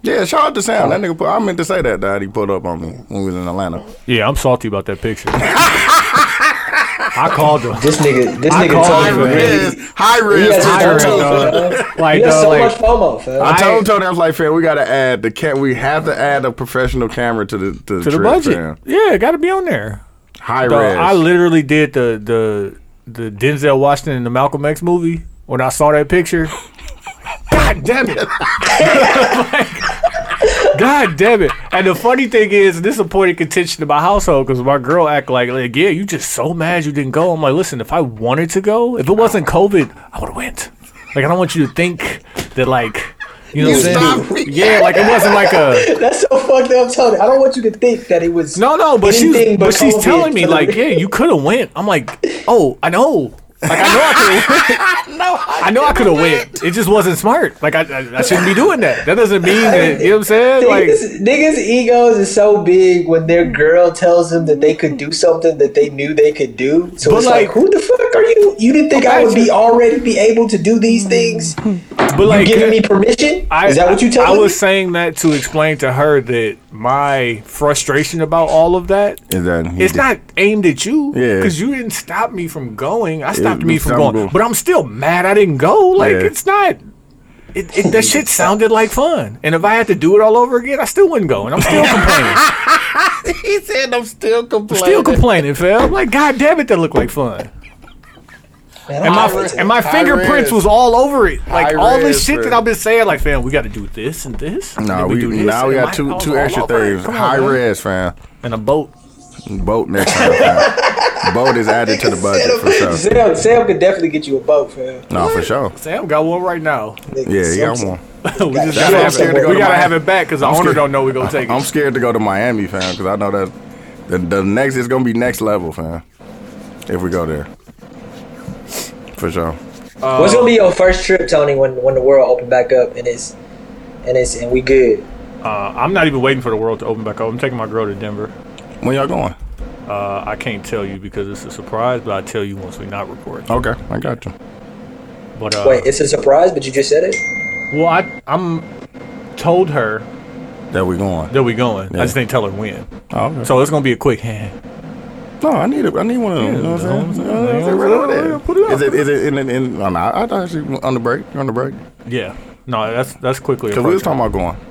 [SPEAKER 1] Yeah, shout out to Sam. That nigga, put, I meant to say that, that he pulled up on me when we was in Atlanta.
[SPEAKER 3] Yeah, I'm salty about that picture. I called him.
[SPEAKER 4] This nigga, this
[SPEAKER 3] I
[SPEAKER 4] nigga
[SPEAKER 3] called
[SPEAKER 4] Tony
[SPEAKER 3] him,
[SPEAKER 1] High
[SPEAKER 3] man.
[SPEAKER 4] really.
[SPEAKER 1] risk, high
[SPEAKER 4] He
[SPEAKER 1] risk.
[SPEAKER 4] has
[SPEAKER 1] I
[SPEAKER 3] High
[SPEAKER 1] told-
[SPEAKER 3] risk.
[SPEAKER 4] FOMO, fam.
[SPEAKER 3] Like,
[SPEAKER 4] he has
[SPEAKER 3] dog,
[SPEAKER 4] so
[SPEAKER 3] like-
[SPEAKER 4] much FOMO, fam.
[SPEAKER 1] I told
[SPEAKER 3] I-
[SPEAKER 1] Tony, I was like, fam, we gotta add the cat. We have to add a professional camera to the to the,
[SPEAKER 3] To the
[SPEAKER 1] trip,
[SPEAKER 3] budget.
[SPEAKER 1] fam.
[SPEAKER 3] Yeah, it got to be on there.
[SPEAKER 1] High
[SPEAKER 3] Dog,
[SPEAKER 1] risk.
[SPEAKER 3] I literally did the the the Denzel Washington and the Malcolm X movie when I saw that picture. God damn it! Like, God damn it! And the funny thing is, this is a point of contention in my household because my girl act like, like, yeah, you just so mad you didn't go. I'm like, listen, if I wanted to go, if it wasn't COVID, I would have went. Like, I don't want you to think that, like, you know,
[SPEAKER 1] you
[SPEAKER 3] what I'm
[SPEAKER 1] stop.
[SPEAKER 3] saying? yeah, like it wasn't like a.
[SPEAKER 4] That's so fucked up, Tony. I don't want you to think that it was
[SPEAKER 3] No, no, but
[SPEAKER 4] anything
[SPEAKER 3] she's but she's
[SPEAKER 4] COVID.
[SPEAKER 3] telling me like, yeah, you could have went. I'm like, oh, I know. Like I know I could have no, I know I could have went. It just wasn't smart. Like I, I, I shouldn't be doing that. That doesn't mean that you know what I'm saying. Like
[SPEAKER 4] Niggas, niggas' egos is so big when their girl tells them that they could do something that they knew they could do. So
[SPEAKER 3] But
[SPEAKER 4] it's like,
[SPEAKER 3] like-
[SPEAKER 4] who the fuck are you? You didn't think I would be
[SPEAKER 3] Imagine-
[SPEAKER 4] already be able to do these things?
[SPEAKER 3] but like
[SPEAKER 4] Giving me permission?
[SPEAKER 3] I,
[SPEAKER 4] is that what you
[SPEAKER 3] I,
[SPEAKER 4] telling
[SPEAKER 3] I was
[SPEAKER 4] me?
[SPEAKER 3] saying that to explain to her that my frustration about all of that
[SPEAKER 1] Is that-
[SPEAKER 3] it's not aimed at you.
[SPEAKER 1] Yeah.
[SPEAKER 3] Because you didn't stop me from going. I stopped
[SPEAKER 1] you
[SPEAKER 3] me from
[SPEAKER 1] stopped
[SPEAKER 3] going.
[SPEAKER 1] going.
[SPEAKER 3] But I'm still mad I didn't go. Like,
[SPEAKER 1] Yeah.
[SPEAKER 3] it's not. It, it, that shit sounded like fun. And if I had to do it all over again, I still wouldn't go. And I'm still complaining.
[SPEAKER 1] He said, "I'm still complaining."
[SPEAKER 3] still complaining, fam. I'm like, God damn it, that looked like fun.
[SPEAKER 4] Man,
[SPEAKER 3] And my,
[SPEAKER 4] I'm irritated.
[SPEAKER 3] and my
[SPEAKER 1] High
[SPEAKER 3] fingerprints
[SPEAKER 1] res.
[SPEAKER 3] was all over it.
[SPEAKER 1] High
[SPEAKER 3] Like, all
[SPEAKER 1] res,
[SPEAKER 3] this shit that
[SPEAKER 1] bro.
[SPEAKER 3] I've been saying, like, fam, we got to do this and this. and
[SPEAKER 1] Nah,
[SPEAKER 3] then
[SPEAKER 1] we,
[SPEAKER 3] do this,
[SPEAKER 1] now we
[SPEAKER 3] and
[SPEAKER 1] got
[SPEAKER 3] my- I
[SPEAKER 1] two
[SPEAKER 3] was
[SPEAKER 1] two
[SPEAKER 3] all
[SPEAKER 1] extra
[SPEAKER 3] over it.
[SPEAKER 1] things.
[SPEAKER 3] Come on,
[SPEAKER 1] High
[SPEAKER 3] man.
[SPEAKER 1] res, fam.
[SPEAKER 3] And a boat.
[SPEAKER 1] Boat next time. fam. Boat is added to the budget for sure.
[SPEAKER 4] Sam, Sam could definitely get you a boat, fam.
[SPEAKER 1] No, for sure.
[SPEAKER 3] Sam got one right now.
[SPEAKER 4] Nigga,
[SPEAKER 1] Yeah, yeah,
[SPEAKER 4] Sam-
[SPEAKER 1] I'm on.
[SPEAKER 3] we just gotta,
[SPEAKER 4] That's what I'm
[SPEAKER 3] have
[SPEAKER 4] scared
[SPEAKER 3] it,
[SPEAKER 4] to go
[SPEAKER 3] we
[SPEAKER 4] to
[SPEAKER 3] gotta
[SPEAKER 4] Miami.
[SPEAKER 3] have it back because the owner
[SPEAKER 1] scared-
[SPEAKER 3] don't know we're gonna take
[SPEAKER 1] I'm
[SPEAKER 3] it.
[SPEAKER 1] scared to go to Miami, fam, because I know that the, the next is gonna be next level, fam. If we go there, for sure.
[SPEAKER 4] What's gonna be your first trip, Tony, when when the world open back up and it's and it's and we good?
[SPEAKER 3] Uh, I'm not even waiting for the world to open back up. I'm taking my girl to Denver.
[SPEAKER 1] When y'all going?
[SPEAKER 3] Uh, I can't tell you because it's a surprise, but I tell you once we not record.
[SPEAKER 1] Okay, I got you.
[SPEAKER 3] But uh,
[SPEAKER 4] Wait, it's a surprise, but you just said it.
[SPEAKER 3] well, I I'm told her
[SPEAKER 1] There we going.
[SPEAKER 3] that we going.
[SPEAKER 1] Yeah.
[SPEAKER 3] I just didn't tell her when.
[SPEAKER 1] Oh, okay.
[SPEAKER 3] So it's gonna be a quick hand.
[SPEAKER 1] No, I need a, I need one of them. you know what I'm saying? You
[SPEAKER 3] Yeah,
[SPEAKER 1] know what I'm saying? Right
[SPEAKER 3] yeah,
[SPEAKER 1] over there.
[SPEAKER 3] yeah, put it up,
[SPEAKER 1] Is it
[SPEAKER 3] put
[SPEAKER 1] is it in in? in oh, no, I I actually on the break. On the break.
[SPEAKER 3] Yeah. No, that's that's quickly.
[SPEAKER 1] Cause we was talking
[SPEAKER 3] approaching.
[SPEAKER 1] about going.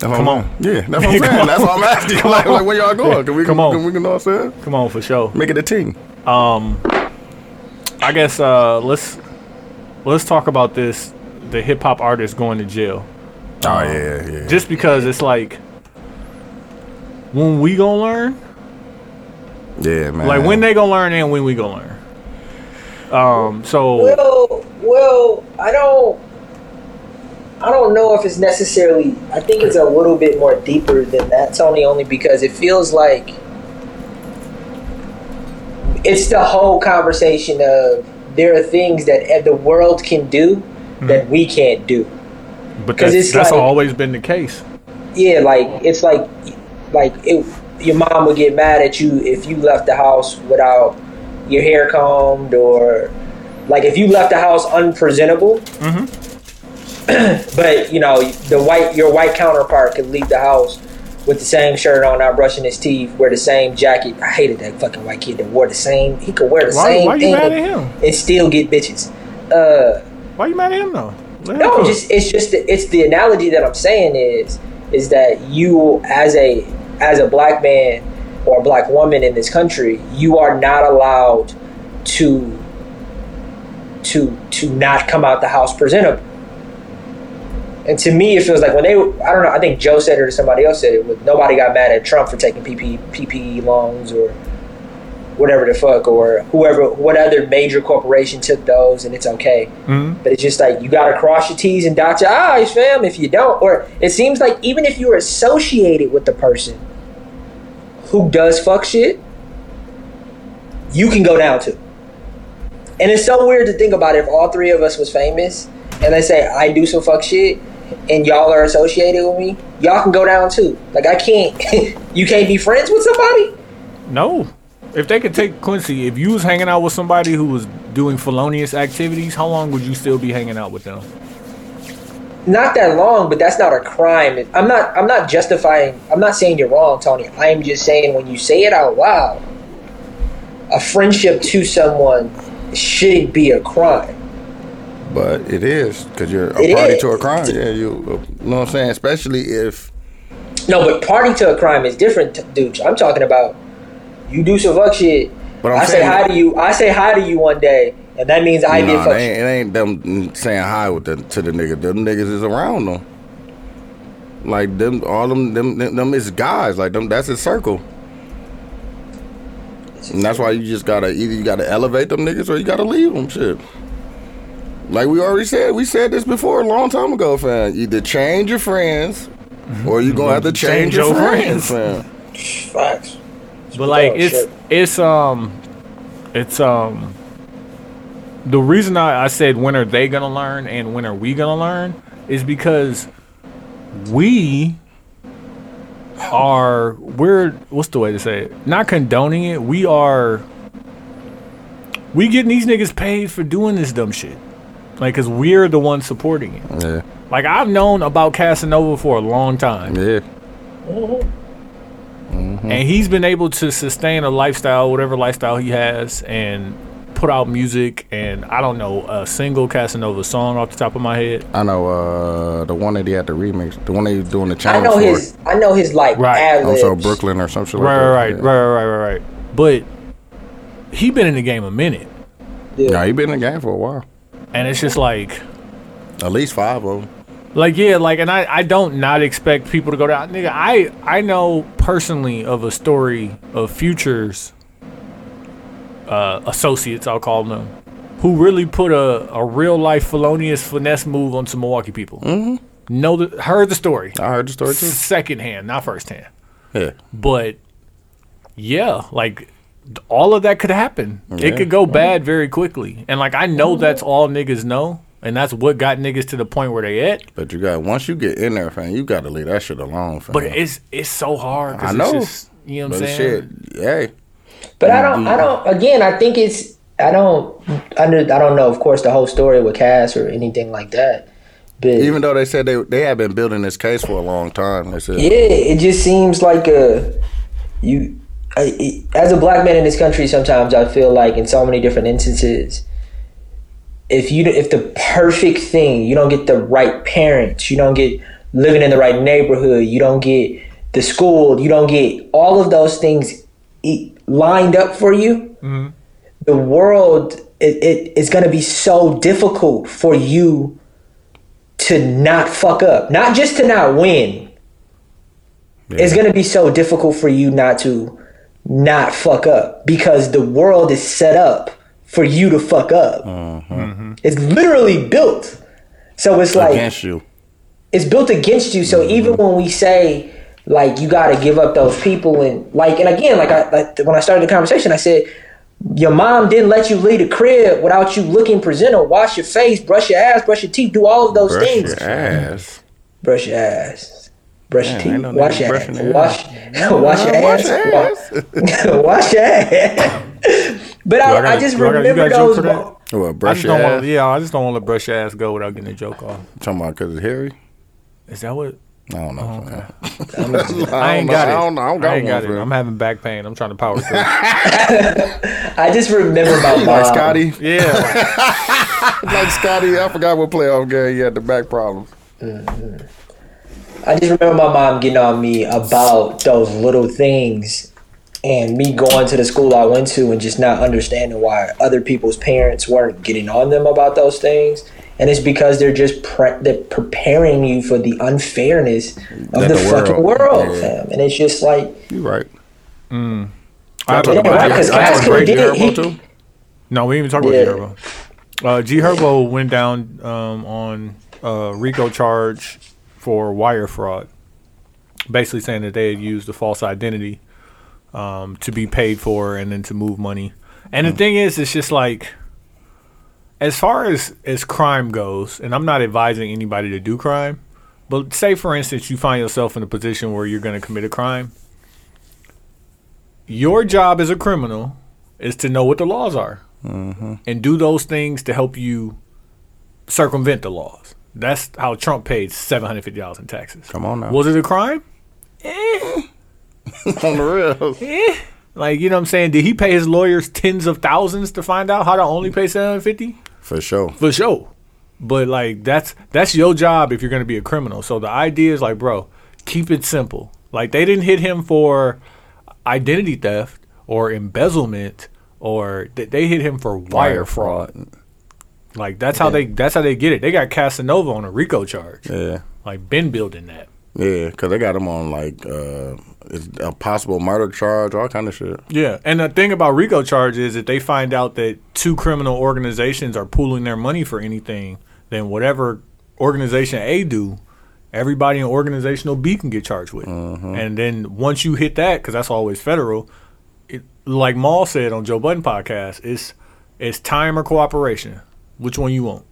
[SPEAKER 1] That's what
[SPEAKER 3] Come
[SPEAKER 1] I'm-
[SPEAKER 3] on.
[SPEAKER 1] Yeah, that's what I'm
[SPEAKER 3] Come
[SPEAKER 1] saying.
[SPEAKER 3] on.
[SPEAKER 1] That's what I'm asking. Like, like where y'all going? Can we
[SPEAKER 3] Come on.
[SPEAKER 1] Can we can know what I'm saying?
[SPEAKER 3] Come on for sure.
[SPEAKER 1] Make it a team.
[SPEAKER 3] I guess uh, let's let's talk about this. The hip hop artist going to jail.
[SPEAKER 1] Oh yeah, yeah.
[SPEAKER 3] just because it's like when we gonna learn
[SPEAKER 1] yeah, man.
[SPEAKER 3] like
[SPEAKER 4] Uh-huh.
[SPEAKER 3] when they gonna learn and when we gonna learn um so
[SPEAKER 4] Well, well, I don't. I don't know if it's necessarily. I think it's a little bit more deeper than that, Tony. Only because it feels like it's the whole conversation of there are things that eh, the world can do that we can't do.
[SPEAKER 3] but that's,
[SPEAKER 4] it's
[SPEAKER 3] that's
[SPEAKER 4] like-
[SPEAKER 3] always been the case
[SPEAKER 4] Yeah, like it's like like it, your mom would get mad at you if you left the house without your hair combed or like if you left the house unpresentable.
[SPEAKER 3] Mm-hmm.
[SPEAKER 4] but you know the white your white counterpart could leave the house with the same shirt on, not brushing his teeth, wear the same jacket. I hated that fucking white kid that wore the same. He could wear the
[SPEAKER 3] Why-
[SPEAKER 4] same
[SPEAKER 3] why you
[SPEAKER 4] thing
[SPEAKER 3] mad at him?
[SPEAKER 4] and still get bitches. Uh,
[SPEAKER 3] why you mad at him though Let him
[SPEAKER 4] no,
[SPEAKER 3] cook.
[SPEAKER 4] just it's just the, it's the analogy that I'm saying is is that you as a as a black man or a black woman in this country, you are not allowed to to to not come out the house presentable. And to me, it feels like when they I don't know I think Joe said it or somebody else said it. But nobody got mad at Trump for taking PP, PPE loans or E whatever the fuck or whoever what other major corporation took those and it's okay. But it's just like you gotta cross your T's and dot your I's, fam. If you don't, or it seems like even if you're associated with the person who does fuck shit, you can go down too. And it's so weird to think about if all three of us was famous and they say I do some fuck shit and y'all are associated with me, y'all can go down too. Like I can't you can't be friends with somebody?
[SPEAKER 3] No. If they could take Quincy, if you was hanging out with somebody who was doing felonious activities, how long would you still be hanging out with them?
[SPEAKER 4] Not that long, but that's not a crime. I'm not I'm not justifying I'm not saying you're wrong, Tony. I am just saying when you say it out loud, a friendship to someone shouldn't be a crime.
[SPEAKER 1] But it is because you're a
[SPEAKER 4] It
[SPEAKER 1] party
[SPEAKER 4] is.
[SPEAKER 1] to a crime. Yeah, you, you know what I'm saying. Especially if
[SPEAKER 4] No, but party to a crime is different, t- dude. I'm talking about you do some fuck shit.
[SPEAKER 1] But I'm
[SPEAKER 4] I say
[SPEAKER 1] saying-
[SPEAKER 4] hi to you. I say hi to you one day, and that means I did
[SPEAKER 1] nah,
[SPEAKER 4] fuck
[SPEAKER 1] it
[SPEAKER 4] shit.
[SPEAKER 1] ain't, it ain't them saying hi with the, to the nigga. Them niggas is around them. Like them, all them, them, them, them is guys. Like them, that's his circle. And that's why you just gotta either you gotta elevate them niggas or you gotta leave them. Shit. Like we already said, we said this before a long time ago, fam. Either change your friends, or you gonna have to change,
[SPEAKER 3] Change
[SPEAKER 1] your,
[SPEAKER 3] your
[SPEAKER 1] friends, fam.
[SPEAKER 4] Facts.
[SPEAKER 3] But like
[SPEAKER 4] Oh,
[SPEAKER 3] it's
[SPEAKER 4] shit.
[SPEAKER 3] it's um it's um the reason I, I said when are they gonna learn and when are we gonna learn is because we are we're what's the way to say it? Not condoning it. We are we getting these niggas paid for doing this dumb shit. Like, cause we're the ones supporting it.
[SPEAKER 1] Yeah,
[SPEAKER 3] Like, I've known about Casanova for a long time
[SPEAKER 1] yeah.
[SPEAKER 3] and he's been able to sustain a lifestyle, whatever lifestyle he has, and put out music. And I don't know a single Casanova song off the top of my head.
[SPEAKER 1] I know uh, the one that he had to remix, the one that he was doing the
[SPEAKER 4] I
[SPEAKER 1] challenge
[SPEAKER 4] know
[SPEAKER 1] for.
[SPEAKER 4] his. I know his like
[SPEAKER 3] Right.
[SPEAKER 4] ad libs.
[SPEAKER 1] also Brooklyn or some shit
[SPEAKER 3] Right,
[SPEAKER 1] like that.
[SPEAKER 3] right, right,
[SPEAKER 1] Yeah.
[SPEAKER 3] right, right, right, right. But he been in the game a minute,
[SPEAKER 1] Nah, he been in the game for a while.
[SPEAKER 3] and it's just like,
[SPEAKER 1] At least five of them.
[SPEAKER 3] like yeah, like, and I, I don't not expect people to go down. Nigga, I, I know personally of a story of futures uh, associates, I'll call them, who really put a, a real life felonious finesse move on some Milwaukee people. Mm-hmm. Know the, heard the story
[SPEAKER 1] I heard the story too.
[SPEAKER 3] secondhand, not firsthand.
[SPEAKER 1] Yeah.
[SPEAKER 3] But yeah, like d- all of that could happen.
[SPEAKER 1] Yeah. Mm-hmm.
[SPEAKER 3] It could go bad very quickly. And like I know that's all niggas know, and that's what got niggas to the point where they at.
[SPEAKER 1] But you got once you get in there, fam, you got to leave that shit alone, fam.
[SPEAKER 3] But it's it's so hard. 'cause
[SPEAKER 1] I know.
[SPEAKER 3] It's just, you know what
[SPEAKER 1] But
[SPEAKER 3] I'm saying?
[SPEAKER 1] shit, hey,
[SPEAKER 4] But I don't. I don't. Again, I think it's. I don't. I don't I don't know. Of course, the whole story with Cass or anything like that. But
[SPEAKER 1] even though they said they they have been building this case for a long time, they said,
[SPEAKER 4] Yeah, it just seems like a you. I, it- as a black man in this country, sometimes I feel like in so many different instances, if you if the perfect thing, you don't get the right parents, you don't get living in the right neighborhood, you don't get the school, you don't get all of those things e- lined up for you. The world it, it is going to be so difficult for you to not fuck up, not just to not win, it's going to be so difficult for you not to not fuck up because the world is set up for you to fuck up.
[SPEAKER 1] Mm. uh-huh.
[SPEAKER 3] Mm-hmm.
[SPEAKER 4] It's literally built. So it's like
[SPEAKER 1] against you. Mm-hmm.
[SPEAKER 4] it's built against you. So even when we say like you got to give up those people and like and again like I like when I started the conversation I said your mom didn't let you leave the crib without you looking presentable, wash your face, brush your ass, brush your teeth, do all of those
[SPEAKER 1] Brush
[SPEAKER 4] things
[SPEAKER 1] your ass.
[SPEAKER 4] brush your ass. Brush your
[SPEAKER 1] Man,
[SPEAKER 4] teeth.
[SPEAKER 1] ain't no nigga
[SPEAKER 4] wash your ass.
[SPEAKER 1] brushing their
[SPEAKER 4] Wash, wash your
[SPEAKER 1] Wash
[SPEAKER 4] ass.
[SPEAKER 1] your ass.
[SPEAKER 4] wash your ass. But I,
[SPEAKER 3] Do
[SPEAKER 4] I,
[SPEAKER 3] gotta-
[SPEAKER 4] just
[SPEAKER 3] do I gotta- you
[SPEAKER 4] remember
[SPEAKER 3] got a joke
[SPEAKER 4] those.
[SPEAKER 3] for that?
[SPEAKER 4] mo-
[SPEAKER 1] Well,
[SPEAKER 3] I
[SPEAKER 1] brush
[SPEAKER 3] just
[SPEAKER 1] your
[SPEAKER 3] don't
[SPEAKER 1] ass.
[SPEAKER 3] want yeah, I just don't want to brush your ass go without getting a joke off.
[SPEAKER 1] Talking about because it's hairy.
[SPEAKER 3] Is that what
[SPEAKER 1] I don't know. fam.
[SPEAKER 3] Oh, I, ain't got
[SPEAKER 1] I
[SPEAKER 3] it?
[SPEAKER 1] don't know. I don't got
[SPEAKER 3] I
[SPEAKER 1] one,
[SPEAKER 3] ain't got it.
[SPEAKER 1] fam.
[SPEAKER 3] I'm having back pain. I'm trying to power through.
[SPEAKER 4] I just remember my mom.
[SPEAKER 1] Like Scotty,
[SPEAKER 3] yeah.
[SPEAKER 1] like Scotty, I forgot what playoff game he had the back problem.
[SPEAKER 4] I just remember my mom getting on me about those little things and me going to the school I went to and just not understanding why other people's parents weren't getting on them about those things. And it's because they're just pre- they're preparing you for the unfairness of
[SPEAKER 1] That
[SPEAKER 4] the,
[SPEAKER 1] the
[SPEAKER 4] fucking
[SPEAKER 1] world-
[SPEAKER 4] world,
[SPEAKER 1] yeah.
[SPEAKER 4] fam. And it's just like
[SPEAKER 1] You right.
[SPEAKER 3] I
[SPEAKER 1] Y'all
[SPEAKER 3] talk
[SPEAKER 1] talking
[SPEAKER 3] about
[SPEAKER 1] about
[SPEAKER 4] right, 'cause
[SPEAKER 1] y'all talking
[SPEAKER 4] Cass
[SPEAKER 1] about
[SPEAKER 4] could've
[SPEAKER 1] Drake and
[SPEAKER 4] did it.
[SPEAKER 1] Herbo
[SPEAKER 4] He-
[SPEAKER 1] too?
[SPEAKER 3] No, we didn't even talk
[SPEAKER 4] Yeah.
[SPEAKER 3] about G Herbo. Uh, G Herbo went down um, on uh, RICO charge for wire fraud, basically saying that they had used a false identity um, to be paid for and then to move money. And
[SPEAKER 1] Mm.
[SPEAKER 3] the thing is, it's just like, as far as as crime goes, and I'm not advising anybody to do crime, but say for instance you find yourself in a position where you're going to commit a crime. Your job as a criminal is to know what the laws are
[SPEAKER 1] Mm-hmm.
[SPEAKER 3] and do those things to help you circumvent the laws. That's how Trump paid seven hundred fifty dollars in taxes.
[SPEAKER 1] Come on now.
[SPEAKER 3] Was it a crime?
[SPEAKER 1] on the real.
[SPEAKER 3] Eh. Like you know what I'm saying? Did he pay his lawyers tens of thousands to find out how to only pay seven hundred fifty?
[SPEAKER 1] For sure.
[SPEAKER 3] For sure. But like that's that's your job if you're gonna be a criminal. So the idea is like, bro, keep it simple. Like they didn't hit him for identity theft or embezzlement or th- they hit him for wire fraud. Like that's how they that's how they get it. They got Casanova on a RICO charge.
[SPEAKER 1] Yeah.
[SPEAKER 3] Like been building that.
[SPEAKER 1] Yeah, because they got him on like uh, it's a possible murder charge, all kind of shit.
[SPEAKER 3] Yeah, and the thing about RICO charge is if they find out that two criminal organizations are pooling their money for anything, then whatever organization A do, everybody in organizational B can get charged with. And then once you hit that, because that's always federal, it, like Maul said on Joe Budden podcast, it's it's time or cooperation. Which one you want?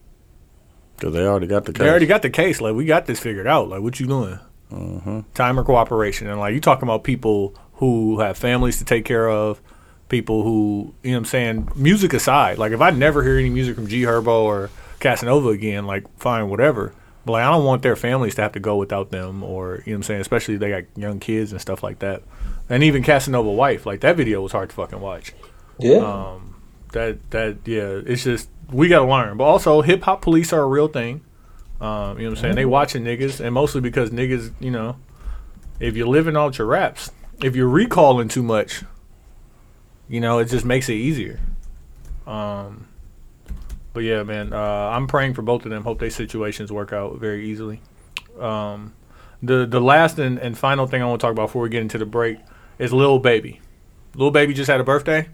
[SPEAKER 1] Because they already got the case.
[SPEAKER 3] They already got the case. Like we got this figured out. Like what you doing?
[SPEAKER 1] Mm-hmm.
[SPEAKER 3] Time or cooperation, and like you talking about people who have families to take care of, people who you know what I'm saying. Music aside, like if I never hear any music from G Herbo or Casanova again, like fine, whatever. But like I don't want their families to have to go without them, or you know what I'm saying. Especially if they got young kids and stuff like that, and even Casanova wife. Like that video was hard to fucking watch
[SPEAKER 4] Yeah.
[SPEAKER 3] that that yeah, it's just we gotta learn. But also, hip hop police are a real thing. Um, you know what I'm saying? They watching niggas, and mostly because niggas, you know, if you're living out your raps, if you're recalling too much, you know, it just makes it easier. Um, but yeah, man, uh, I'm praying for both of them. Hope their situations work out very easily. Um, the the last and, and final thing I want to talk about before we get into the break is Lil Baby. Lil Baby just had a birthday.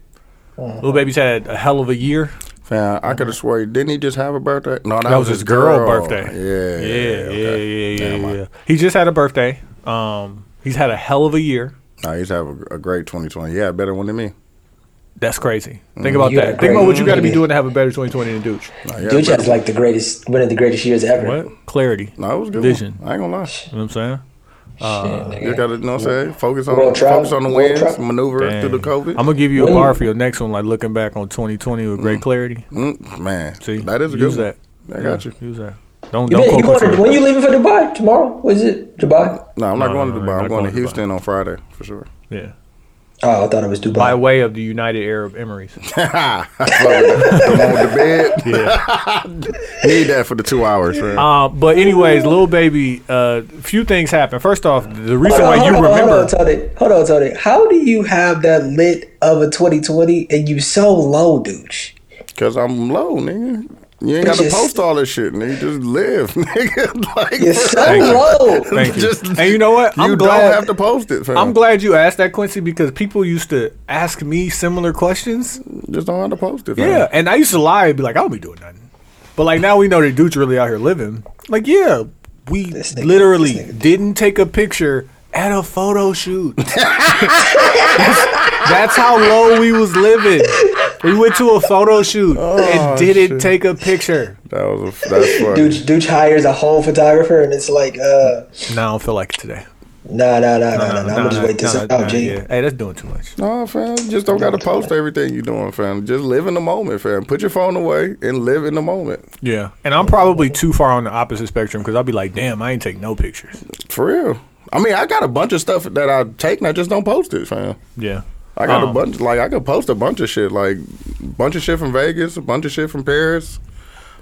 [SPEAKER 3] Lil Baby's had a hell of a year.
[SPEAKER 1] Fam, I could have swore, didn't he just have a birthday? No, that,
[SPEAKER 3] That was his girl, birthday.
[SPEAKER 1] Yeah.
[SPEAKER 3] Yeah, yeah,
[SPEAKER 1] okay.
[SPEAKER 3] yeah, yeah,
[SPEAKER 1] Never
[SPEAKER 3] yeah,
[SPEAKER 1] mind.
[SPEAKER 3] yeah. He just had a birthday. Um, he's had a hell of a year.
[SPEAKER 1] Nah, he's have a, a great 2020. Yeah, better one than me.
[SPEAKER 3] That's crazy.
[SPEAKER 1] Mm-hmm.
[SPEAKER 3] Think about
[SPEAKER 4] You had
[SPEAKER 3] that.
[SPEAKER 4] a
[SPEAKER 3] Think about
[SPEAKER 4] great
[SPEAKER 3] what you got to be
[SPEAKER 4] year.
[SPEAKER 3] doing to have a better 2020 than Dooch.
[SPEAKER 1] Nah, yeah,
[SPEAKER 4] Dude
[SPEAKER 1] better-
[SPEAKER 4] has like the greatest, one of the greatest years ever.
[SPEAKER 3] What? Clarity.
[SPEAKER 1] nah, it was a good.
[SPEAKER 3] Vision.
[SPEAKER 1] One. I ain't gonna lie.
[SPEAKER 3] You know what I'm saying? Oh,
[SPEAKER 4] Shit,
[SPEAKER 1] You
[SPEAKER 4] nigga.
[SPEAKER 1] gotta, you know what I'm saying? Focus on,
[SPEAKER 4] World travel.
[SPEAKER 1] focus on the
[SPEAKER 4] World
[SPEAKER 1] wins,
[SPEAKER 4] travel.
[SPEAKER 1] maneuver
[SPEAKER 3] Dang.
[SPEAKER 1] through the COVID.
[SPEAKER 3] I'm gonna give you a
[SPEAKER 4] When-
[SPEAKER 3] bar for your next one, like looking back on 2020 with great clarity.
[SPEAKER 1] Mm, man,
[SPEAKER 3] See,
[SPEAKER 1] that is a
[SPEAKER 3] use
[SPEAKER 1] good one. I got
[SPEAKER 3] Yeah,
[SPEAKER 1] you.
[SPEAKER 3] Use that. Don't
[SPEAKER 4] You
[SPEAKER 3] don't quote
[SPEAKER 4] been, you going
[SPEAKER 3] me.
[SPEAKER 4] to, when you leaving for Dubai tomorrow? What is it Dubai?
[SPEAKER 1] No, I'm not
[SPEAKER 3] No,
[SPEAKER 1] going
[SPEAKER 3] no,
[SPEAKER 1] to
[SPEAKER 3] no,
[SPEAKER 1] Dubai.
[SPEAKER 3] you're
[SPEAKER 1] I'm going to
[SPEAKER 3] not going to
[SPEAKER 1] Houston on Friday for sure.
[SPEAKER 3] Yeah.
[SPEAKER 4] Oh, I thought it was Dubai.
[SPEAKER 3] By way of the United Arab Emirates.
[SPEAKER 1] the one with the bed. Need that for the two hours, man.
[SPEAKER 3] uh, but anyways, little baby, uh, few things happen. First off, the reason why you
[SPEAKER 4] hold on,
[SPEAKER 3] remember.
[SPEAKER 4] Hold on, Tony. Hold on, Tony. How do you have that lit of a 2020 and you so low, dude?
[SPEAKER 1] Cause I'm low, nigga. You ain't
[SPEAKER 4] But
[SPEAKER 1] got to
[SPEAKER 4] you're
[SPEAKER 1] post all this shit, nigga. Just live, nigga. like,
[SPEAKER 4] You're so
[SPEAKER 1] bro,
[SPEAKER 4] low.
[SPEAKER 3] Thank you.
[SPEAKER 1] Just-
[SPEAKER 3] and you know what?
[SPEAKER 1] you
[SPEAKER 3] I'm
[SPEAKER 1] don't
[SPEAKER 3] glad.
[SPEAKER 1] have to post it, fam.
[SPEAKER 3] I'm glad you asked that, Quincy, because people used to ask me similar questions.
[SPEAKER 1] Just don't have to post it, fam.
[SPEAKER 3] Yeah, and I used to lie and be like, "I don't be doing nothing," but like now we know that dude's really out here living. Like, yeah, we
[SPEAKER 4] nigga-
[SPEAKER 3] literally
[SPEAKER 4] this nigga-
[SPEAKER 3] didn't take a picture at a photo shoot. that's, that's how low we was living. We went to a photo shoot
[SPEAKER 1] Oh,
[SPEAKER 3] and didn't take a picture.
[SPEAKER 1] That was a, that's funny.
[SPEAKER 4] Dude, dude hires a whole photographer and it's like, uh,
[SPEAKER 3] Now I don't feel like it today.
[SPEAKER 4] nah, nah, nah, nah, nah. nah I'm gonna just wait this
[SPEAKER 3] nah,
[SPEAKER 4] out,
[SPEAKER 3] nah,
[SPEAKER 4] G.
[SPEAKER 3] yeah. Hey, that's doing too much.
[SPEAKER 1] No, fam. you Just don't got to post everything you doing, fam. Just live in the moment, fam. Put your phone away and live in the moment.
[SPEAKER 3] Yeah, and I'm probably too far on the opposite spectrum because I'll be like, "Damn, I ain't take no pictures."
[SPEAKER 1] For real. I mean, I got a bunch of stuff that I take and I just don't post it, fam.
[SPEAKER 3] Yeah,
[SPEAKER 1] I got a
[SPEAKER 3] Um,
[SPEAKER 1] bunch, like I could post a bunch of shit, like bunch of shit from Vegas, a bunch of shit from Paris,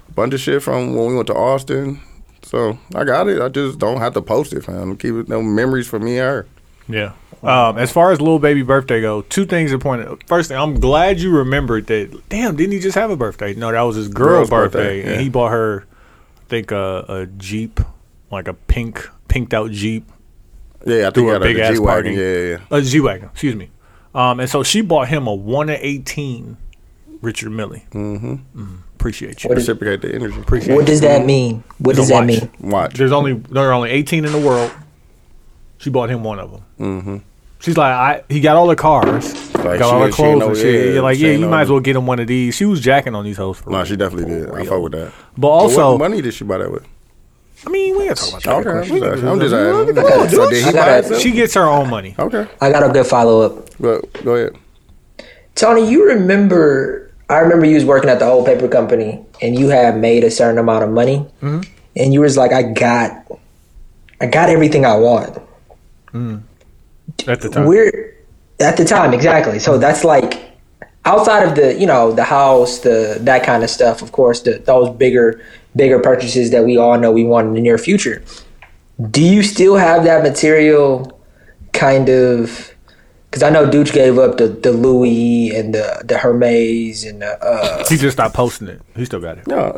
[SPEAKER 1] a bunch of shit from when we went to Austin. So I got it. I just don't have to post it, fam. Keep it no memories for me or her.
[SPEAKER 3] Yeah. Um, as far as little baby birthday go, two things to point out. First thing, I'm glad you remembered that. Damn, didn't he just have a birthday? No, that was his girl
[SPEAKER 1] Girl's
[SPEAKER 3] birthday,
[SPEAKER 1] birthday,
[SPEAKER 3] and
[SPEAKER 1] yeah.
[SPEAKER 3] he bought her, I think, uh, a Jeep, like a pink, pinked out Jeep,
[SPEAKER 1] Yeah, I
[SPEAKER 3] Through
[SPEAKER 1] think
[SPEAKER 3] a
[SPEAKER 1] I got
[SPEAKER 3] big-ass
[SPEAKER 1] a G
[SPEAKER 3] party.
[SPEAKER 1] wagon. Yeah, yeah, yeah.
[SPEAKER 3] a G wagon. Excuse me. Um, and so she bought him a one of eighteen Richard Millie. Mm-hmm. Appreciate you.
[SPEAKER 4] What is-
[SPEAKER 1] Reciprocate the energy.
[SPEAKER 3] Appreciate
[SPEAKER 4] What
[SPEAKER 3] you.
[SPEAKER 4] does that mean? What does that
[SPEAKER 3] Don't
[SPEAKER 4] mean?
[SPEAKER 3] watch.
[SPEAKER 1] Watch.
[SPEAKER 3] There's only there are only 18 in the world. She bought him one of them. Mm-hmm. She's like, I he got all the cars,
[SPEAKER 1] Like,
[SPEAKER 3] got all
[SPEAKER 1] she-
[SPEAKER 3] the
[SPEAKER 1] she ain't
[SPEAKER 3] clothes and
[SPEAKER 1] know-
[SPEAKER 3] shit.
[SPEAKER 1] yeah,
[SPEAKER 3] You're like,
[SPEAKER 1] she
[SPEAKER 3] yeah,
[SPEAKER 1] ain't
[SPEAKER 3] you
[SPEAKER 1] know-
[SPEAKER 3] might as well get him one of these. She was jacking on these hoes for
[SPEAKER 1] No,
[SPEAKER 3] real.
[SPEAKER 1] she definitely did. I fuck with that.
[SPEAKER 3] But
[SPEAKER 1] what
[SPEAKER 3] also,
[SPEAKER 1] money did she buy that with?
[SPEAKER 3] I mean, we gotta talk about that.
[SPEAKER 1] Okay, I'm just asking. I'm just asking.
[SPEAKER 4] Come on,
[SPEAKER 1] so
[SPEAKER 4] dude.
[SPEAKER 1] did
[SPEAKER 4] I
[SPEAKER 1] he
[SPEAKER 4] got
[SPEAKER 1] buy
[SPEAKER 4] it.
[SPEAKER 1] it? too?
[SPEAKER 3] She gets her own money.
[SPEAKER 1] Okay,
[SPEAKER 4] I got a good follow up.
[SPEAKER 1] go, go ahead.
[SPEAKER 4] Tony, you remember? I remember you was working at the old paper company, and you had made a certain amount of money, and you was like, "I got, I got everything I want."
[SPEAKER 3] At the time,
[SPEAKER 4] We're at the time exactly. So that's like outside of the you know the house, the that kind of stuff. Of course, the, those bigger bigger purchases that we all know we want in the near future. Do you still have that material kind of? Because I know Dooch gave up the, the Louis and the the Hermes and the, uh,
[SPEAKER 3] he just stopped posting it. He still got it.
[SPEAKER 1] No,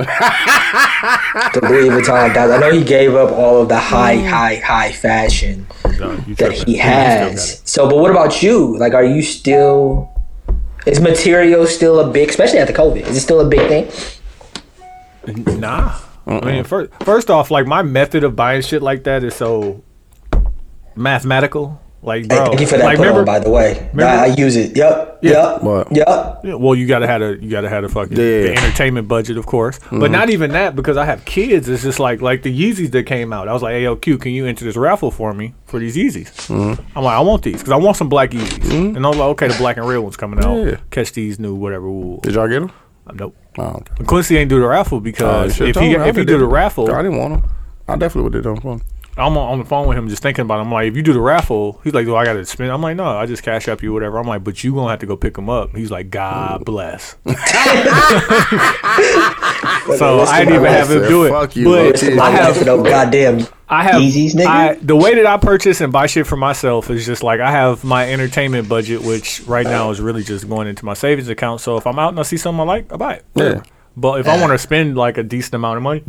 [SPEAKER 4] the Louis Vuitton. guys. I know he gave up all of the high high high fashion.
[SPEAKER 3] No, you tripping.
[SPEAKER 4] that he
[SPEAKER 3] still got
[SPEAKER 4] has.
[SPEAKER 3] it.
[SPEAKER 4] So, but what about you? Like, are you still? Is material still a big, especially after COVID? Is it still a big thing?
[SPEAKER 3] Nah. I mean, first, first off, like my method of buying shit like that is so mathematical. Like, bro,
[SPEAKER 4] Thank you for that
[SPEAKER 3] like,
[SPEAKER 4] put
[SPEAKER 3] remember-
[SPEAKER 4] on, by the way. Nah, I
[SPEAKER 3] remember-
[SPEAKER 4] use it. Yep. Yep.
[SPEAKER 1] What?
[SPEAKER 4] Yep.
[SPEAKER 3] Yeah, well, you gotta have a you gotta have a fucking
[SPEAKER 1] Yeah. Mm-hmm.
[SPEAKER 3] the entertainment budget, of course. But not even that because I have kids. It's just like like the Yeezys that came out. I was like, "Hey, yo, Q, can you enter this raffle for me for these Yeezys?"
[SPEAKER 1] Mm-hmm.
[SPEAKER 3] I'm like, "I want these because I want some black Yeezys." And I was like, "Okay, the black and red ones coming out.
[SPEAKER 1] Yeah.
[SPEAKER 3] Catch these new whatever." Ooh.
[SPEAKER 1] did y'all get him?
[SPEAKER 3] I'm nope.
[SPEAKER 1] No.
[SPEAKER 3] Quincy ain't do the raffle because Uh, if he if he do the raffle,
[SPEAKER 1] I didn't want him. I definitely would have done one.
[SPEAKER 3] I'm on, on the phone with him just thinking about it. I'm like, if you do the raffle, he's like, do I got to spend? I'm like, no, I just cash up you, whatever. I'm like, but you going to have to go pick him up. He's like,
[SPEAKER 1] Mm-hmm.
[SPEAKER 3] God bless. so I didn't even have him do it.
[SPEAKER 1] Fuck you,
[SPEAKER 3] but
[SPEAKER 1] Lil'
[SPEAKER 3] I
[SPEAKER 4] I
[SPEAKER 1] T.
[SPEAKER 4] have
[SPEAKER 3] have,
[SPEAKER 4] for those goddamn
[SPEAKER 3] I have,
[SPEAKER 4] Yeezys, nigga.
[SPEAKER 3] I, the way that I purchase and buy shit for myself is just like I have my entertainment budget, which right now is really just going into my savings account. So if I'm out and I see something I like, I buy it.
[SPEAKER 1] Yeah.
[SPEAKER 3] But if I want to spend like a decent amount of money,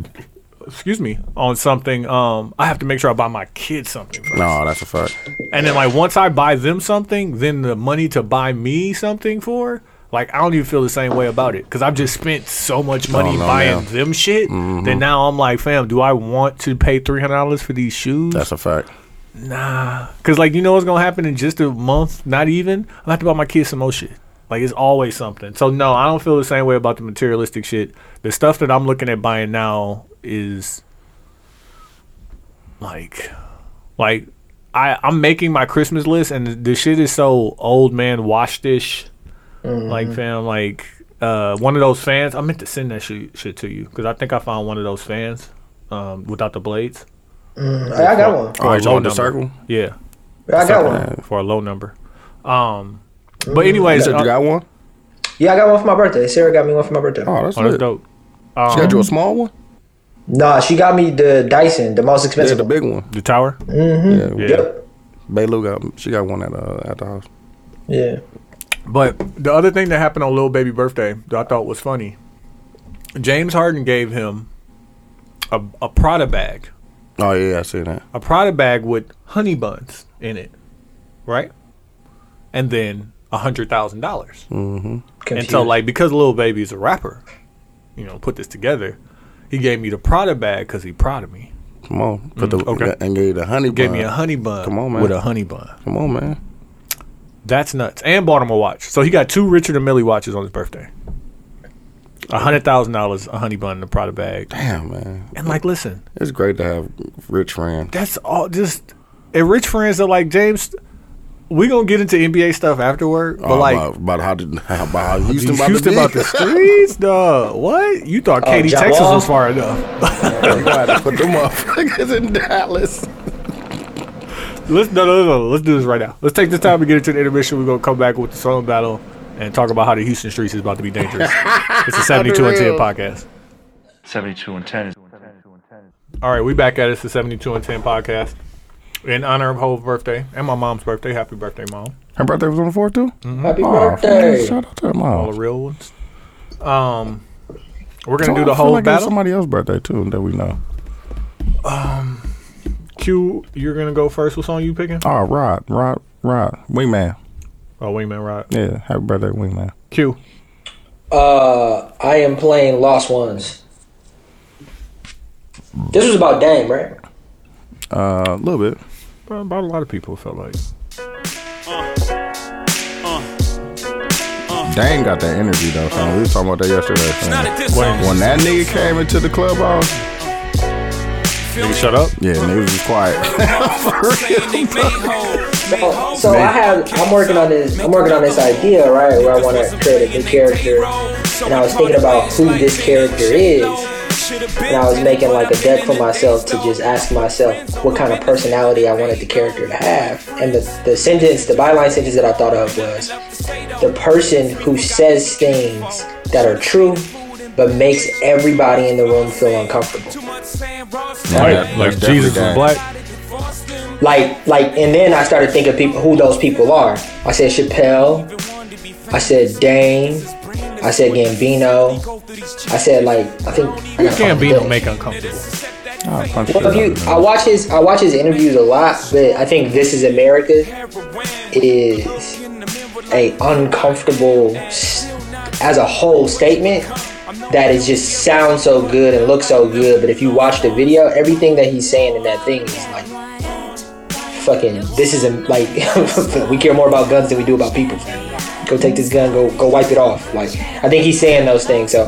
[SPEAKER 3] excuse me, on something, um, I have to make sure I buy my kids something. First.
[SPEAKER 1] No, that's a fact.
[SPEAKER 3] And then like once I buy them something, then the money to buy me something for, like I don't even feel the same way about it because I've just spent so much money
[SPEAKER 1] Oh, no,
[SPEAKER 3] buying
[SPEAKER 1] yeah. Mm-hmm.
[SPEAKER 3] them shit. Then now I'm like, fam, do I want to pay three hundred dollars for these shoes?
[SPEAKER 1] That's a fact.
[SPEAKER 3] Because like you know what's gonna happen in just a month, not even. I have to buy my kids some more shit. Like it's always something. So no, I don't feel the same way about the materialistic shit. The stuff that I'm looking at buying now is like, like I I'm making my Christmas list, and the shit is so old man washed ish. Like fam, like uh, one of those fans. I meant to send that shit, shit to you because I think I found one of those fans um, without the blades.
[SPEAKER 4] I got one.
[SPEAKER 1] Oh, you
[SPEAKER 3] low
[SPEAKER 1] want the
[SPEAKER 3] number.
[SPEAKER 1] circle?
[SPEAKER 3] Yeah
[SPEAKER 4] I got one.
[SPEAKER 3] for a low number. Um, but anyways,
[SPEAKER 1] Said
[SPEAKER 3] uh,
[SPEAKER 1] you Mm, got one?
[SPEAKER 4] Yeah, I got one for my birthday. Sarah got me one for my birthday.
[SPEAKER 1] Oh, that's,
[SPEAKER 3] oh, that's
[SPEAKER 1] lit.
[SPEAKER 3] dope. Um,
[SPEAKER 1] She got you a small one?
[SPEAKER 4] Nah, she got me the Dyson, the most
[SPEAKER 1] Yeah,
[SPEAKER 4] expensive.
[SPEAKER 1] the big one.
[SPEAKER 3] The tower.
[SPEAKER 1] Yeah.
[SPEAKER 3] Yeah.
[SPEAKER 4] Yep.
[SPEAKER 1] Belu got she got one at uh, at the house.
[SPEAKER 4] Yeah.
[SPEAKER 3] But the other thing that happened on Lil Baby birthday that I thought was funny, James Harden gave him a, a Prada bag,
[SPEAKER 1] Oh yeah, I seen that.
[SPEAKER 3] a Prada bag with honey buns in it, right? And then a hundred thousand dollars.
[SPEAKER 1] Oh,
[SPEAKER 3] And so,
[SPEAKER 4] Confused.
[SPEAKER 3] like, because Lil Baby is a rapper, you know, put this together, he gave me the Prada bag because he proud of me.
[SPEAKER 1] Come on, put the
[SPEAKER 3] okay.
[SPEAKER 1] and gave you the honey.
[SPEAKER 3] Gave
[SPEAKER 1] bun.
[SPEAKER 3] me a honey bun
[SPEAKER 1] Come on, man.
[SPEAKER 3] with a honey bun.
[SPEAKER 1] Come on, man.
[SPEAKER 3] That's nuts. And bought him a watch. So he got two Richard and Millie watches on his birthday. A hundred thousand dollars, a honey bun in a Prada bag.
[SPEAKER 1] Damn, man.
[SPEAKER 3] And like, listen,
[SPEAKER 1] It's great to have rich friends.
[SPEAKER 3] that's all just and rich friends are like James. We gonna get into NBA stuff afterward, but
[SPEAKER 1] Oh,
[SPEAKER 3] like
[SPEAKER 1] about, about how did how, about how Houston,
[SPEAKER 3] Houston,
[SPEAKER 1] about, to
[SPEAKER 3] about the streets, dog. What you thought? Katy,
[SPEAKER 4] Ja
[SPEAKER 3] Texas
[SPEAKER 4] Wall?
[SPEAKER 3] was far enough.
[SPEAKER 1] You gotta put them motherfuckers in Dallas.
[SPEAKER 3] Let's no, no, no, no. Let's do this right now. Let's take this time to get into the intermission. We're gonna come back with the song battle and talk about how the Houston streets is about to be dangerous. it's a seventy-two and ten podcast.
[SPEAKER 8] 72 and 10 is
[SPEAKER 3] All right, we back at it. It's the 72 and 10 podcast. In honor of Hove's birthday and my mom's birthday. Happy birthday, mom.
[SPEAKER 1] Her birthday was on the fourth too.
[SPEAKER 4] Happy
[SPEAKER 1] Oh,
[SPEAKER 4] birthday.
[SPEAKER 1] shout out to her
[SPEAKER 3] All
[SPEAKER 1] mom.
[SPEAKER 3] the real ones. Um, we're going to do
[SPEAKER 1] I
[SPEAKER 3] the
[SPEAKER 1] feel
[SPEAKER 3] whole
[SPEAKER 1] like it was
[SPEAKER 3] battle.
[SPEAKER 1] Somebody else's birthday too that we know.
[SPEAKER 3] Q, you're going to go first. What song you picking?
[SPEAKER 1] Oh, Rod, Rod, Rod, Wingman.
[SPEAKER 3] Oh, Wingman Rod.
[SPEAKER 1] Yeah, happy birthday, Wingman.
[SPEAKER 3] Q.
[SPEAKER 4] Uh, I am playing Lost Ones. This was about Dame, right?
[SPEAKER 1] Uh, A little bit.
[SPEAKER 3] About about a lot of people, it felt like.
[SPEAKER 1] Dang got that energy though, son. We was talking about that yesterday. son.
[SPEAKER 5] Not at this
[SPEAKER 3] Wait.
[SPEAKER 5] song.
[SPEAKER 1] When that nigga came into the clubhouse,
[SPEAKER 5] Feel me?
[SPEAKER 3] Shut up.
[SPEAKER 1] yeah, niggas was quiet.
[SPEAKER 5] Saying they made hoes. Made
[SPEAKER 4] Oh,
[SPEAKER 5] hoes.
[SPEAKER 4] so I have I'm working on this I'm working on this idea right where I want to create a new character and I was thinking about who this character is and I was making like a deck for myself to just ask myself what kind of personality I wanted the character to have and the, the sentence the byline sentence that I thought of was the person who says things that are true but makes everybody in the room feel uncomfortable
[SPEAKER 1] Yeah,
[SPEAKER 3] Right,
[SPEAKER 1] that-
[SPEAKER 3] like
[SPEAKER 1] that's definitely
[SPEAKER 3] Jesus was
[SPEAKER 1] Dang.
[SPEAKER 3] black.
[SPEAKER 4] like like and then I started thinking people who those people are I said Chappelle I said Dane I said Gambino I said like I think I gotta find the
[SPEAKER 3] Gambino
[SPEAKER 4] book.
[SPEAKER 3] make uncomfortable.
[SPEAKER 1] I'll punch the shit
[SPEAKER 4] Well, if
[SPEAKER 1] out
[SPEAKER 4] you,
[SPEAKER 1] of
[SPEAKER 4] I
[SPEAKER 1] him.
[SPEAKER 4] watch his I watch his interviews a lot, but I think This Is America is a uncomfortable s- as a whole statement that it just sounds so good and looks so good, but if you watch the video, everything that he's saying in that thing is like fucking this is a, like we care more about guns than we do about people. Go take this gun, go go wipe it off. Like I think he's saying those things. So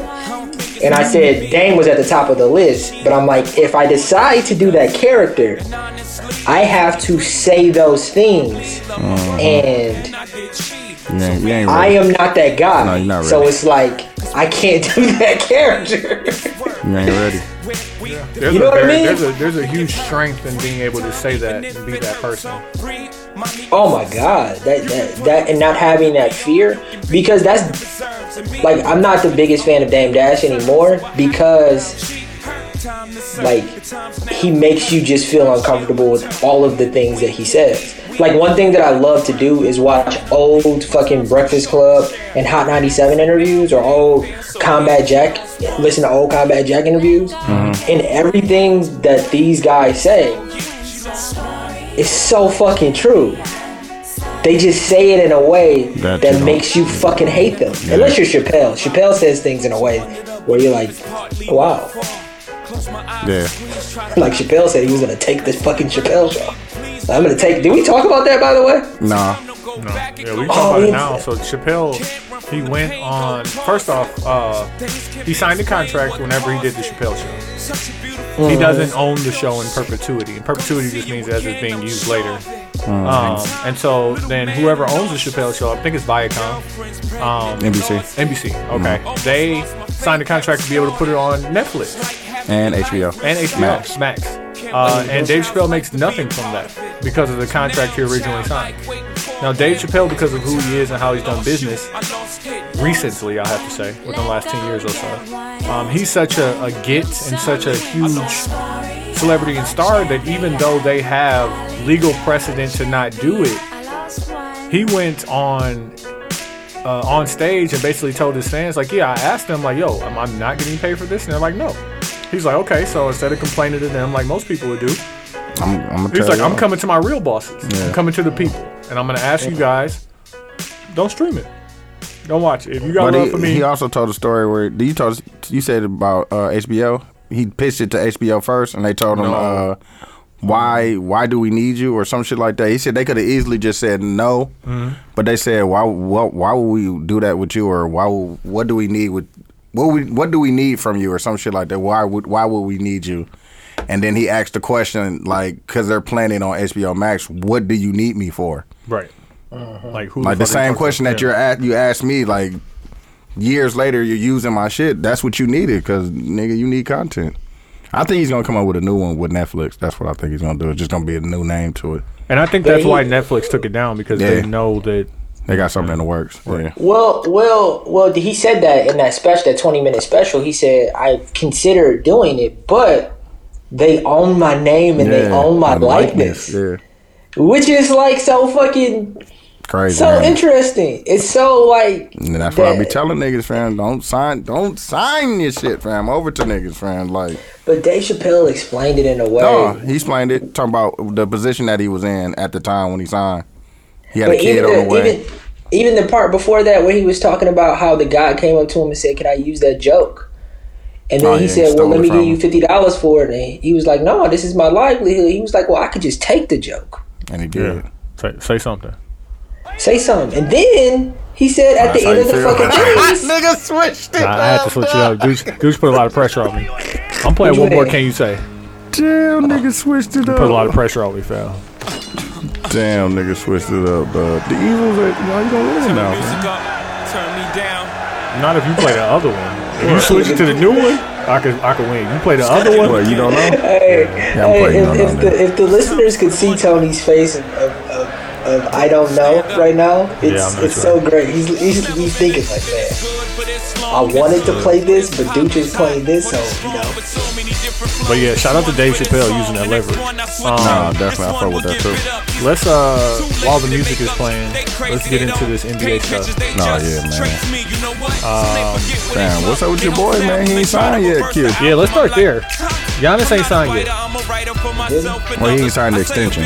[SPEAKER 4] and I said Dane was at the top of the list, but I'm like, if I decide to do that character, I have to say those things,
[SPEAKER 1] Mm-hmm.
[SPEAKER 4] and
[SPEAKER 1] You ain't, you ain't
[SPEAKER 4] I
[SPEAKER 1] ready.
[SPEAKER 4] am not that guy.
[SPEAKER 1] No, you're not
[SPEAKER 4] So
[SPEAKER 1] ready.
[SPEAKER 4] it's like I can't do that character.
[SPEAKER 1] You ain't ready.
[SPEAKER 3] There's
[SPEAKER 4] You know
[SPEAKER 3] a,
[SPEAKER 4] what I
[SPEAKER 3] there-
[SPEAKER 4] mean?
[SPEAKER 3] There's a, there's a huge strength in being able to say that and be that person.
[SPEAKER 4] oh my god, that, that that and not having that fear because that's like I'm not the biggest fan of Dame Dash anymore because like he makes you just feel uncomfortable with all of the things that he says. Like one thing that I love to do is watch old fucking Breakfast Club and Hot 97 interviews or old Combat Jack, listen to old Combat Jack interviews, and everything that these guys say is so fucking true. They just say it in a way
[SPEAKER 1] That
[SPEAKER 4] that,
[SPEAKER 1] you don't-
[SPEAKER 4] makes you fucking hate them. Unless you're Chappelle. Chappelle says things in a way where you're like, wow.
[SPEAKER 1] Yeah.
[SPEAKER 4] Like Chappelle said, he was gonna take this fucking Chappelle show. I'm gonna take. Did we talk about that, by the way?
[SPEAKER 1] Nah.
[SPEAKER 3] No. Yeah, we can talk
[SPEAKER 4] Oh,
[SPEAKER 3] about it
[SPEAKER 4] yeah.
[SPEAKER 3] now. So Chappelle, he went on. First off, uh, he signed a contract whenever he did the Chappelle show.
[SPEAKER 4] Mm.
[SPEAKER 3] He doesn't own the show in perpetuity. And perpetuity just means as it's being used later.
[SPEAKER 4] Mm.
[SPEAKER 3] Um, and so then whoever owns the Chappelle show, I think it's Viacom, um,
[SPEAKER 1] NBC
[SPEAKER 3] NBC. Okay,
[SPEAKER 4] Mm.
[SPEAKER 3] they signed a contract to be able to put it on Netflix
[SPEAKER 1] and HBO.
[SPEAKER 3] and HBO Max.
[SPEAKER 1] Max.
[SPEAKER 3] Uh, and Dave Chappelle makes nothing from that because of the contract he originally signed. Now, Dave Chappelle, because of who he is and how he's done business recently, I have to say, within the last 10 years or so, um, he's such a, a get and such a huge celebrity and star that even though they have legal precedent to not do it, he went on uh, on stage and basically told his fans, like, yeah, I asked them, like, yo, am I not getting paid for this? And they're like, no. He's like, okay, so instead of complaining to them like most people would do,
[SPEAKER 1] I'm, I'm gonna
[SPEAKER 3] he's
[SPEAKER 1] tell
[SPEAKER 3] like,
[SPEAKER 1] y'all.
[SPEAKER 3] I'm coming to my real bosses.
[SPEAKER 1] Yeah.
[SPEAKER 3] I'm coming to the people. And I'm going to ask you guys, don't stream it. Don't watch it. If you got
[SPEAKER 1] But
[SPEAKER 3] love
[SPEAKER 1] he,
[SPEAKER 3] for me,
[SPEAKER 1] he also told a story where do you told you said about uh, HBO. He pitched it to HBO first, and they told him
[SPEAKER 3] No.
[SPEAKER 1] uh, why why do we need you or some shit like that. He said they could have easily just said no,
[SPEAKER 3] Mm-hmm.
[SPEAKER 1] but they said why why why would we do that with you or why would- what do we need with what we what do we need from you or some shit like that. Why would why would we need you? And then he asked the question like because they're planning on HBO Max. What do you need me for?
[SPEAKER 3] right. Like, who
[SPEAKER 1] like the
[SPEAKER 3] fuck are you
[SPEAKER 1] same
[SPEAKER 3] talking
[SPEAKER 1] question
[SPEAKER 3] to?
[SPEAKER 1] that
[SPEAKER 3] Yeah.
[SPEAKER 1] you're at, you asked me like years later you're using my shit that's what you needed because nigga you need content i think he's gonna come up with a new one with netflix that's what i think he's gonna do it's just gonna be a new name to it
[SPEAKER 3] And I think
[SPEAKER 4] Yeah,
[SPEAKER 3] that's
[SPEAKER 4] he-
[SPEAKER 3] why Netflix took it down because they
[SPEAKER 1] Yeah.
[SPEAKER 3] know that.
[SPEAKER 1] they got something in the works yeah
[SPEAKER 4] Well, well, well. He said that in that special, that twenty minute special. He said I've considered doing it, but they own my name and they
[SPEAKER 1] Yeah,
[SPEAKER 4] own my
[SPEAKER 1] and
[SPEAKER 4] likeness,
[SPEAKER 1] yeah
[SPEAKER 4] which is like so fucking
[SPEAKER 1] crazy
[SPEAKER 4] so
[SPEAKER 1] man.
[SPEAKER 4] interesting. It's so like
[SPEAKER 1] and that's what i be
[SPEAKER 4] that-
[SPEAKER 1] telling niggas fam don't sign don't sign your shit fam over to niggas fam like
[SPEAKER 4] But Dave Chappelle explained it in a way.
[SPEAKER 1] no he explained it talking about the position that he was in at the time when he signed he had
[SPEAKER 4] but
[SPEAKER 1] a kid
[SPEAKER 4] even,
[SPEAKER 1] on the
[SPEAKER 4] the,
[SPEAKER 1] way
[SPEAKER 4] even even the part before that where he was talking about how the guy came up to him and said, "Can I use that joke?" And then
[SPEAKER 1] Oh,
[SPEAKER 4] he
[SPEAKER 1] yeah, he
[SPEAKER 4] said, "Well,
[SPEAKER 1] stole
[SPEAKER 4] let
[SPEAKER 1] it
[SPEAKER 4] me
[SPEAKER 1] from
[SPEAKER 4] give you
[SPEAKER 1] him.
[SPEAKER 4] fifty dollars for it." And he was like, "No, this is my livelihood." He was like, "Well, I could just take the joke,
[SPEAKER 1] And he did.
[SPEAKER 3] Say, say something.
[SPEAKER 4] say something." And then he said, "At
[SPEAKER 1] That's
[SPEAKER 4] the
[SPEAKER 1] how
[SPEAKER 4] end
[SPEAKER 1] you
[SPEAKER 4] of the
[SPEAKER 1] feel.
[SPEAKER 4] fucking thing,
[SPEAKER 1] Nigga switched it
[SPEAKER 3] Nah, I had to switch it up. Dudes, dudes put a lot of pressure on me. I'm playing.
[SPEAKER 4] What
[SPEAKER 3] What
[SPEAKER 4] you
[SPEAKER 3] more
[SPEAKER 4] mean?
[SPEAKER 3] can you say?
[SPEAKER 1] Damn, nigga switched it up.
[SPEAKER 3] Put a lot of pressure on me, fam.
[SPEAKER 1] Damn, nigga switched it up, bro. The Eagles, are, you know, you gonna lose now. man.
[SPEAKER 5] Music up, turn me down.
[SPEAKER 3] Not if you play the other one. If you switch it to the new one, I could I could win. You play the other one.
[SPEAKER 1] Well, you don't know.
[SPEAKER 4] hey,
[SPEAKER 1] Yeah, I'm
[SPEAKER 4] hey,
[SPEAKER 1] playing
[SPEAKER 4] if,
[SPEAKER 1] no,
[SPEAKER 4] if
[SPEAKER 1] no,
[SPEAKER 4] the if the listeners could see Tony's face of, of, of, of I don't know right now, it's
[SPEAKER 3] I'm not
[SPEAKER 4] it's
[SPEAKER 3] sure.
[SPEAKER 4] so great. He's, he's he's thinking like that."
[SPEAKER 5] Good, but it's
[SPEAKER 4] I
[SPEAKER 5] long.
[SPEAKER 4] wanted to play this, but Dooch is playing this, so you know.
[SPEAKER 5] But so many different
[SPEAKER 3] But yeah, shout out to Dave Chappelle using that leverage. Um,
[SPEAKER 1] Nah, definitely, I fuck with that too.
[SPEAKER 3] Let's uh while the music is playing, let's get into this NBA stuff.
[SPEAKER 1] Nah, yeah, man.
[SPEAKER 5] Um,
[SPEAKER 1] Damn, what's up with your boy, man? He ain't signed yet, kid.
[SPEAKER 3] Yeah, let's start there. Giannis ain't signed yet.
[SPEAKER 1] Well, he ain't signed the extension.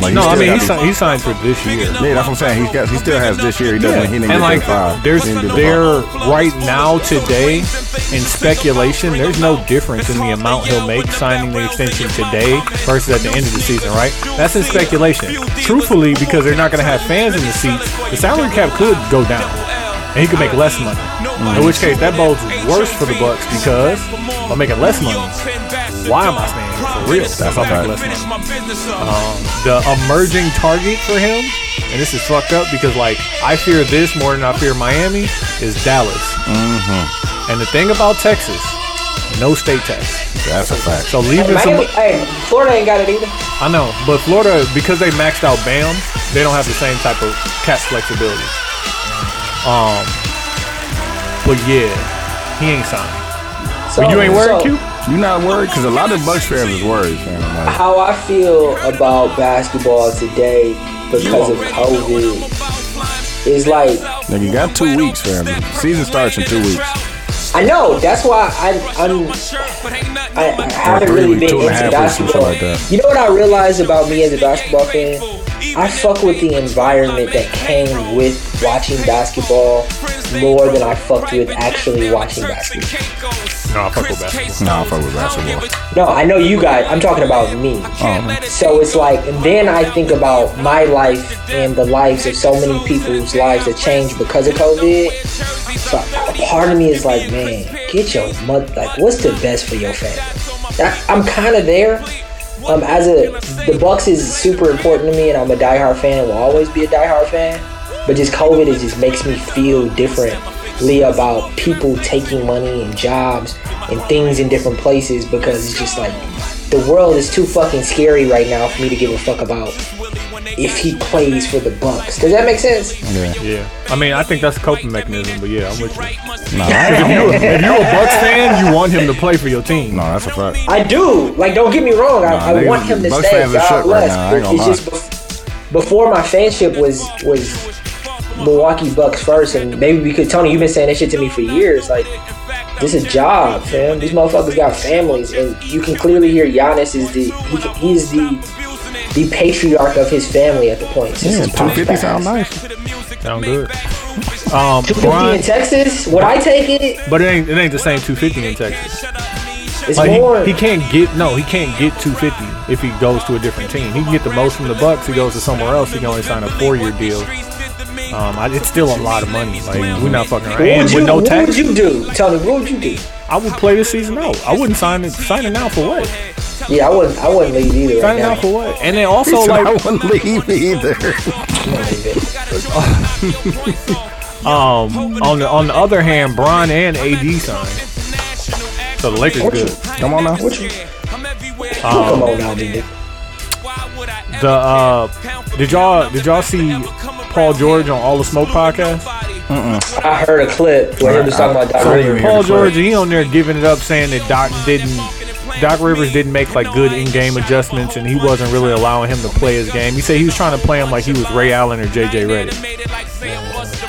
[SPEAKER 1] Like,
[SPEAKER 3] No,
[SPEAKER 1] He
[SPEAKER 3] I
[SPEAKER 1] still
[SPEAKER 3] mean
[SPEAKER 1] got
[SPEAKER 3] he signed, he signed for this year.
[SPEAKER 1] Yeah, that's what I'm saying. He's got, he still has this year. He doesn't. He didn't get
[SPEAKER 3] and like
[SPEAKER 1] like, five.
[SPEAKER 3] there's
[SPEAKER 1] He didn't get the
[SPEAKER 3] there
[SPEAKER 1] five.
[SPEAKER 3] right now today in speculation there's no difference in the amount he'll make signing the extension today versus at the end of the season right that's in speculation truthfully because they're not going to have fans in the seats the salary cap could go down and he could make less money in which case that bodes worse for the bucks because by making less money why am i staying here for real that's i'm making less money Um, the emerging target for him, and this is fucked up because like I fear this more than I fear Miami is Dallas. Mm-hmm. And the thing about Texas, no state tax,
[SPEAKER 1] That's a fact.
[SPEAKER 3] so leaving
[SPEAKER 4] Miami,
[SPEAKER 3] some.
[SPEAKER 4] hey, Florida ain't got it either.
[SPEAKER 3] I know, but Florida because they maxed out Bam, they don't have the same type of cap flexibility. Um, but yeah, he ain't signed.
[SPEAKER 4] So
[SPEAKER 3] you ain't worried,
[SPEAKER 4] so
[SPEAKER 3] Q?
[SPEAKER 1] You not worried? Cause a lot of Bucks fans is worried, man. Like,
[SPEAKER 4] How I feel about basketball today because of COVID is like
[SPEAKER 1] nigga, you got two weeks, fam. Season starts in two weeks.
[SPEAKER 4] I know that's why I I'm I, I haven't
[SPEAKER 1] Or three
[SPEAKER 4] really
[SPEAKER 1] weeks,
[SPEAKER 4] been
[SPEAKER 1] two and a
[SPEAKER 4] into
[SPEAKER 1] half weeks, some shit
[SPEAKER 4] basketball.
[SPEAKER 1] like that.
[SPEAKER 4] You know what I realized about me as a basketball fan? I fuck with the environment that came with watching basketball more than I fucked with actually watching basketball.
[SPEAKER 3] No, I fuck with basketball.
[SPEAKER 1] Nah, I fuck with basketball.
[SPEAKER 4] No, I know you guys. I'm talking about me. So it's like, and then I think about my life and the lives of so many people's lives that changed because of COVID. So a part of me is like, man, get your mother. Like, what's the best for your family? That, I'm kind of there. Um, as a the Bucks is super important to me, and I'm a diehard fan. Will always be a diehard fan. But just COVID, it just makes me feel differently about people taking money and jobs and things in different places because it's just like the world is too fucking scary right now for me to give a fuck about if he plays for the Bucks. Does that make sense?
[SPEAKER 3] Yeah, I mean I think that's a coping mechanism, but yeah, I'm with you.
[SPEAKER 1] Nah,
[SPEAKER 3] If you're a Bucks fan, you want him to play for your team.
[SPEAKER 1] no, that's a fact.
[SPEAKER 4] I do. Like, don't get me wrong. I,
[SPEAKER 1] Nah,
[SPEAKER 4] I
[SPEAKER 1] niggas-
[SPEAKER 4] want him to
[SPEAKER 1] Bucks
[SPEAKER 4] stay.
[SPEAKER 1] fans are
[SPEAKER 4] God
[SPEAKER 1] shook right
[SPEAKER 4] bless.
[SPEAKER 1] now, I ain't gonna
[SPEAKER 4] it's
[SPEAKER 1] lie.
[SPEAKER 4] just bef- before my fanship was was Milwaukee Bucks first, and maybe we could. Tony, you've been saying that shit to me for years. Like, this is a job, fam. These motherfuckers got families, and you can clearly hear Giannis is the he, can- he's the the patriarch of his family at the point. since
[SPEAKER 1] Yeah,
[SPEAKER 4] his pops
[SPEAKER 1] 250 sound
[SPEAKER 4] passed.
[SPEAKER 1] nice.
[SPEAKER 3] Sound good. Um,
[SPEAKER 4] 250 in
[SPEAKER 3] Bron,
[SPEAKER 4] Texas? Would I take it?
[SPEAKER 3] but it ain't it ain't the same 250 in Texas.
[SPEAKER 4] It's
[SPEAKER 3] Like
[SPEAKER 4] more.
[SPEAKER 3] he, he can't get no, he can't get 250 if he goes to a different team. He can get the most from the Bucks. He goes to somewhere else. He can only sign a four year deal. Um, I, it's still a lot of money. Like we're not fucking around.
[SPEAKER 4] what
[SPEAKER 3] And
[SPEAKER 4] would you,
[SPEAKER 3] with no
[SPEAKER 4] what
[SPEAKER 3] tax,
[SPEAKER 4] would you do, Tony? What would you do?
[SPEAKER 3] I would play this season out. I wouldn't sign it. Sign it now for what?
[SPEAKER 4] Yeah, I wouldn't. I wouldn't leave either.
[SPEAKER 3] Sign
[SPEAKER 4] Right
[SPEAKER 3] it
[SPEAKER 4] now.
[SPEAKER 3] now for what? And then also
[SPEAKER 1] So I
[SPEAKER 3] like
[SPEAKER 1] wouldn't leave either.
[SPEAKER 3] um on the on the other hand, Bron and AD signed. So the Lakers good.
[SPEAKER 1] Come on now.
[SPEAKER 4] Oh, Come on now, nigga.
[SPEAKER 3] The uh, did y'all did y'all see Paul George on All the Smoke podcast?
[SPEAKER 4] I heard a clip where he was talking about Doc
[SPEAKER 1] So-
[SPEAKER 4] Rivers.
[SPEAKER 3] Paul
[SPEAKER 1] the clip.
[SPEAKER 3] George he on there giving it up, saying that Doc didn't Doc Rivers didn't make like good in-game adjustments, and he wasn't really allowing him to play his game. He said he was trying to play him like he was Ray Allen or JJ Redick.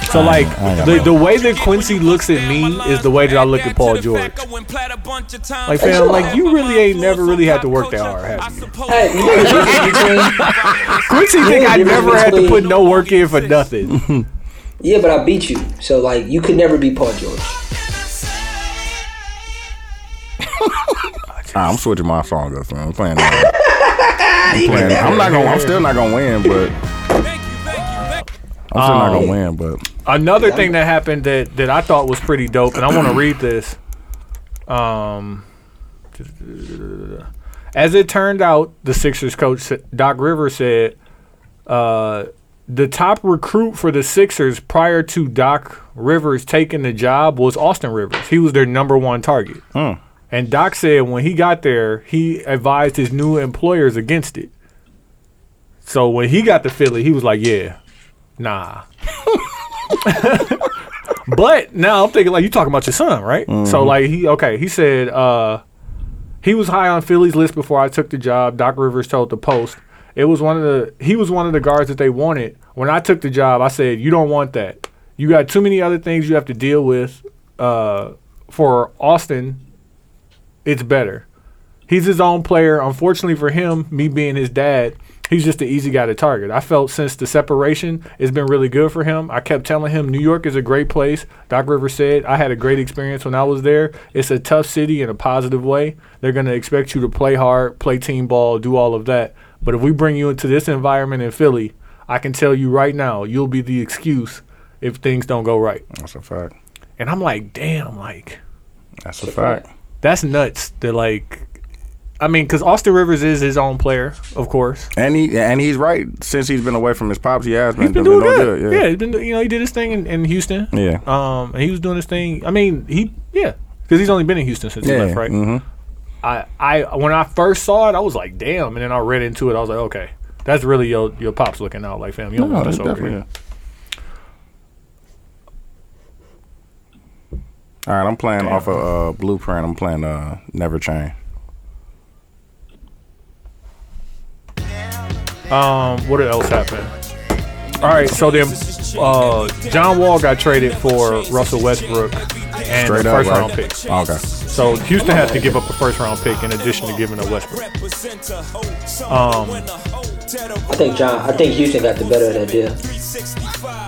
[SPEAKER 3] So like
[SPEAKER 1] I don't
[SPEAKER 3] the,
[SPEAKER 1] know.
[SPEAKER 3] the way that Quincy looks at me is the way that I look at Paul George. Like fam, like you really ain't never really had to work that hard. Have you?
[SPEAKER 4] Hey, you know the difference between
[SPEAKER 3] Quincy think I never had to put no work in for nothing.
[SPEAKER 4] Yeah, but I beat you. So like you could never be Paul George.
[SPEAKER 1] Nah, I'm switching my song up, man. I'm playing. I'm, playing I'm not gonna. I'm still not gonna win, but I'm still not
[SPEAKER 3] Oh.
[SPEAKER 1] gonna win, but
[SPEAKER 3] Another thing that happened that, that I thought was pretty dope, and I want to read this. Um, as it turned out, the Sixers coach sa- Doc Rivers said, uh, the top recruit for the Sixers prior to Doc Rivers taking the job was Austin Rivers. He was their number one target. And Doc said when he got there, he advised his new employers against it. So when he got to Philly, he was like, "Yeah, nah." but now I'm thinking like you talking about your son, right? So like he okay, he said uh he was high on Philly's list before I took the job. Doc Rivers told the Post it was one of the he was one of the guards that they wanted. When I took the job, I said you don't want that. You got too many other things you have to deal with. Uh, for Austin, it's better. He's his own player. Unfortunately for him, me being his dad, he's just an easy guy to target. I felt since the separation, it's been really good for him. I kept telling him New York is a great place. Doc Rivers said, I had a great experience when I was there. It's a tough city in a positive way. They're going to expect you to play hard, play team ball, do all of that. But if we bring you into this environment in Philly, I can tell you right now, you'll be the excuse if things don't go right.
[SPEAKER 1] that's a fact.
[SPEAKER 3] And I'm like, damn, like
[SPEAKER 1] That's a fact.
[SPEAKER 3] that's nuts. That like, I mean, because Austin Rivers is his own player, of course.
[SPEAKER 1] And he and he's right. Since he's been away from his pops, he has been,
[SPEAKER 3] He's been doing good. yeah. he's been do- you know he did his thing in, in Houston.
[SPEAKER 1] Yeah.
[SPEAKER 3] Um, and he was doing his thing. I mean, he yeah, because he's only been in Houston since he
[SPEAKER 1] Yeah,
[SPEAKER 3] left, right?
[SPEAKER 1] mhm.
[SPEAKER 3] I I when I first saw it, I was like, damn. And then I read into it, I was like, okay, that's really your your pops looking out, like fam. You don't
[SPEAKER 1] No,
[SPEAKER 3] want
[SPEAKER 1] that's
[SPEAKER 3] this over
[SPEAKER 1] definitely.
[SPEAKER 3] here.
[SPEAKER 1] All right, I'm playing off of uh, Blueprint. I'm playing uh, Never Change.
[SPEAKER 3] Um, what else happened? All right, so then uh, John Wall got traded for Russell Westbrook and
[SPEAKER 1] Straight
[SPEAKER 3] the
[SPEAKER 1] up,
[SPEAKER 3] first
[SPEAKER 1] right?
[SPEAKER 3] round pick.
[SPEAKER 1] Okay.
[SPEAKER 3] So Houston has to give up a first round pick in addition to giving up Westbrook.
[SPEAKER 4] I think John. I think Houston got the better of that deal.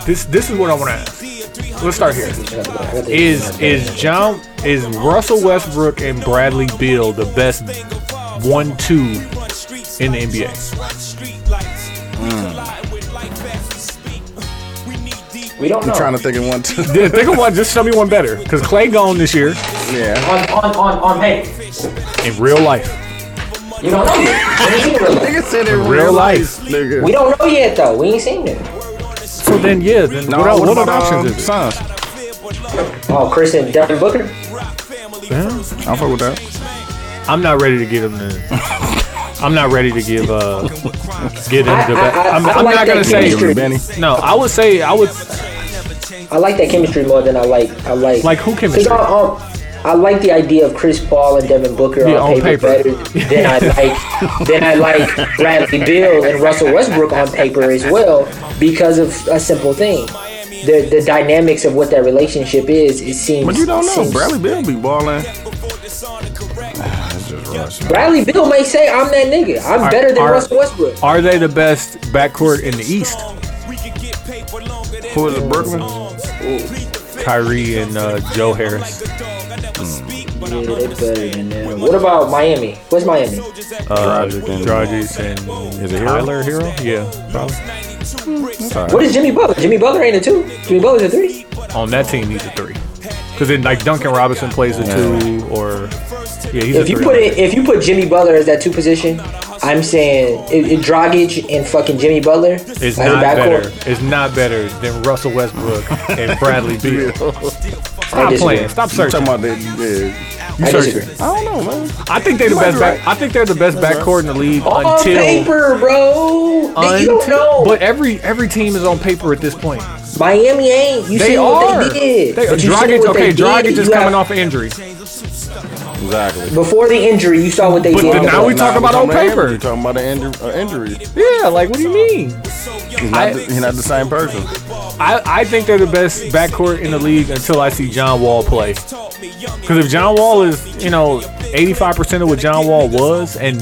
[SPEAKER 3] This this is what I want to ask. Let's start here.
[SPEAKER 4] I think
[SPEAKER 3] Is is John is Russell Westbrook and Bradley Beal the best one two in the NBA?
[SPEAKER 4] we don't know.
[SPEAKER 1] I'm trying to think of one. Too.
[SPEAKER 3] Then Think of one. Just show me one better. Because Clay gone this year
[SPEAKER 1] yeah.
[SPEAKER 4] on on on on paper.
[SPEAKER 3] in real life.
[SPEAKER 4] You don't know yet. We ain't seen it really.
[SPEAKER 1] Nigga said in
[SPEAKER 3] real life.
[SPEAKER 1] nigga.
[SPEAKER 4] We don't know yet though. We ain't seen it.
[SPEAKER 3] So then yeah. Then
[SPEAKER 1] no,
[SPEAKER 3] what, else,
[SPEAKER 1] what,
[SPEAKER 3] what, other
[SPEAKER 1] about
[SPEAKER 3] options
[SPEAKER 1] um,
[SPEAKER 3] is it?
[SPEAKER 1] Suns?
[SPEAKER 4] Oh, Chris and Devin Booker.
[SPEAKER 1] I'm fuck with that.
[SPEAKER 3] I'm not ready to give him the. I'm not ready to give uh give him the.
[SPEAKER 4] I-
[SPEAKER 3] Best.
[SPEAKER 4] I-
[SPEAKER 3] I'm,
[SPEAKER 4] I
[SPEAKER 3] I'm
[SPEAKER 4] like
[SPEAKER 3] not gonna
[SPEAKER 4] that
[SPEAKER 3] say
[SPEAKER 4] chemistry.
[SPEAKER 1] Benny.
[SPEAKER 3] no. I would say I would
[SPEAKER 4] I like that chemistry more than I like. I like.
[SPEAKER 3] Like who
[SPEAKER 4] Cause
[SPEAKER 3] chemistry?
[SPEAKER 4] I, um, I like the idea of Chris Paul and Devin Booker
[SPEAKER 3] Yeah,
[SPEAKER 4] on,
[SPEAKER 3] on
[SPEAKER 4] paper,
[SPEAKER 3] paper.
[SPEAKER 4] better than I like than I like Bradley Beal and Russell Westbrook on paper as well because of a simple thing. The, the dynamics of what that relationship is, it seems.
[SPEAKER 1] But you don't know.
[SPEAKER 4] seems-
[SPEAKER 1] Bradley Bill be balling. That's just rush. man.
[SPEAKER 4] Bradley Beal may say, "I'm that nigga. I'm
[SPEAKER 3] Are-
[SPEAKER 4] better than
[SPEAKER 3] are-
[SPEAKER 4] Russell Westbrook."
[SPEAKER 3] Are they the best backcourt in the East?
[SPEAKER 1] Who is it, Brooklyn?
[SPEAKER 3] Kyrie and uh, Joe Harris. Mm.
[SPEAKER 4] Yeah, they better than them. What about Miami? Where's Miami?
[SPEAKER 3] Uh,
[SPEAKER 1] Dragic and-
[SPEAKER 3] Dragic and
[SPEAKER 1] Is it Hero?
[SPEAKER 3] Tyler Hero? Yeah, probably.
[SPEAKER 4] What is Jimmy Butler? Jimmy Butler ain't a two. Jimmy Butler's a three.
[SPEAKER 3] On that team, he's a three. Because then, like Duncan Robinson plays a two, or yeah, he's a
[SPEAKER 4] If you
[SPEAKER 3] three.
[SPEAKER 4] put it, if you put Jimmy Butler as that two position, I'm saying it, it, Dragic and fucking Jimmy Butler
[SPEAKER 3] it's
[SPEAKER 4] as a
[SPEAKER 3] not
[SPEAKER 4] backcourt.
[SPEAKER 3] better. It's not better than Russell Westbrook and Bradley Beal.
[SPEAKER 4] I
[SPEAKER 3] Stop
[SPEAKER 4] disagree.
[SPEAKER 3] playing. Stop
[SPEAKER 1] You talking
[SPEAKER 3] searching.
[SPEAKER 1] about that? Yeah.
[SPEAKER 3] You
[SPEAKER 4] I
[SPEAKER 3] searching.
[SPEAKER 4] disagree.
[SPEAKER 1] I don't know, man.
[SPEAKER 3] I think they're
[SPEAKER 1] You
[SPEAKER 3] the
[SPEAKER 1] might
[SPEAKER 3] best.
[SPEAKER 1] be
[SPEAKER 3] Back,
[SPEAKER 1] right.
[SPEAKER 3] I think they're the best backcourt in the league
[SPEAKER 4] On
[SPEAKER 3] until.
[SPEAKER 4] paper, bro, Nigga, you don't
[SPEAKER 3] until-
[SPEAKER 4] know.
[SPEAKER 3] But every every team is on paper at this point.
[SPEAKER 4] Miami ain't. You
[SPEAKER 3] They
[SPEAKER 4] see
[SPEAKER 3] are.
[SPEAKER 4] what they did.
[SPEAKER 3] They-
[SPEAKER 4] But you seen
[SPEAKER 3] Dragic,
[SPEAKER 4] what they
[SPEAKER 3] okay,
[SPEAKER 4] did.
[SPEAKER 3] Dragic is
[SPEAKER 4] You
[SPEAKER 3] coming
[SPEAKER 4] have-
[SPEAKER 3] off an injury.
[SPEAKER 1] Exactly.
[SPEAKER 4] Before the injury, you saw what they
[SPEAKER 3] But
[SPEAKER 4] did.
[SPEAKER 3] then now we
[SPEAKER 1] Nah,
[SPEAKER 3] talk about on
[SPEAKER 1] talking
[SPEAKER 3] paper.
[SPEAKER 1] injury. Talking about an injury. Uh, injury.
[SPEAKER 3] Yeah, like what do you mean?
[SPEAKER 1] He's not,
[SPEAKER 3] I-
[SPEAKER 1] the, he's not the same person.
[SPEAKER 3] I, I think they're the best backcourt in the league until I see John Wall play. Because if John Wall is, you know, 85% of what John Wall was and,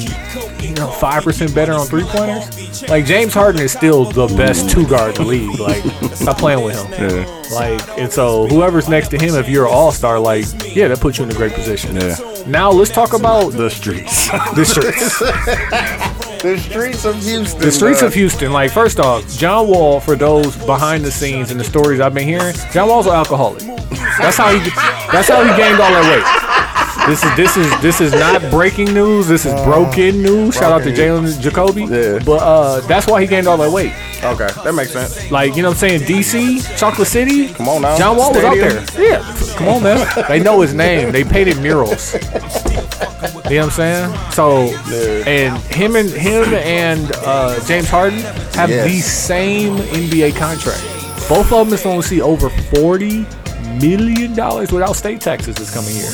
[SPEAKER 3] you know, 5% better on three pointers, Like James Harden is still the best two guard in the league. Like stop playing with him.
[SPEAKER 1] Yeah.
[SPEAKER 3] Like and so whoever's next to him, if you're an all star, like yeah, that puts you in a great position.
[SPEAKER 1] Yeah.
[SPEAKER 3] Now let's talk about
[SPEAKER 1] The streets.
[SPEAKER 3] the streets.
[SPEAKER 1] the streets of Houston.
[SPEAKER 3] The streets
[SPEAKER 1] bro.
[SPEAKER 3] of Houston. Like, first off, John Wall, for those behind the scenes and the stories I've been hearing, John Wall's an alcoholic. That's how he. That's how he gained all that weight. This is this is this is not breaking news. This is broken news. Shout out to Jalen Jacoby.
[SPEAKER 1] Yeah.
[SPEAKER 3] But uh, that's why he gained all that weight.
[SPEAKER 1] Okay, that makes sense.
[SPEAKER 3] Like you know, what I'm saying DC, Chocolate City. Come
[SPEAKER 1] on now.
[SPEAKER 3] John Wall was
[SPEAKER 1] Stadium.
[SPEAKER 3] out there. Yeah, come on man. they know his name. They painted murals. you know what I'm saying? So and him and him and uh, James Harden have
[SPEAKER 1] Yes.
[SPEAKER 3] the same NBA contract. Both of them is going to see over forty million dollars without state taxes this coming year.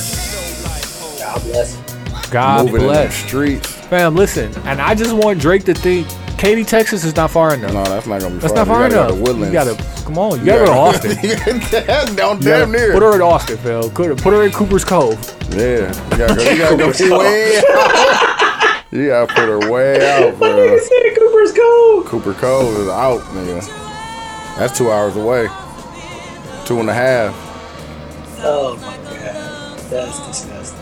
[SPEAKER 4] God bless.
[SPEAKER 3] God
[SPEAKER 1] Moving in the
[SPEAKER 3] Ah, bless,
[SPEAKER 1] streets.
[SPEAKER 3] fam. Listen, and I just want Drake to think Katy, Texas is not far enough.
[SPEAKER 1] No, that's not gonna be.
[SPEAKER 3] That's not
[SPEAKER 1] far
[SPEAKER 3] far enough.
[SPEAKER 1] You gotta go to Woodlands.
[SPEAKER 3] you gotta come on. You gotta go to Austin.
[SPEAKER 1] Austin. Down damn
[SPEAKER 3] Yeah,
[SPEAKER 1] near.
[SPEAKER 3] Put her in Austin, Phil. Put her, put her in Cooper's Cove.
[SPEAKER 1] Yeah, you gotta go, you gotta go way out. You gotta put her way out, bro.
[SPEAKER 4] said Cooper's cold.
[SPEAKER 1] Cooper Cove is out, nigga. That's two hours away. Two and a half.
[SPEAKER 4] Oh my god, that's disgusting.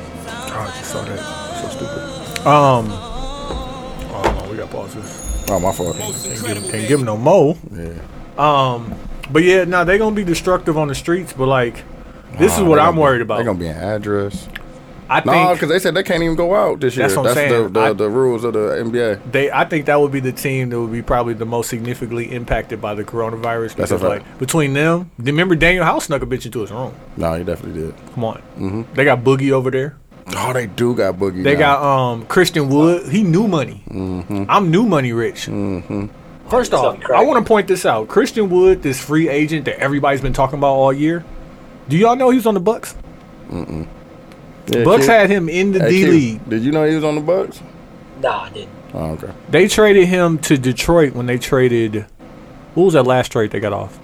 [SPEAKER 3] Oh, I just saw that. So stupid. Um. Oh, no, we got pauses.
[SPEAKER 1] Oh, my fault.
[SPEAKER 3] Can't give, him, can't give him no mo.
[SPEAKER 1] Yeah.
[SPEAKER 3] Um. But yeah, no, they're gonna be destructive on the streets. But like, this is what I'm worried
[SPEAKER 1] They're
[SPEAKER 3] about.
[SPEAKER 1] gonna be an address.
[SPEAKER 3] I think
[SPEAKER 1] No, because they said they can't even go out this year.
[SPEAKER 3] That's what
[SPEAKER 1] the,
[SPEAKER 3] I'm saying.
[SPEAKER 1] the,
[SPEAKER 3] I-
[SPEAKER 1] the rules of the NBA.
[SPEAKER 3] they. I think that would be the team that would be probably the most significantly impacted by the coronavirus.
[SPEAKER 1] That's a
[SPEAKER 3] because,
[SPEAKER 1] fact.
[SPEAKER 3] like between them, remember Daniel House snuck a bitch into his room.
[SPEAKER 1] No, you definitely did.
[SPEAKER 3] Come on,
[SPEAKER 1] Mm-hmm.
[SPEAKER 3] they got Boogie over there.
[SPEAKER 1] Oh, they do got boogie.
[SPEAKER 3] They
[SPEAKER 1] now.
[SPEAKER 3] got um Christian Wood. He new money.
[SPEAKER 1] Mm-hmm.
[SPEAKER 3] I'm new money rich. First off,
[SPEAKER 4] crack.
[SPEAKER 3] I want to point this out. Christian Wood, this free agent that everybody's been talking about all year. Do y'all know he was on the Bucks?
[SPEAKER 1] Yeah,
[SPEAKER 3] Bucks
[SPEAKER 1] Q.
[SPEAKER 3] had him in the
[SPEAKER 1] Hey,
[SPEAKER 3] D
[SPEAKER 1] Q,
[SPEAKER 3] League.
[SPEAKER 1] Did you know he was on the Bucks?
[SPEAKER 4] Nah, I didn't.
[SPEAKER 1] Oh, okay.
[SPEAKER 3] They traded him to Detroit when they traded. What was that last trade they got off?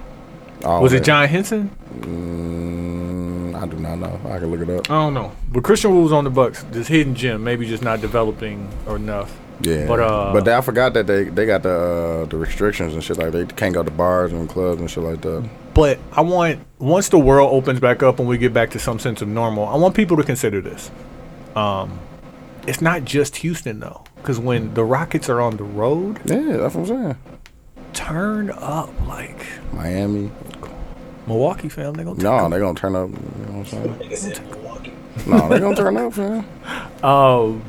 [SPEAKER 1] Oh,
[SPEAKER 3] Was
[SPEAKER 1] yeah.
[SPEAKER 3] it John Henson?
[SPEAKER 1] Mm, I do not know. I can look it up.
[SPEAKER 3] I don't know. But Christian Wood was on the Bucks. This hidden gem, maybe just not developing or enough.
[SPEAKER 1] Yeah,
[SPEAKER 3] But uh,
[SPEAKER 1] but I forgot that they they got the uh, the restrictions and shit like they can't go to bars and clubs and shit like that.
[SPEAKER 3] But I want once the world opens back up and we get back to some sense of normal, I want people to consider this. Um, it's not just Houston though, because when the Rockets are on the road,
[SPEAKER 1] Yeah, that's what I'm saying.
[SPEAKER 3] turn up like
[SPEAKER 1] Miami,
[SPEAKER 3] Milwaukee fam. They gonna
[SPEAKER 1] no, they gonna turn up. You know what I'm saying?
[SPEAKER 4] Nigga said Milwaukee.
[SPEAKER 1] No, they gonna turn up, man.
[SPEAKER 3] Oh,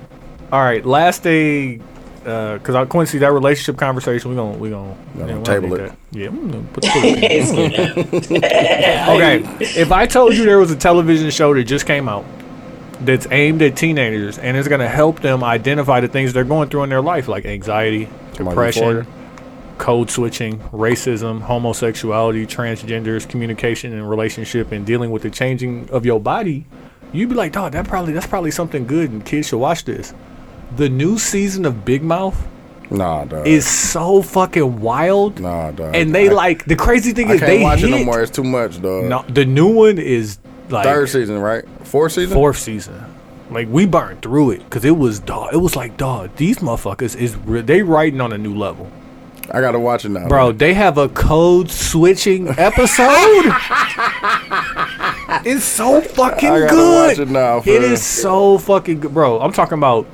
[SPEAKER 3] all right. Last day, because I Quincy that relationship conversation. We gonna we gonna,
[SPEAKER 1] gonna
[SPEAKER 3] yeah, we
[SPEAKER 1] table
[SPEAKER 3] need
[SPEAKER 1] it.
[SPEAKER 3] that. Yeah. mm, no, put the food in. okay. If I told you there was a television show that just came out that's aimed at teenagers and it's gonna help them identify the things they're going through in their life, like anxiety,
[SPEAKER 1] Come on, Euphoria.
[SPEAKER 3] depression, code switching, racism, homosexuality, transgenders, communication and relationship, and dealing with the changing of your body, you'd be like, dog, that probably that's probably something good, and kids should watch this. The new season of Big Mouth
[SPEAKER 1] Nah, dog.
[SPEAKER 3] is so fucking wild,
[SPEAKER 1] nah, dog.
[SPEAKER 3] and they
[SPEAKER 1] I,
[SPEAKER 3] like the crazy thing
[SPEAKER 1] I
[SPEAKER 3] is
[SPEAKER 1] can't
[SPEAKER 3] they
[SPEAKER 1] watch
[SPEAKER 3] hit.
[SPEAKER 1] it no more. It's too much, dog.
[SPEAKER 3] no, the new one is like
[SPEAKER 1] Third season, right? Fourth season.
[SPEAKER 3] fourth season. Like we burned through it because it was dog. It was like dog. These motherfuckers is re- they writing on a new level.
[SPEAKER 1] I gotta watch it now,
[SPEAKER 3] Bro, they have a code switching episode. it's so fucking
[SPEAKER 1] I gotta
[SPEAKER 3] good.
[SPEAKER 1] watch it now, for
[SPEAKER 3] it
[SPEAKER 1] real.
[SPEAKER 3] is so fucking good, bro. I'm talking about.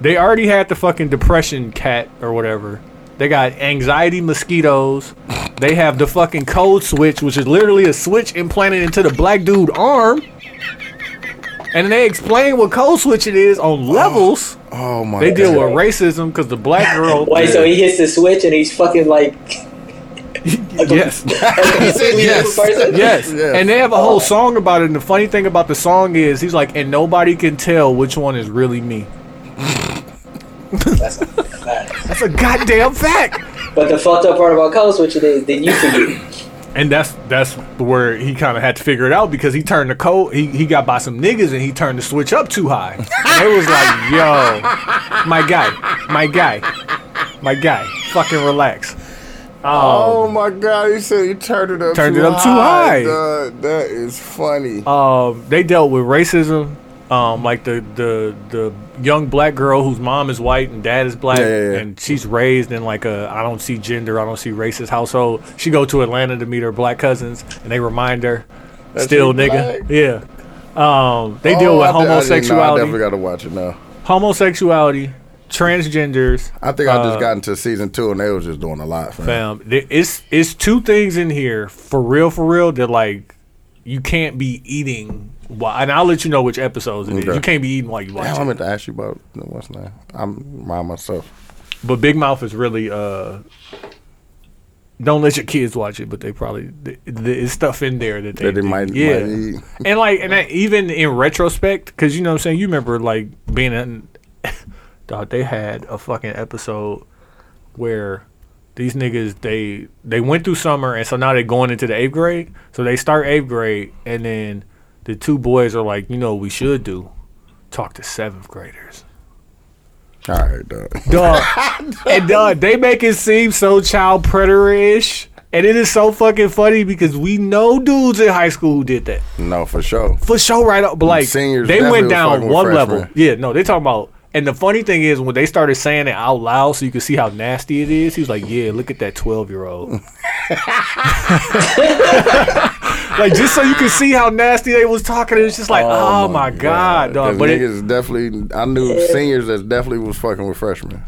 [SPEAKER 3] They already had the fucking depression cat or whatever. They got anxiety mosquitoes. They have the fucking code switch, which is literally a switch implanted into the black dude arm. And they explain what code switching is on levels.
[SPEAKER 1] Oh my.
[SPEAKER 3] They deal
[SPEAKER 1] God.
[SPEAKER 3] with racism because the black girl.
[SPEAKER 4] Wait, so he hits the switch and he's fucking like
[SPEAKER 3] yes.
[SPEAKER 4] completely
[SPEAKER 1] Yes.
[SPEAKER 4] different person.
[SPEAKER 3] Yes.
[SPEAKER 1] Yes.
[SPEAKER 3] And they have a whole song about it. And the funny thing about the song is, he's like, and nobody can tell which one is really me.
[SPEAKER 4] That's
[SPEAKER 3] That's a goddamn fact.
[SPEAKER 4] But the fucked up part about code switching is then you forget.
[SPEAKER 3] And that's that's where he kind of had to figure it out because he turned the code. He, he got by some niggas and he turned the switch up too high. And it was like, yo, my guy, my guy, my guy, fucking relax.
[SPEAKER 1] Oh my god! He said he turned it up.
[SPEAKER 3] Turned
[SPEAKER 1] too
[SPEAKER 3] it up too high. Uh,
[SPEAKER 1] dog. That is funny.
[SPEAKER 3] Um, they dealt with racism, um, like the, the the young black girl whose mom is white and dad is black,
[SPEAKER 1] Yeah, yeah, yeah.
[SPEAKER 3] and she's raised in like a I don't see gender, I don't see racist household. She go to Atlanta to meet her black cousins, and they remind her, still
[SPEAKER 1] he
[SPEAKER 3] nigga,
[SPEAKER 1] black?
[SPEAKER 3] yeah. Um, they deal
[SPEAKER 1] Oh,
[SPEAKER 3] with
[SPEAKER 1] I did- I did- nah, I
[SPEAKER 3] homosexuality,
[SPEAKER 1] definitely got to watch it now.
[SPEAKER 3] homosexuality, transgenders.
[SPEAKER 1] I think I just got into season two and they was just doing a lot. Fam.
[SPEAKER 3] Uh, Fam, there- it's it's two things in here for real, for real. That like you can't be eating. While, and I'll let you know which episodes it is.
[SPEAKER 1] Okay.
[SPEAKER 3] You can't be eating while you watch.
[SPEAKER 1] Damn, I
[SPEAKER 3] it.
[SPEAKER 1] meant to ask you about what's name. I'm by myself.
[SPEAKER 3] But Big Mouth is really uh. Don't let your kids watch it, but they probably th- th- there's stuff in there that they,
[SPEAKER 1] That they
[SPEAKER 3] do.
[SPEAKER 1] might-
[SPEAKER 3] yeah,
[SPEAKER 1] might eat.
[SPEAKER 3] and like and that, even in retrospect, because you know what I'm saying, you remember like being in, dog, they had a fucking episode where these niggas they they went through summer and so now they're going into the eighth grade. So they start eighth grade and then the two boys are like, you know, what we should do talk to seventh graders.
[SPEAKER 1] All right, dog.
[SPEAKER 3] Duh. and duh, they make it seem so child predator-ish. And it is so fucking funny because we know dudes in high school who did that.
[SPEAKER 1] No, for sure.
[SPEAKER 3] For sure, right up. But like
[SPEAKER 1] Seniors
[SPEAKER 3] they
[SPEAKER 1] definitely
[SPEAKER 3] went
[SPEAKER 1] was
[SPEAKER 3] down
[SPEAKER 1] fucking with
[SPEAKER 3] one
[SPEAKER 1] freshmen.
[SPEAKER 3] level. Yeah, no, they talking about and the funny thing is when they started saying it out loud so you could see how nasty it is, he was like, Yeah, look at that twelve year old. like just so you could see how nasty they was talking, it's just like, oh, my god, dog.
[SPEAKER 1] 'Cause
[SPEAKER 3] But it,
[SPEAKER 1] niggas definitely, I knew seniors that definitely was fucking with freshmen.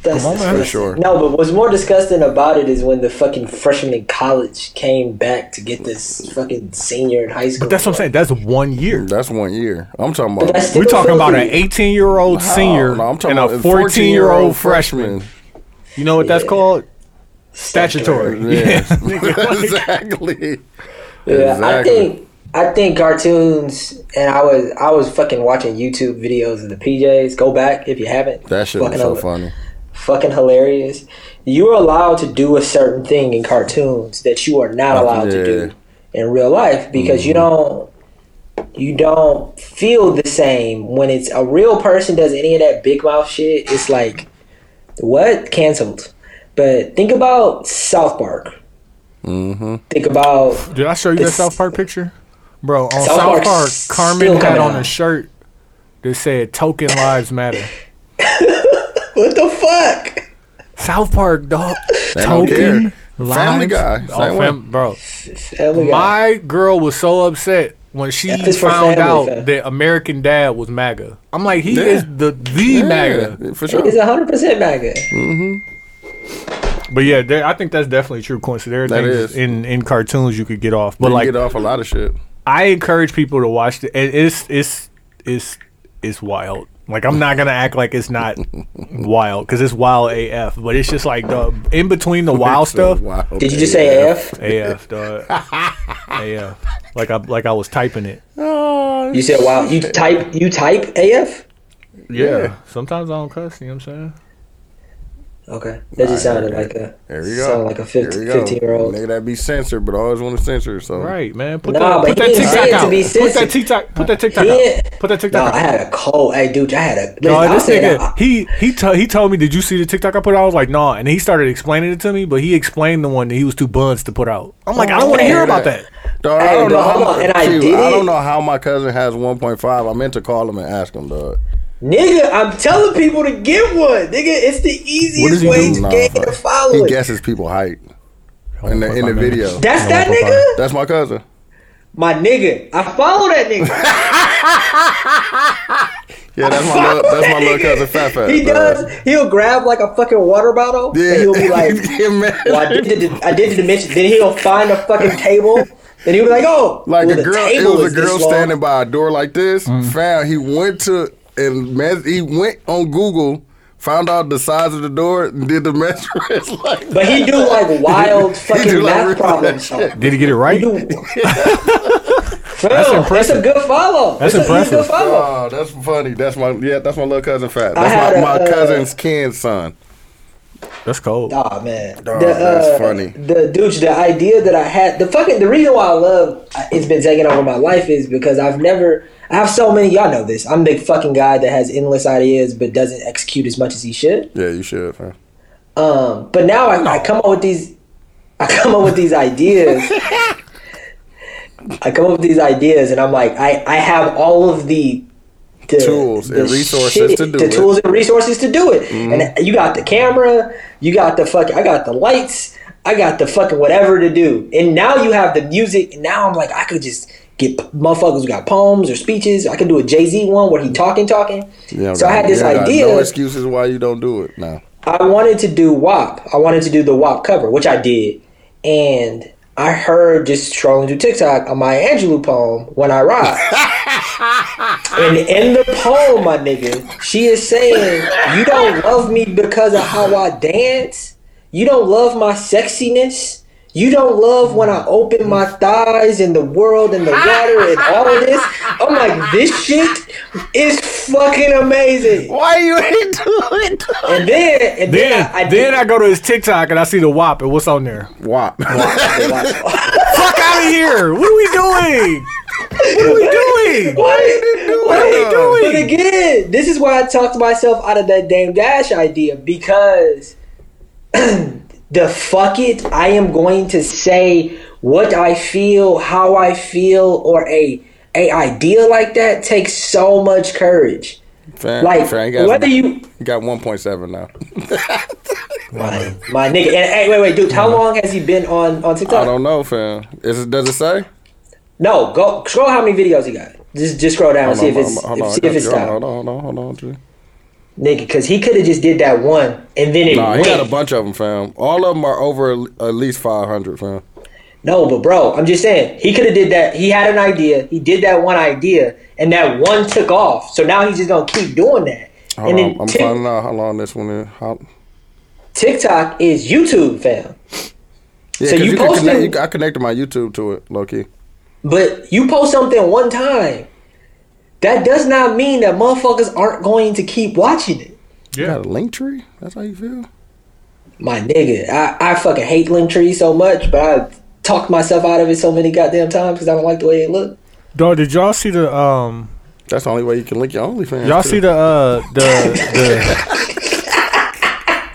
[SPEAKER 4] That's
[SPEAKER 3] on, man.
[SPEAKER 1] For sure.
[SPEAKER 4] No, but what's more disgusting about it is when the fucking freshman in college came back to get this fucking senior in high school.
[SPEAKER 3] that's what I'm saying. That's one year.
[SPEAKER 1] That's one year. I'm talking about.
[SPEAKER 4] that's
[SPEAKER 3] We're
[SPEAKER 4] Still
[SPEAKER 3] talking about an
[SPEAKER 4] filthy.
[SPEAKER 3] 18 year old senior
[SPEAKER 1] No, I'm talking
[SPEAKER 3] and a
[SPEAKER 1] about
[SPEAKER 3] 14 year old freshman. You know what that's
[SPEAKER 4] Yeah.
[SPEAKER 3] called? Statutory.
[SPEAKER 1] Yes. exactly.
[SPEAKER 4] Yeah, I
[SPEAKER 1] Exactly.
[SPEAKER 4] think I think cartoons, and I was I was fucking watching YouTube videos of the PJs. Go back if you haven't.
[SPEAKER 1] That shit was
[SPEAKER 4] Fucking
[SPEAKER 1] so
[SPEAKER 4] hila-
[SPEAKER 1] funny.
[SPEAKER 4] Fucking hilarious. You are allowed to do a certain thing in cartoons that you are not allowed to do in real life because you don't you don't feel the same when it's a real person does any of that big mouth shit. It's like what canceled. But think about South Park. Mm-hmm. Think about
[SPEAKER 3] Did I show you that
[SPEAKER 4] This-
[SPEAKER 3] South Park picture? Bro, on
[SPEAKER 4] South
[SPEAKER 3] South
[SPEAKER 4] Park's
[SPEAKER 3] Park, Carmen
[SPEAKER 4] still
[SPEAKER 3] had
[SPEAKER 4] coming
[SPEAKER 3] on
[SPEAKER 4] out.
[SPEAKER 3] a shirt that said Token Lives Matter.
[SPEAKER 4] what the fuck.
[SPEAKER 3] South Park, dog.
[SPEAKER 1] They don't
[SPEAKER 3] Token
[SPEAKER 1] care. Family Guy,
[SPEAKER 3] Oh,
[SPEAKER 1] same way.
[SPEAKER 3] fam- bro.
[SPEAKER 4] Family Guy.
[SPEAKER 3] My girl was so upset when she
[SPEAKER 4] That is for
[SPEAKER 3] found
[SPEAKER 4] family,
[SPEAKER 3] out
[SPEAKER 4] fam.
[SPEAKER 3] that American Dad was MAGA. I'm like, he
[SPEAKER 1] Yeah.
[SPEAKER 3] is the the MAGA.
[SPEAKER 1] Yeah, for sure.
[SPEAKER 4] It's hundred percent MAGA.
[SPEAKER 3] But yeah, there, I think that's definitely true, Quincy. There are
[SPEAKER 1] That
[SPEAKER 3] things
[SPEAKER 1] is.
[SPEAKER 3] in in cartoons you could get off, but
[SPEAKER 1] But like,
[SPEAKER 3] like
[SPEAKER 1] get off a lot of shit.
[SPEAKER 3] I encourage people to watch it. It- It's it's it's it's wild. Like I'm not gonna act like it's not wild because it's wild AF. But it's just like the in between the wild
[SPEAKER 1] It's so
[SPEAKER 3] stuff.
[SPEAKER 1] wild,
[SPEAKER 4] Did you just
[SPEAKER 1] man.
[SPEAKER 4] say AF?
[SPEAKER 3] AF, dog. AF. Like I like I was typing it. Oh,
[SPEAKER 4] You said wow. You type you type AF?
[SPEAKER 1] Yeah.
[SPEAKER 3] Sometimes I don't cuss. You know what I'm saying?
[SPEAKER 4] Okay, that just sounded like a
[SPEAKER 1] There you go.
[SPEAKER 4] sounded like a
[SPEAKER 1] There
[SPEAKER 4] 15,
[SPEAKER 1] you go.
[SPEAKER 4] 15 year old.
[SPEAKER 1] Nigga, that be censored, but I always want to censor. So
[SPEAKER 3] Right, man. Put
[SPEAKER 4] Nah,
[SPEAKER 3] that, put
[SPEAKER 4] but he
[SPEAKER 3] that
[SPEAKER 4] didn't say
[SPEAKER 3] TikTok
[SPEAKER 4] it to
[SPEAKER 3] out.
[SPEAKER 4] be
[SPEAKER 3] Put that
[SPEAKER 4] censored.
[SPEAKER 3] Tiktok. Put that TikTok
[SPEAKER 4] He
[SPEAKER 3] out.
[SPEAKER 4] didn't-
[SPEAKER 3] Put that
[SPEAKER 4] No,
[SPEAKER 3] TikTok
[SPEAKER 4] I
[SPEAKER 3] out.
[SPEAKER 4] had a cold. Hey, dude, I had a.
[SPEAKER 3] No,
[SPEAKER 4] listen, I
[SPEAKER 3] this
[SPEAKER 4] said uh,
[SPEAKER 3] nigga,
[SPEAKER 4] I-
[SPEAKER 3] he he t- he told me, did you see the TikTok I put out? I was like, nah, and he started explaining it to me, but he explained the one that he was too buns to put out. I'm like, I don't want to
[SPEAKER 4] man.
[SPEAKER 3] hear about that.
[SPEAKER 1] Dog, I
[SPEAKER 4] Hey,
[SPEAKER 1] don't know.
[SPEAKER 4] dog,
[SPEAKER 1] How
[SPEAKER 4] hold on,
[SPEAKER 1] my,
[SPEAKER 4] and I
[SPEAKER 1] shoot,
[SPEAKER 4] did
[SPEAKER 1] I
[SPEAKER 4] it.
[SPEAKER 1] don't know how my cousin has 1.5. I meant to call him and ask him, dog.
[SPEAKER 4] nigga, I'm telling people to get one. Nigga, it's the easiest
[SPEAKER 3] he
[SPEAKER 4] way
[SPEAKER 3] do? Oh,
[SPEAKER 4] to
[SPEAKER 1] Nah,
[SPEAKER 4] gain
[SPEAKER 1] fuck.
[SPEAKER 4] a following.
[SPEAKER 1] He guesses people height in the in the video.
[SPEAKER 4] That's that
[SPEAKER 3] Nah, fuck
[SPEAKER 4] nigga?
[SPEAKER 1] That's my cousin.
[SPEAKER 4] My nigga. I follow that nigga.
[SPEAKER 1] Yeah, that's my little, that's my little cousin Fat Fat.
[SPEAKER 4] He
[SPEAKER 1] dog.
[SPEAKER 4] does. He'll grab like a fucking water bottle
[SPEAKER 1] Yeah,
[SPEAKER 4] and he'll be like,
[SPEAKER 1] man.
[SPEAKER 4] well, I did the I did the dimension. Then he'll find a fucking table. Then he'll be like, oh,
[SPEAKER 1] like
[SPEAKER 4] well,
[SPEAKER 1] a
[SPEAKER 4] the
[SPEAKER 1] girl, it
[SPEAKER 4] table
[SPEAKER 1] was
[SPEAKER 4] is
[SPEAKER 1] a
[SPEAKER 4] this
[SPEAKER 1] girl
[SPEAKER 4] long.
[SPEAKER 1] standing by a door like this. Found he went to and mes- he went on Google, found out the size of the door, and did the measurements like.
[SPEAKER 4] But he do like wild
[SPEAKER 1] He do,
[SPEAKER 4] fucking
[SPEAKER 1] like,
[SPEAKER 4] math
[SPEAKER 1] real
[SPEAKER 4] problems.
[SPEAKER 1] shit.
[SPEAKER 3] Did he get it
[SPEAKER 4] He
[SPEAKER 3] right?
[SPEAKER 4] do. That's
[SPEAKER 3] impressive.
[SPEAKER 4] That's a good follow.
[SPEAKER 3] That's
[SPEAKER 4] That's, a, he's
[SPEAKER 3] impressive.
[SPEAKER 4] a good follow.
[SPEAKER 1] Oh, that's funny. That's my yeah. That's my little cousin Fat.
[SPEAKER 4] I
[SPEAKER 1] That's my,
[SPEAKER 4] had a,
[SPEAKER 1] my
[SPEAKER 4] uh,
[SPEAKER 1] cousin's kid's son.
[SPEAKER 3] That's cold.
[SPEAKER 4] Oh man, uh,
[SPEAKER 1] Dog, that's funny.
[SPEAKER 4] The dude, the idea that I had, the fucking, the reason why I love uh, it's been taking over my life is because I've never, I have so many. Y'all know this. I'm the fucking guy that has endless ideas but doesn't execute as much as he should.
[SPEAKER 1] Yeah, you should. Man.
[SPEAKER 4] Um, but now I, I come up with these, I come up with these ideas. I come up with these ideas, and I'm like, I, I have all of the the-
[SPEAKER 1] Tools and
[SPEAKER 4] the
[SPEAKER 1] resources to do
[SPEAKER 4] the
[SPEAKER 1] it. Mm-hmm.
[SPEAKER 4] tools and resources to do it. And you got the camera, you got the fuck, I got the lights, I got the fucking whatever to do. And now you have the music. And now I'm like, I could just get p- motherfuckers who got poems or speeches. I could do a Jay Z one where he talking, talking.
[SPEAKER 1] Yeah,
[SPEAKER 4] so I had this
[SPEAKER 1] yeah,
[SPEAKER 4] idea.
[SPEAKER 1] No excuses why you don't do it now.
[SPEAKER 4] I wanted to do WAP. I wanted to do the WAP cover, which I did. And I heard just scrolling through TikTok a Maya Angelou poem, When I Ride. and in the poem, my nigga, she is saying, You don't love me because of how I dance. You don't love my sexiness. You don't love when I open my thighs and the world and the water and all of this. I'm like, this shit is fucking amazing.
[SPEAKER 1] Why you ain't doing it?
[SPEAKER 4] And then, and then,
[SPEAKER 3] Then,
[SPEAKER 4] I, I
[SPEAKER 3] then
[SPEAKER 4] did-
[SPEAKER 3] I go to his TikTok and I see the WAP and what's on there.
[SPEAKER 1] Wop.
[SPEAKER 3] Fuck out of here! What are we doing? What are we doing?
[SPEAKER 4] What? What
[SPEAKER 1] it, though?
[SPEAKER 4] But again, this is why I talked myself out of that damn dash idea because the fuck it, I am going to say what I feel, how I feel, or a a idea like that takes so much courage.
[SPEAKER 1] Fran,
[SPEAKER 4] Like
[SPEAKER 1] Fran got,
[SPEAKER 4] whether you,
[SPEAKER 1] you got 1.7 now.
[SPEAKER 4] my, my nigga, and hey, wait, wait, dude, how long has he been on on
[SPEAKER 1] Uh-huh. I
[SPEAKER 4] TikTok?
[SPEAKER 1] don't know, fam. Is it, does it say?
[SPEAKER 4] no, go scroll how many videos he got. Just just scroll down and see if it's
[SPEAKER 1] hold
[SPEAKER 4] if,
[SPEAKER 1] on,
[SPEAKER 4] see if it's
[SPEAKER 1] hold on,
[SPEAKER 4] top.
[SPEAKER 1] hold on, hold on, hold on, G.
[SPEAKER 4] nigga, because he could have just did that one and then it
[SPEAKER 1] Nah, he
[SPEAKER 4] went.
[SPEAKER 1] got a bunch of them, fam. All of them are over at at least 500, fam.
[SPEAKER 4] no, but bro, I'm just saying he could have did that. He had an idea, he did that one idea, and that one took off. So now he's just gonna keep doing that.
[SPEAKER 1] Hold
[SPEAKER 4] and
[SPEAKER 1] on, I'm
[SPEAKER 4] Tik-
[SPEAKER 1] finding out how long this one is. How,
[SPEAKER 4] TikTok is YouTube, fam.
[SPEAKER 1] yeah,
[SPEAKER 4] So
[SPEAKER 1] 'cause
[SPEAKER 4] you
[SPEAKER 1] can
[SPEAKER 4] posted-
[SPEAKER 1] connect- you can- I connected my YouTube to it, low key.
[SPEAKER 4] But you post something one time, that does not mean that motherfuckers aren't going to keep watching it.
[SPEAKER 1] You got a link tree? That's how you feel?
[SPEAKER 4] My nigga, I, I fucking hate Linktree so much, but I talked myself out of it so many goddamn times because I don't like the way it looked.
[SPEAKER 3] Dog, did y'all see the um?
[SPEAKER 1] That's the only way you can link your OnlyFans.
[SPEAKER 3] Y'all
[SPEAKER 1] to.
[SPEAKER 3] see the uh the the.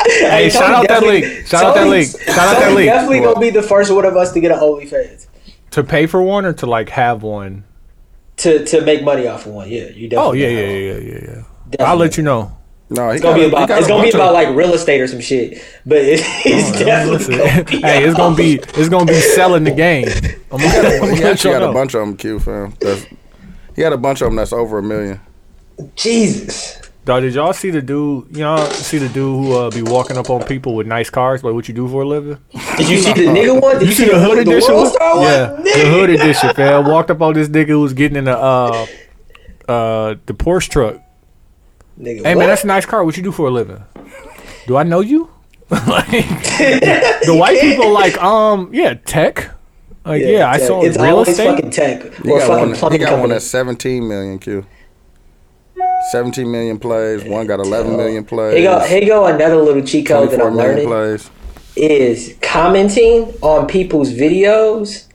[SPEAKER 3] Hey, shout out that
[SPEAKER 4] definitely-
[SPEAKER 3] link! Shout out that
[SPEAKER 4] Tony-
[SPEAKER 3] link! Shout out
[SPEAKER 4] Tony
[SPEAKER 3] that link!
[SPEAKER 4] Definitely gonna be the first one of us to get an OnlyFans
[SPEAKER 3] To pay for one or to like have one?
[SPEAKER 4] to to make money off of one. Yeah, you definitely.
[SPEAKER 3] Oh yeah, yeah, yeah, yeah, yeah. I'll let you know.
[SPEAKER 1] No, he
[SPEAKER 4] It's
[SPEAKER 1] got-
[SPEAKER 4] gonna be
[SPEAKER 1] he
[SPEAKER 4] about
[SPEAKER 1] got
[SPEAKER 4] it's
[SPEAKER 1] a
[SPEAKER 4] gonna be
[SPEAKER 1] bunch of-
[SPEAKER 4] about like real estate or some shit, but it,
[SPEAKER 3] Oh,
[SPEAKER 4] it's definitely gonna be.
[SPEAKER 3] hey, it's gonna be it's gonna be selling the game. I'm gonna, I'm
[SPEAKER 1] He
[SPEAKER 3] gonna let
[SPEAKER 1] actually
[SPEAKER 3] y'all
[SPEAKER 1] got a
[SPEAKER 3] know.
[SPEAKER 1] bunch of them, Q, fam. That's, he got a bunch of them that's over a million.
[SPEAKER 4] Jesus.
[SPEAKER 3] Dog, did y'all see the dude? Y'all see the dude who uh, be walking up on people with nice cars? Like what you do for a living?
[SPEAKER 4] Did you see the nigga one? Did you, see the hood edition? The world star one?
[SPEAKER 3] Yeah, the hood edition. Fam walked up on this nigga who was getting in the uh uh the Porsche truck.
[SPEAKER 4] Nigga,
[SPEAKER 3] Hey
[SPEAKER 4] what?
[SPEAKER 3] man, that's a nice car. What you do for a living? Do I know you? like the white people like um yeah tech. Like yeah, I
[SPEAKER 4] tech.
[SPEAKER 3] saw
[SPEAKER 4] it's
[SPEAKER 3] real
[SPEAKER 4] always
[SPEAKER 3] estate.
[SPEAKER 4] fucking tech
[SPEAKER 1] He
[SPEAKER 4] or
[SPEAKER 1] got,
[SPEAKER 4] fucking
[SPEAKER 1] one, he
[SPEAKER 4] plumbing
[SPEAKER 1] got one
[SPEAKER 4] company.
[SPEAKER 1] that's 17 million, Q. 17 million plays. One got 11 million plays.
[SPEAKER 4] Here go, here go another little cheat code that
[SPEAKER 1] 24
[SPEAKER 4] I'm
[SPEAKER 1] million
[SPEAKER 4] learning.
[SPEAKER 1] plays.
[SPEAKER 4] is commenting on people's videos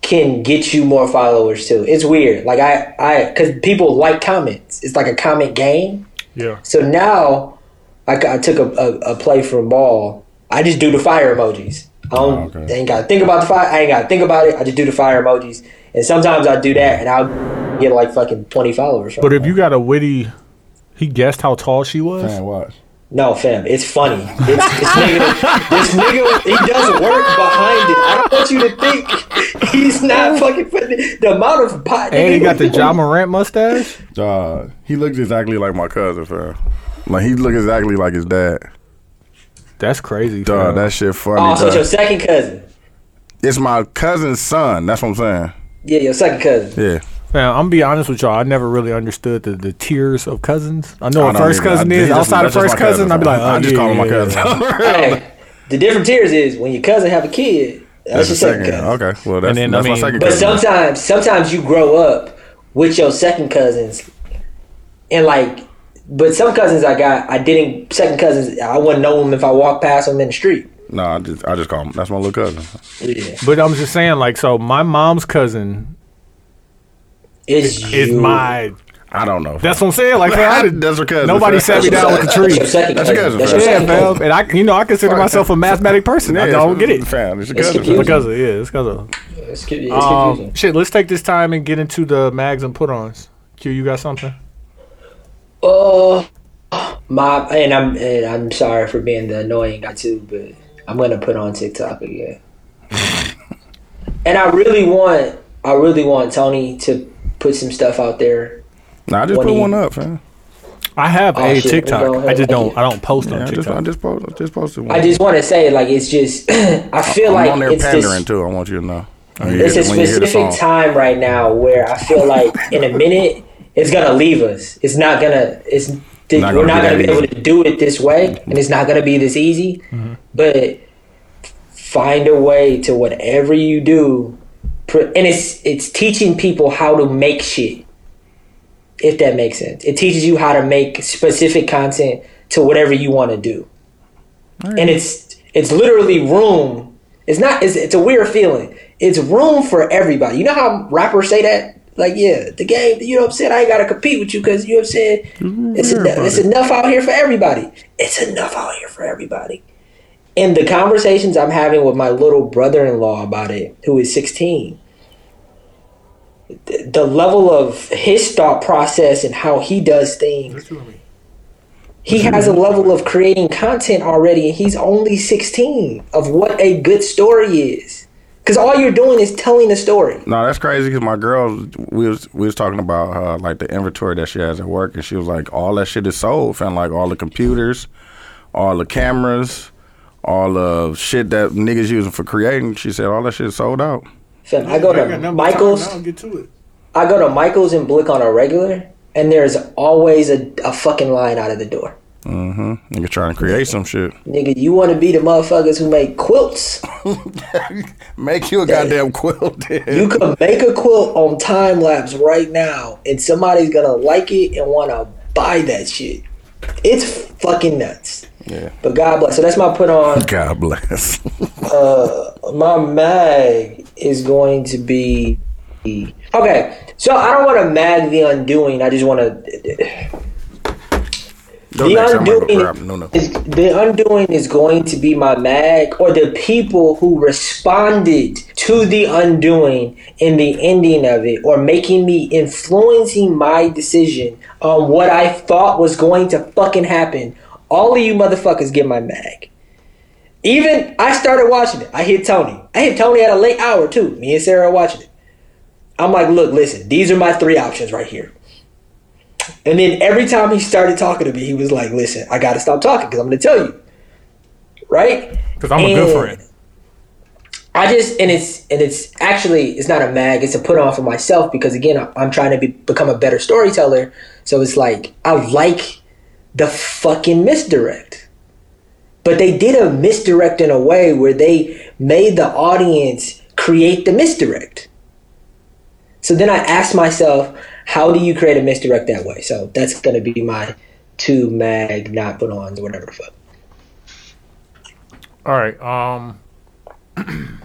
[SPEAKER 4] can get you more followers too. It's weird. Like I I cuz people like comments. It's like a comment game.
[SPEAKER 3] Yeah.
[SPEAKER 4] So now like I took a, a, a play from ball. I just do the fire emojis. I don't
[SPEAKER 1] okay.
[SPEAKER 4] ain't got to think about the fire. I ain't got to think about it. I just do the fire emojis. And sometimes I do that and I'll get like fucking 20 followers. From
[SPEAKER 3] But
[SPEAKER 4] it.
[SPEAKER 3] if you got a witty, he guessed how tall she was.
[SPEAKER 1] Man, watch.
[SPEAKER 4] No, fam, it's funny. It's, it's nigga, this nigga, he does work behind it. I don't want you to think he's not fucking putting it- the amount of pot.
[SPEAKER 3] And he
[SPEAKER 4] nigga-
[SPEAKER 3] got the John Morant mustache.
[SPEAKER 1] Uh, he looks exactly like my cousin, fam. Like, he look exactly like his dad.
[SPEAKER 3] That's crazy.
[SPEAKER 1] Duh,
[SPEAKER 3] fam.
[SPEAKER 1] that shit funny.
[SPEAKER 4] Oh, so it's
[SPEAKER 1] duh.
[SPEAKER 4] your second cousin.
[SPEAKER 1] It's my cousin's son. That's what I'm saying.
[SPEAKER 4] Yeah, your second cousin.
[SPEAKER 1] Yeah.
[SPEAKER 3] Now, I'm gonna be honest with y'all. I never really understood the, the tiers of cousins. I know
[SPEAKER 1] I
[SPEAKER 3] what
[SPEAKER 1] don't
[SPEAKER 3] first
[SPEAKER 1] even-
[SPEAKER 3] cousin
[SPEAKER 1] I-
[SPEAKER 3] is.
[SPEAKER 1] he just-
[SPEAKER 3] Outside
[SPEAKER 1] that's
[SPEAKER 3] of
[SPEAKER 1] just
[SPEAKER 3] first
[SPEAKER 1] my
[SPEAKER 3] cousin, I'd be like,
[SPEAKER 1] fam. I
[SPEAKER 3] oh,
[SPEAKER 1] just
[SPEAKER 3] yeah,
[SPEAKER 1] call him my
[SPEAKER 3] yeah,
[SPEAKER 1] cousin.
[SPEAKER 3] yeah.
[SPEAKER 4] Hey, the different tiers is when your cousin have a kid,
[SPEAKER 1] the
[SPEAKER 4] that's, your second, cousin.
[SPEAKER 1] Okay. Well, that's,
[SPEAKER 3] then, I
[SPEAKER 1] that's my
[SPEAKER 3] mean-
[SPEAKER 1] second
[SPEAKER 4] But
[SPEAKER 1] cousin.
[SPEAKER 4] sometimes, sometimes you grow up with your second cousins, and like, but some cousins I got, I didn't second cousins. I wouldn't know them if I walked past them in the street.
[SPEAKER 1] No, I just I just call him. That's my little cousin.
[SPEAKER 4] Yeah,
[SPEAKER 3] But I'm just saying, like, so my mom's cousin
[SPEAKER 4] it's,
[SPEAKER 3] is
[SPEAKER 4] you.
[SPEAKER 3] my.
[SPEAKER 1] I don't know.
[SPEAKER 3] That's what I'm saying. Like, man, I did,
[SPEAKER 1] That's her cousin.
[SPEAKER 3] Nobody
[SPEAKER 1] fam.
[SPEAKER 3] sat me down with the tree.
[SPEAKER 4] That's your second
[SPEAKER 1] That's your cousin,
[SPEAKER 4] cousin. That's
[SPEAKER 1] fam.
[SPEAKER 4] your
[SPEAKER 3] Yeah,
[SPEAKER 4] second
[SPEAKER 3] man.
[SPEAKER 4] cousin.
[SPEAKER 3] And I, you know, I consider
[SPEAKER 1] Fuck.
[SPEAKER 3] myself a mathematic person. I
[SPEAKER 1] Yeah,
[SPEAKER 3] don't get it.
[SPEAKER 1] Fam, it's your
[SPEAKER 4] It's
[SPEAKER 1] cousin. fam.
[SPEAKER 4] confusing.
[SPEAKER 3] My cousin, yeah, it's cousin.
[SPEAKER 4] It's confu- it's
[SPEAKER 3] Um,
[SPEAKER 4] confusing.
[SPEAKER 3] shit, let's take this time and get into the mags and put-ons. Q, you got something?
[SPEAKER 4] Oh, my, and I'm and I'm sorry for being the annoying guy too, but I'm gonna put on TikTok again. and I really want, I really want Tony to put some stuff out there.
[SPEAKER 1] Nah, I just
[SPEAKER 4] What
[SPEAKER 1] put
[SPEAKER 4] do you-
[SPEAKER 1] one up, man.
[SPEAKER 3] I have
[SPEAKER 4] Oh,
[SPEAKER 3] a
[SPEAKER 4] shit, we
[SPEAKER 3] TikTok.
[SPEAKER 4] going
[SPEAKER 3] I just
[SPEAKER 4] ahead.
[SPEAKER 3] don't. I don't post
[SPEAKER 1] Yeah,
[SPEAKER 3] on
[SPEAKER 1] I just, I
[SPEAKER 3] TikTok.
[SPEAKER 1] just posted, just posted one.
[SPEAKER 4] I just want to say, like, it's just, I feel
[SPEAKER 1] I'm
[SPEAKER 4] like
[SPEAKER 1] on there
[SPEAKER 4] it's
[SPEAKER 1] pandering
[SPEAKER 4] this,
[SPEAKER 1] too. I want you to know. When you
[SPEAKER 4] it's
[SPEAKER 1] hear
[SPEAKER 4] a
[SPEAKER 1] the- when you hear the
[SPEAKER 4] specific
[SPEAKER 1] song.
[SPEAKER 4] time right now where I feel like in a minute it's gonna leave us. It's not gonna. It's th-
[SPEAKER 1] Not gonna
[SPEAKER 4] we're
[SPEAKER 1] be
[SPEAKER 4] not
[SPEAKER 1] that
[SPEAKER 4] gonna be
[SPEAKER 1] easy. Mm-hmm.
[SPEAKER 4] able to do it this way, and it's not gonna be this easy. But find a way to whatever you do, pr- and it's it's teaching people how to make shit. If that makes sense, it teaches you how to make specific content to whatever you want to do, and it's it's literally room it's not. It's, it's a weird feeling. It's room for everybody. You know how rappers say that? Like, yeah, the game. You know what I'm saying? I ain't gotta compete with you because you know what I'm saying. It's enough, it's enough out here for everybody. It's enough out here for everybody. And the conversations I'm having with my little brother-in-law about it, who is 16, th- the level of his thought process and how he does things. He has a level of creating content already, and he's only 16 of what a good story is. Because all you're doing is telling a story.
[SPEAKER 1] No, that's crazy because my girl, we was we was talking about uh, like the inventory that she has at work, and she was like, all that shit is sold, and like all the computers, all the cameras, all the shit that niggas using for creating. She said all that shit is sold out.
[SPEAKER 4] Fam, I go to Michael's.
[SPEAKER 3] get to it.
[SPEAKER 4] I go to Michael's and Blick on a regular, and there's always a, a fucking line out of the door.
[SPEAKER 1] Niggas trying to create some shit.
[SPEAKER 4] Nigga, you want to be the motherfuckers who make quilts?
[SPEAKER 1] Make you a goddamn quilt.
[SPEAKER 4] You could make a quilt on time lapse right now, and somebody's gonna like it and want to buy that shit. It's fucking nuts.
[SPEAKER 1] Yeah.
[SPEAKER 4] But God bless. So that's my put on.
[SPEAKER 1] God bless.
[SPEAKER 4] my mag is going to be okay. So I don't want to mag the undoing. I just want to
[SPEAKER 1] Don't
[SPEAKER 4] The
[SPEAKER 1] make somebody
[SPEAKER 4] undoing-
[SPEAKER 1] go grab Nuno.
[SPEAKER 4] the undoing is going to be my mag or the people who responded to the undoing in the ending of it or making me influencing my decision on what I thought was going to fucking happen. All of you motherfuckers get my mag. Even I started watching it. I hit Tony. I hit Tony at a late hour too. Me and Sarah are watching it. I'm like, look, listen, these are my three options right here. And then every time he started talking to me, he was like, listen, I got to stop talking because I'm going to tell you. Right?
[SPEAKER 3] Because I'm a good
[SPEAKER 4] And-
[SPEAKER 3] friend.
[SPEAKER 4] I just and it's and it's actually it's not a mag. It's a put on for myself because again I- I'm trying to be, become a better storyteller. So it's like I like the fucking misdirect, but they did a misdirect in a way where they made the audience create the misdirect. So then I asked myself, how do you create a misdirect that way? So that's gonna be my two mag not put ons or whatever the fuck.
[SPEAKER 3] All right. Um,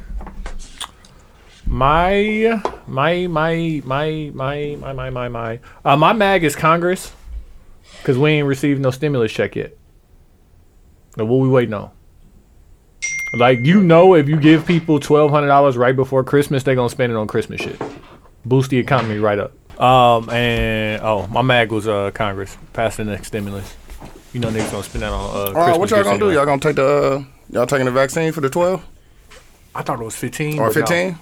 [SPEAKER 3] my my my my my my my my my uh, my mag is Congress because we ain't received no stimulus check yet. Now what we waiting on? Like you know, if you give people twelve hundred dollars right before Christmas, they gonna spend it on Christmas shit. Boost the economy right up. Um and oh, my mag was uh Congress passing the next stimulus. You know niggas gonna spend that on uh.
[SPEAKER 1] All right, what
[SPEAKER 3] Christmas
[SPEAKER 1] y'all
[SPEAKER 3] gifts
[SPEAKER 1] gonna do?
[SPEAKER 3] anyway.
[SPEAKER 1] Y'all gonna take the uh, y'all taking the vaccine for the twelve
[SPEAKER 3] I thought it was fifteen
[SPEAKER 1] or
[SPEAKER 3] but no.
[SPEAKER 1] fifteen?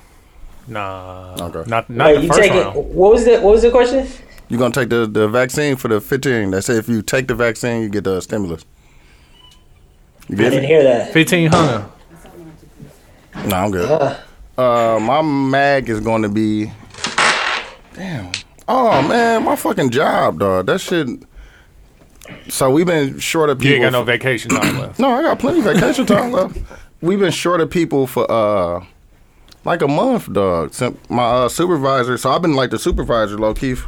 [SPEAKER 3] Nah.
[SPEAKER 1] Okay.
[SPEAKER 3] Not not
[SPEAKER 4] Wait,
[SPEAKER 3] the
[SPEAKER 4] you
[SPEAKER 3] first
[SPEAKER 4] take it.
[SPEAKER 3] round.
[SPEAKER 4] What was the what was the question?
[SPEAKER 1] You gonna take the, the vaccine for the fifteen? They say if you take the vaccine, you get the stimulus. You
[SPEAKER 4] I
[SPEAKER 1] get
[SPEAKER 4] didn't
[SPEAKER 1] it?
[SPEAKER 4] hear that.
[SPEAKER 3] Fifteen hundred.
[SPEAKER 1] No, I'm good. Uh, my mag is going to be. Damn. Oh man, my fucking job, dog. That shit. So we've been short of
[SPEAKER 3] You
[SPEAKER 1] people.
[SPEAKER 3] ain't got no
[SPEAKER 1] for-
[SPEAKER 3] vacation time left.
[SPEAKER 1] no, I got plenty of vacation time left. We've been short of people for uh like a month, dog. Since my uh, supervisor, so I've been like the supervisor, low key, f-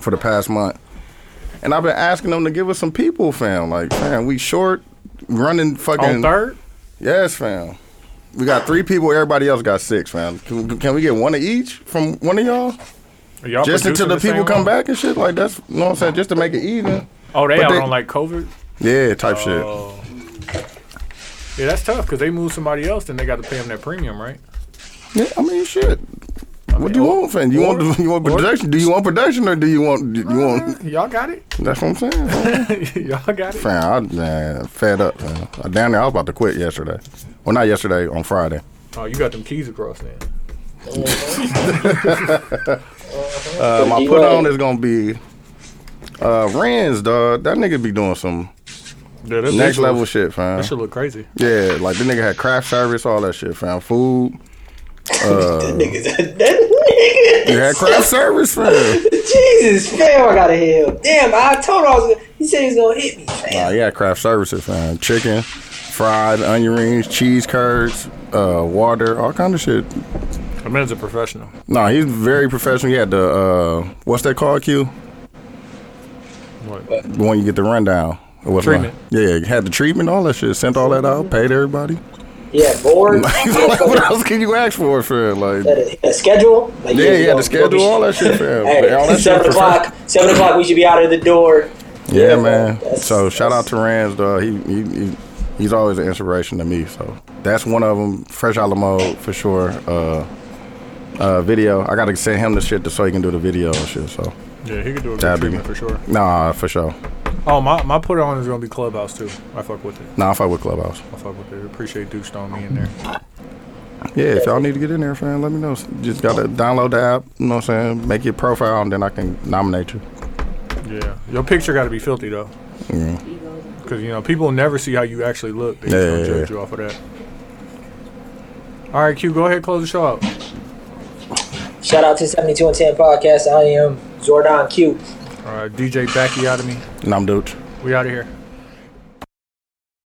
[SPEAKER 1] for the past month, and I've been asking them to give us some people, fam. Like, fam, we short, running fucking.
[SPEAKER 3] On third?
[SPEAKER 1] Yes, fam. We got three people. Everybody else got six, fam. Can, can we get one of each from one of y'all?
[SPEAKER 3] Are y'all
[SPEAKER 1] Just until
[SPEAKER 3] producing
[SPEAKER 1] the, people
[SPEAKER 3] same
[SPEAKER 1] come
[SPEAKER 3] one?
[SPEAKER 1] back and shit. Like that's, you know what I'm saying? Just to make it even.
[SPEAKER 3] Oh, they
[SPEAKER 1] But
[SPEAKER 3] out
[SPEAKER 1] they-
[SPEAKER 3] on like COVID.
[SPEAKER 1] Yeah, type shit.
[SPEAKER 3] Oh. Yeah, that's tough because they move somebody else, then they got to pay them their premium, right?
[SPEAKER 1] Yeah, I mean shit. What do you want, fam? You want the, you want
[SPEAKER 3] Or-
[SPEAKER 1] production? Do you want production or do you want you want?
[SPEAKER 3] Y'all got it.
[SPEAKER 1] That's what I'm saying.
[SPEAKER 3] Y'all got it.
[SPEAKER 1] Fam, I man, fed up. Man. I Down there, I was about to quit yesterday. Well, not yesterday, on Friday.
[SPEAKER 3] Oh, you got them keys across now.
[SPEAKER 1] Uh, my put on is gonna be uh, Renz, dog. That nigga be doing some
[SPEAKER 3] Yeah, that
[SPEAKER 1] next
[SPEAKER 3] bitch look-
[SPEAKER 1] level shit, fam.
[SPEAKER 3] That should look crazy.
[SPEAKER 1] Yeah, like the nigga had craft service, all that shit, fam. Food.
[SPEAKER 4] That nigga, that
[SPEAKER 1] You
[SPEAKER 4] nigga.
[SPEAKER 1] had craft service, fam.
[SPEAKER 4] Jesus, fam, I gotta hit him. Damn, I told him I was. Gonna, he said he was gonna hit me. Fam.
[SPEAKER 1] Nah, yeah, craft services, fam. Chicken, fried onion rings, cheese curds, uh, water, all kind of shit.
[SPEAKER 3] That man's a professional.
[SPEAKER 1] No, he's very professional. He had the uh, what's that called? Q
[SPEAKER 3] What?
[SPEAKER 1] the one you get the rundown. It was
[SPEAKER 3] Treatment.
[SPEAKER 1] Yeah, he had the treatment, all that shit. Sent all that out, paid everybody.
[SPEAKER 4] Yeah, bored.
[SPEAKER 1] like, what else can you ask for, fam? Like,
[SPEAKER 4] Had a, a schedule. Like,
[SPEAKER 1] yeah, he had
[SPEAKER 4] we
[SPEAKER 1] the
[SPEAKER 4] gonna-
[SPEAKER 1] schedule, all that shit, fam.
[SPEAKER 4] Hey,
[SPEAKER 1] all that shit
[SPEAKER 4] seven
[SPEAKER 1] professional.
[SPEAKER 4] o'clock. Seven o'clock. We should be out of the door.
[SPEAKER 1] Yeah, man.
[SPEAKER 4] that's-
[SPEAKER 1] so shout out
[SPEAKER 4] that's-
[SPEAKER 1] to Rands, dog. He, he, he he's always an inspiration to me. So that's one of them. Fresh out of mode for sure. Uh, uh, video. I gotta send him the shit so he can do the video and shit. So
[SPEAKER 3] Yeah, he could do a good
[SPEAKER 1] That'd be
[SPEAKER 3] treatment for sure.
[SPEAKER 1] nah, for sure.
[SPEAKER 3] Oh, my, my put on is gonna be clubhouse too. I fuck with it.
[SPEAKER 1] Nah, I fuck with Clubhouse.
[SPEAKER 3] I fuck with it. Appreciate Deuce throwing me in there.
[SPEAKER 1] Yeah, if y'all need to get in there, fam, let me know. Just gotta download the app. You know what I'm saying? Make your profile and then I can nominate you.
[SPEAKER 3] Yeah, your picture got to be filthy though. Because you know people never see how you actually look. They just
[SPEAKER 1] Mm-hmm. Yeah,
[SPEAKER 3] don't
[SPEAKER 1] yeah,
[SPEAKER 3] judge
[SPEAKER 1] yeah.
[SPEAKER 3] you off of that. All right, Q, go ahead, close the show out.
[SPEAKER 4] Shout out to seventy two and ten podcast. I am Jordan Q.
[SPEAKER 3] All right, DJ Backy out of me.
[SPEAKER 1] And I'm Dooch.
[SPEAKER 3] We out of here.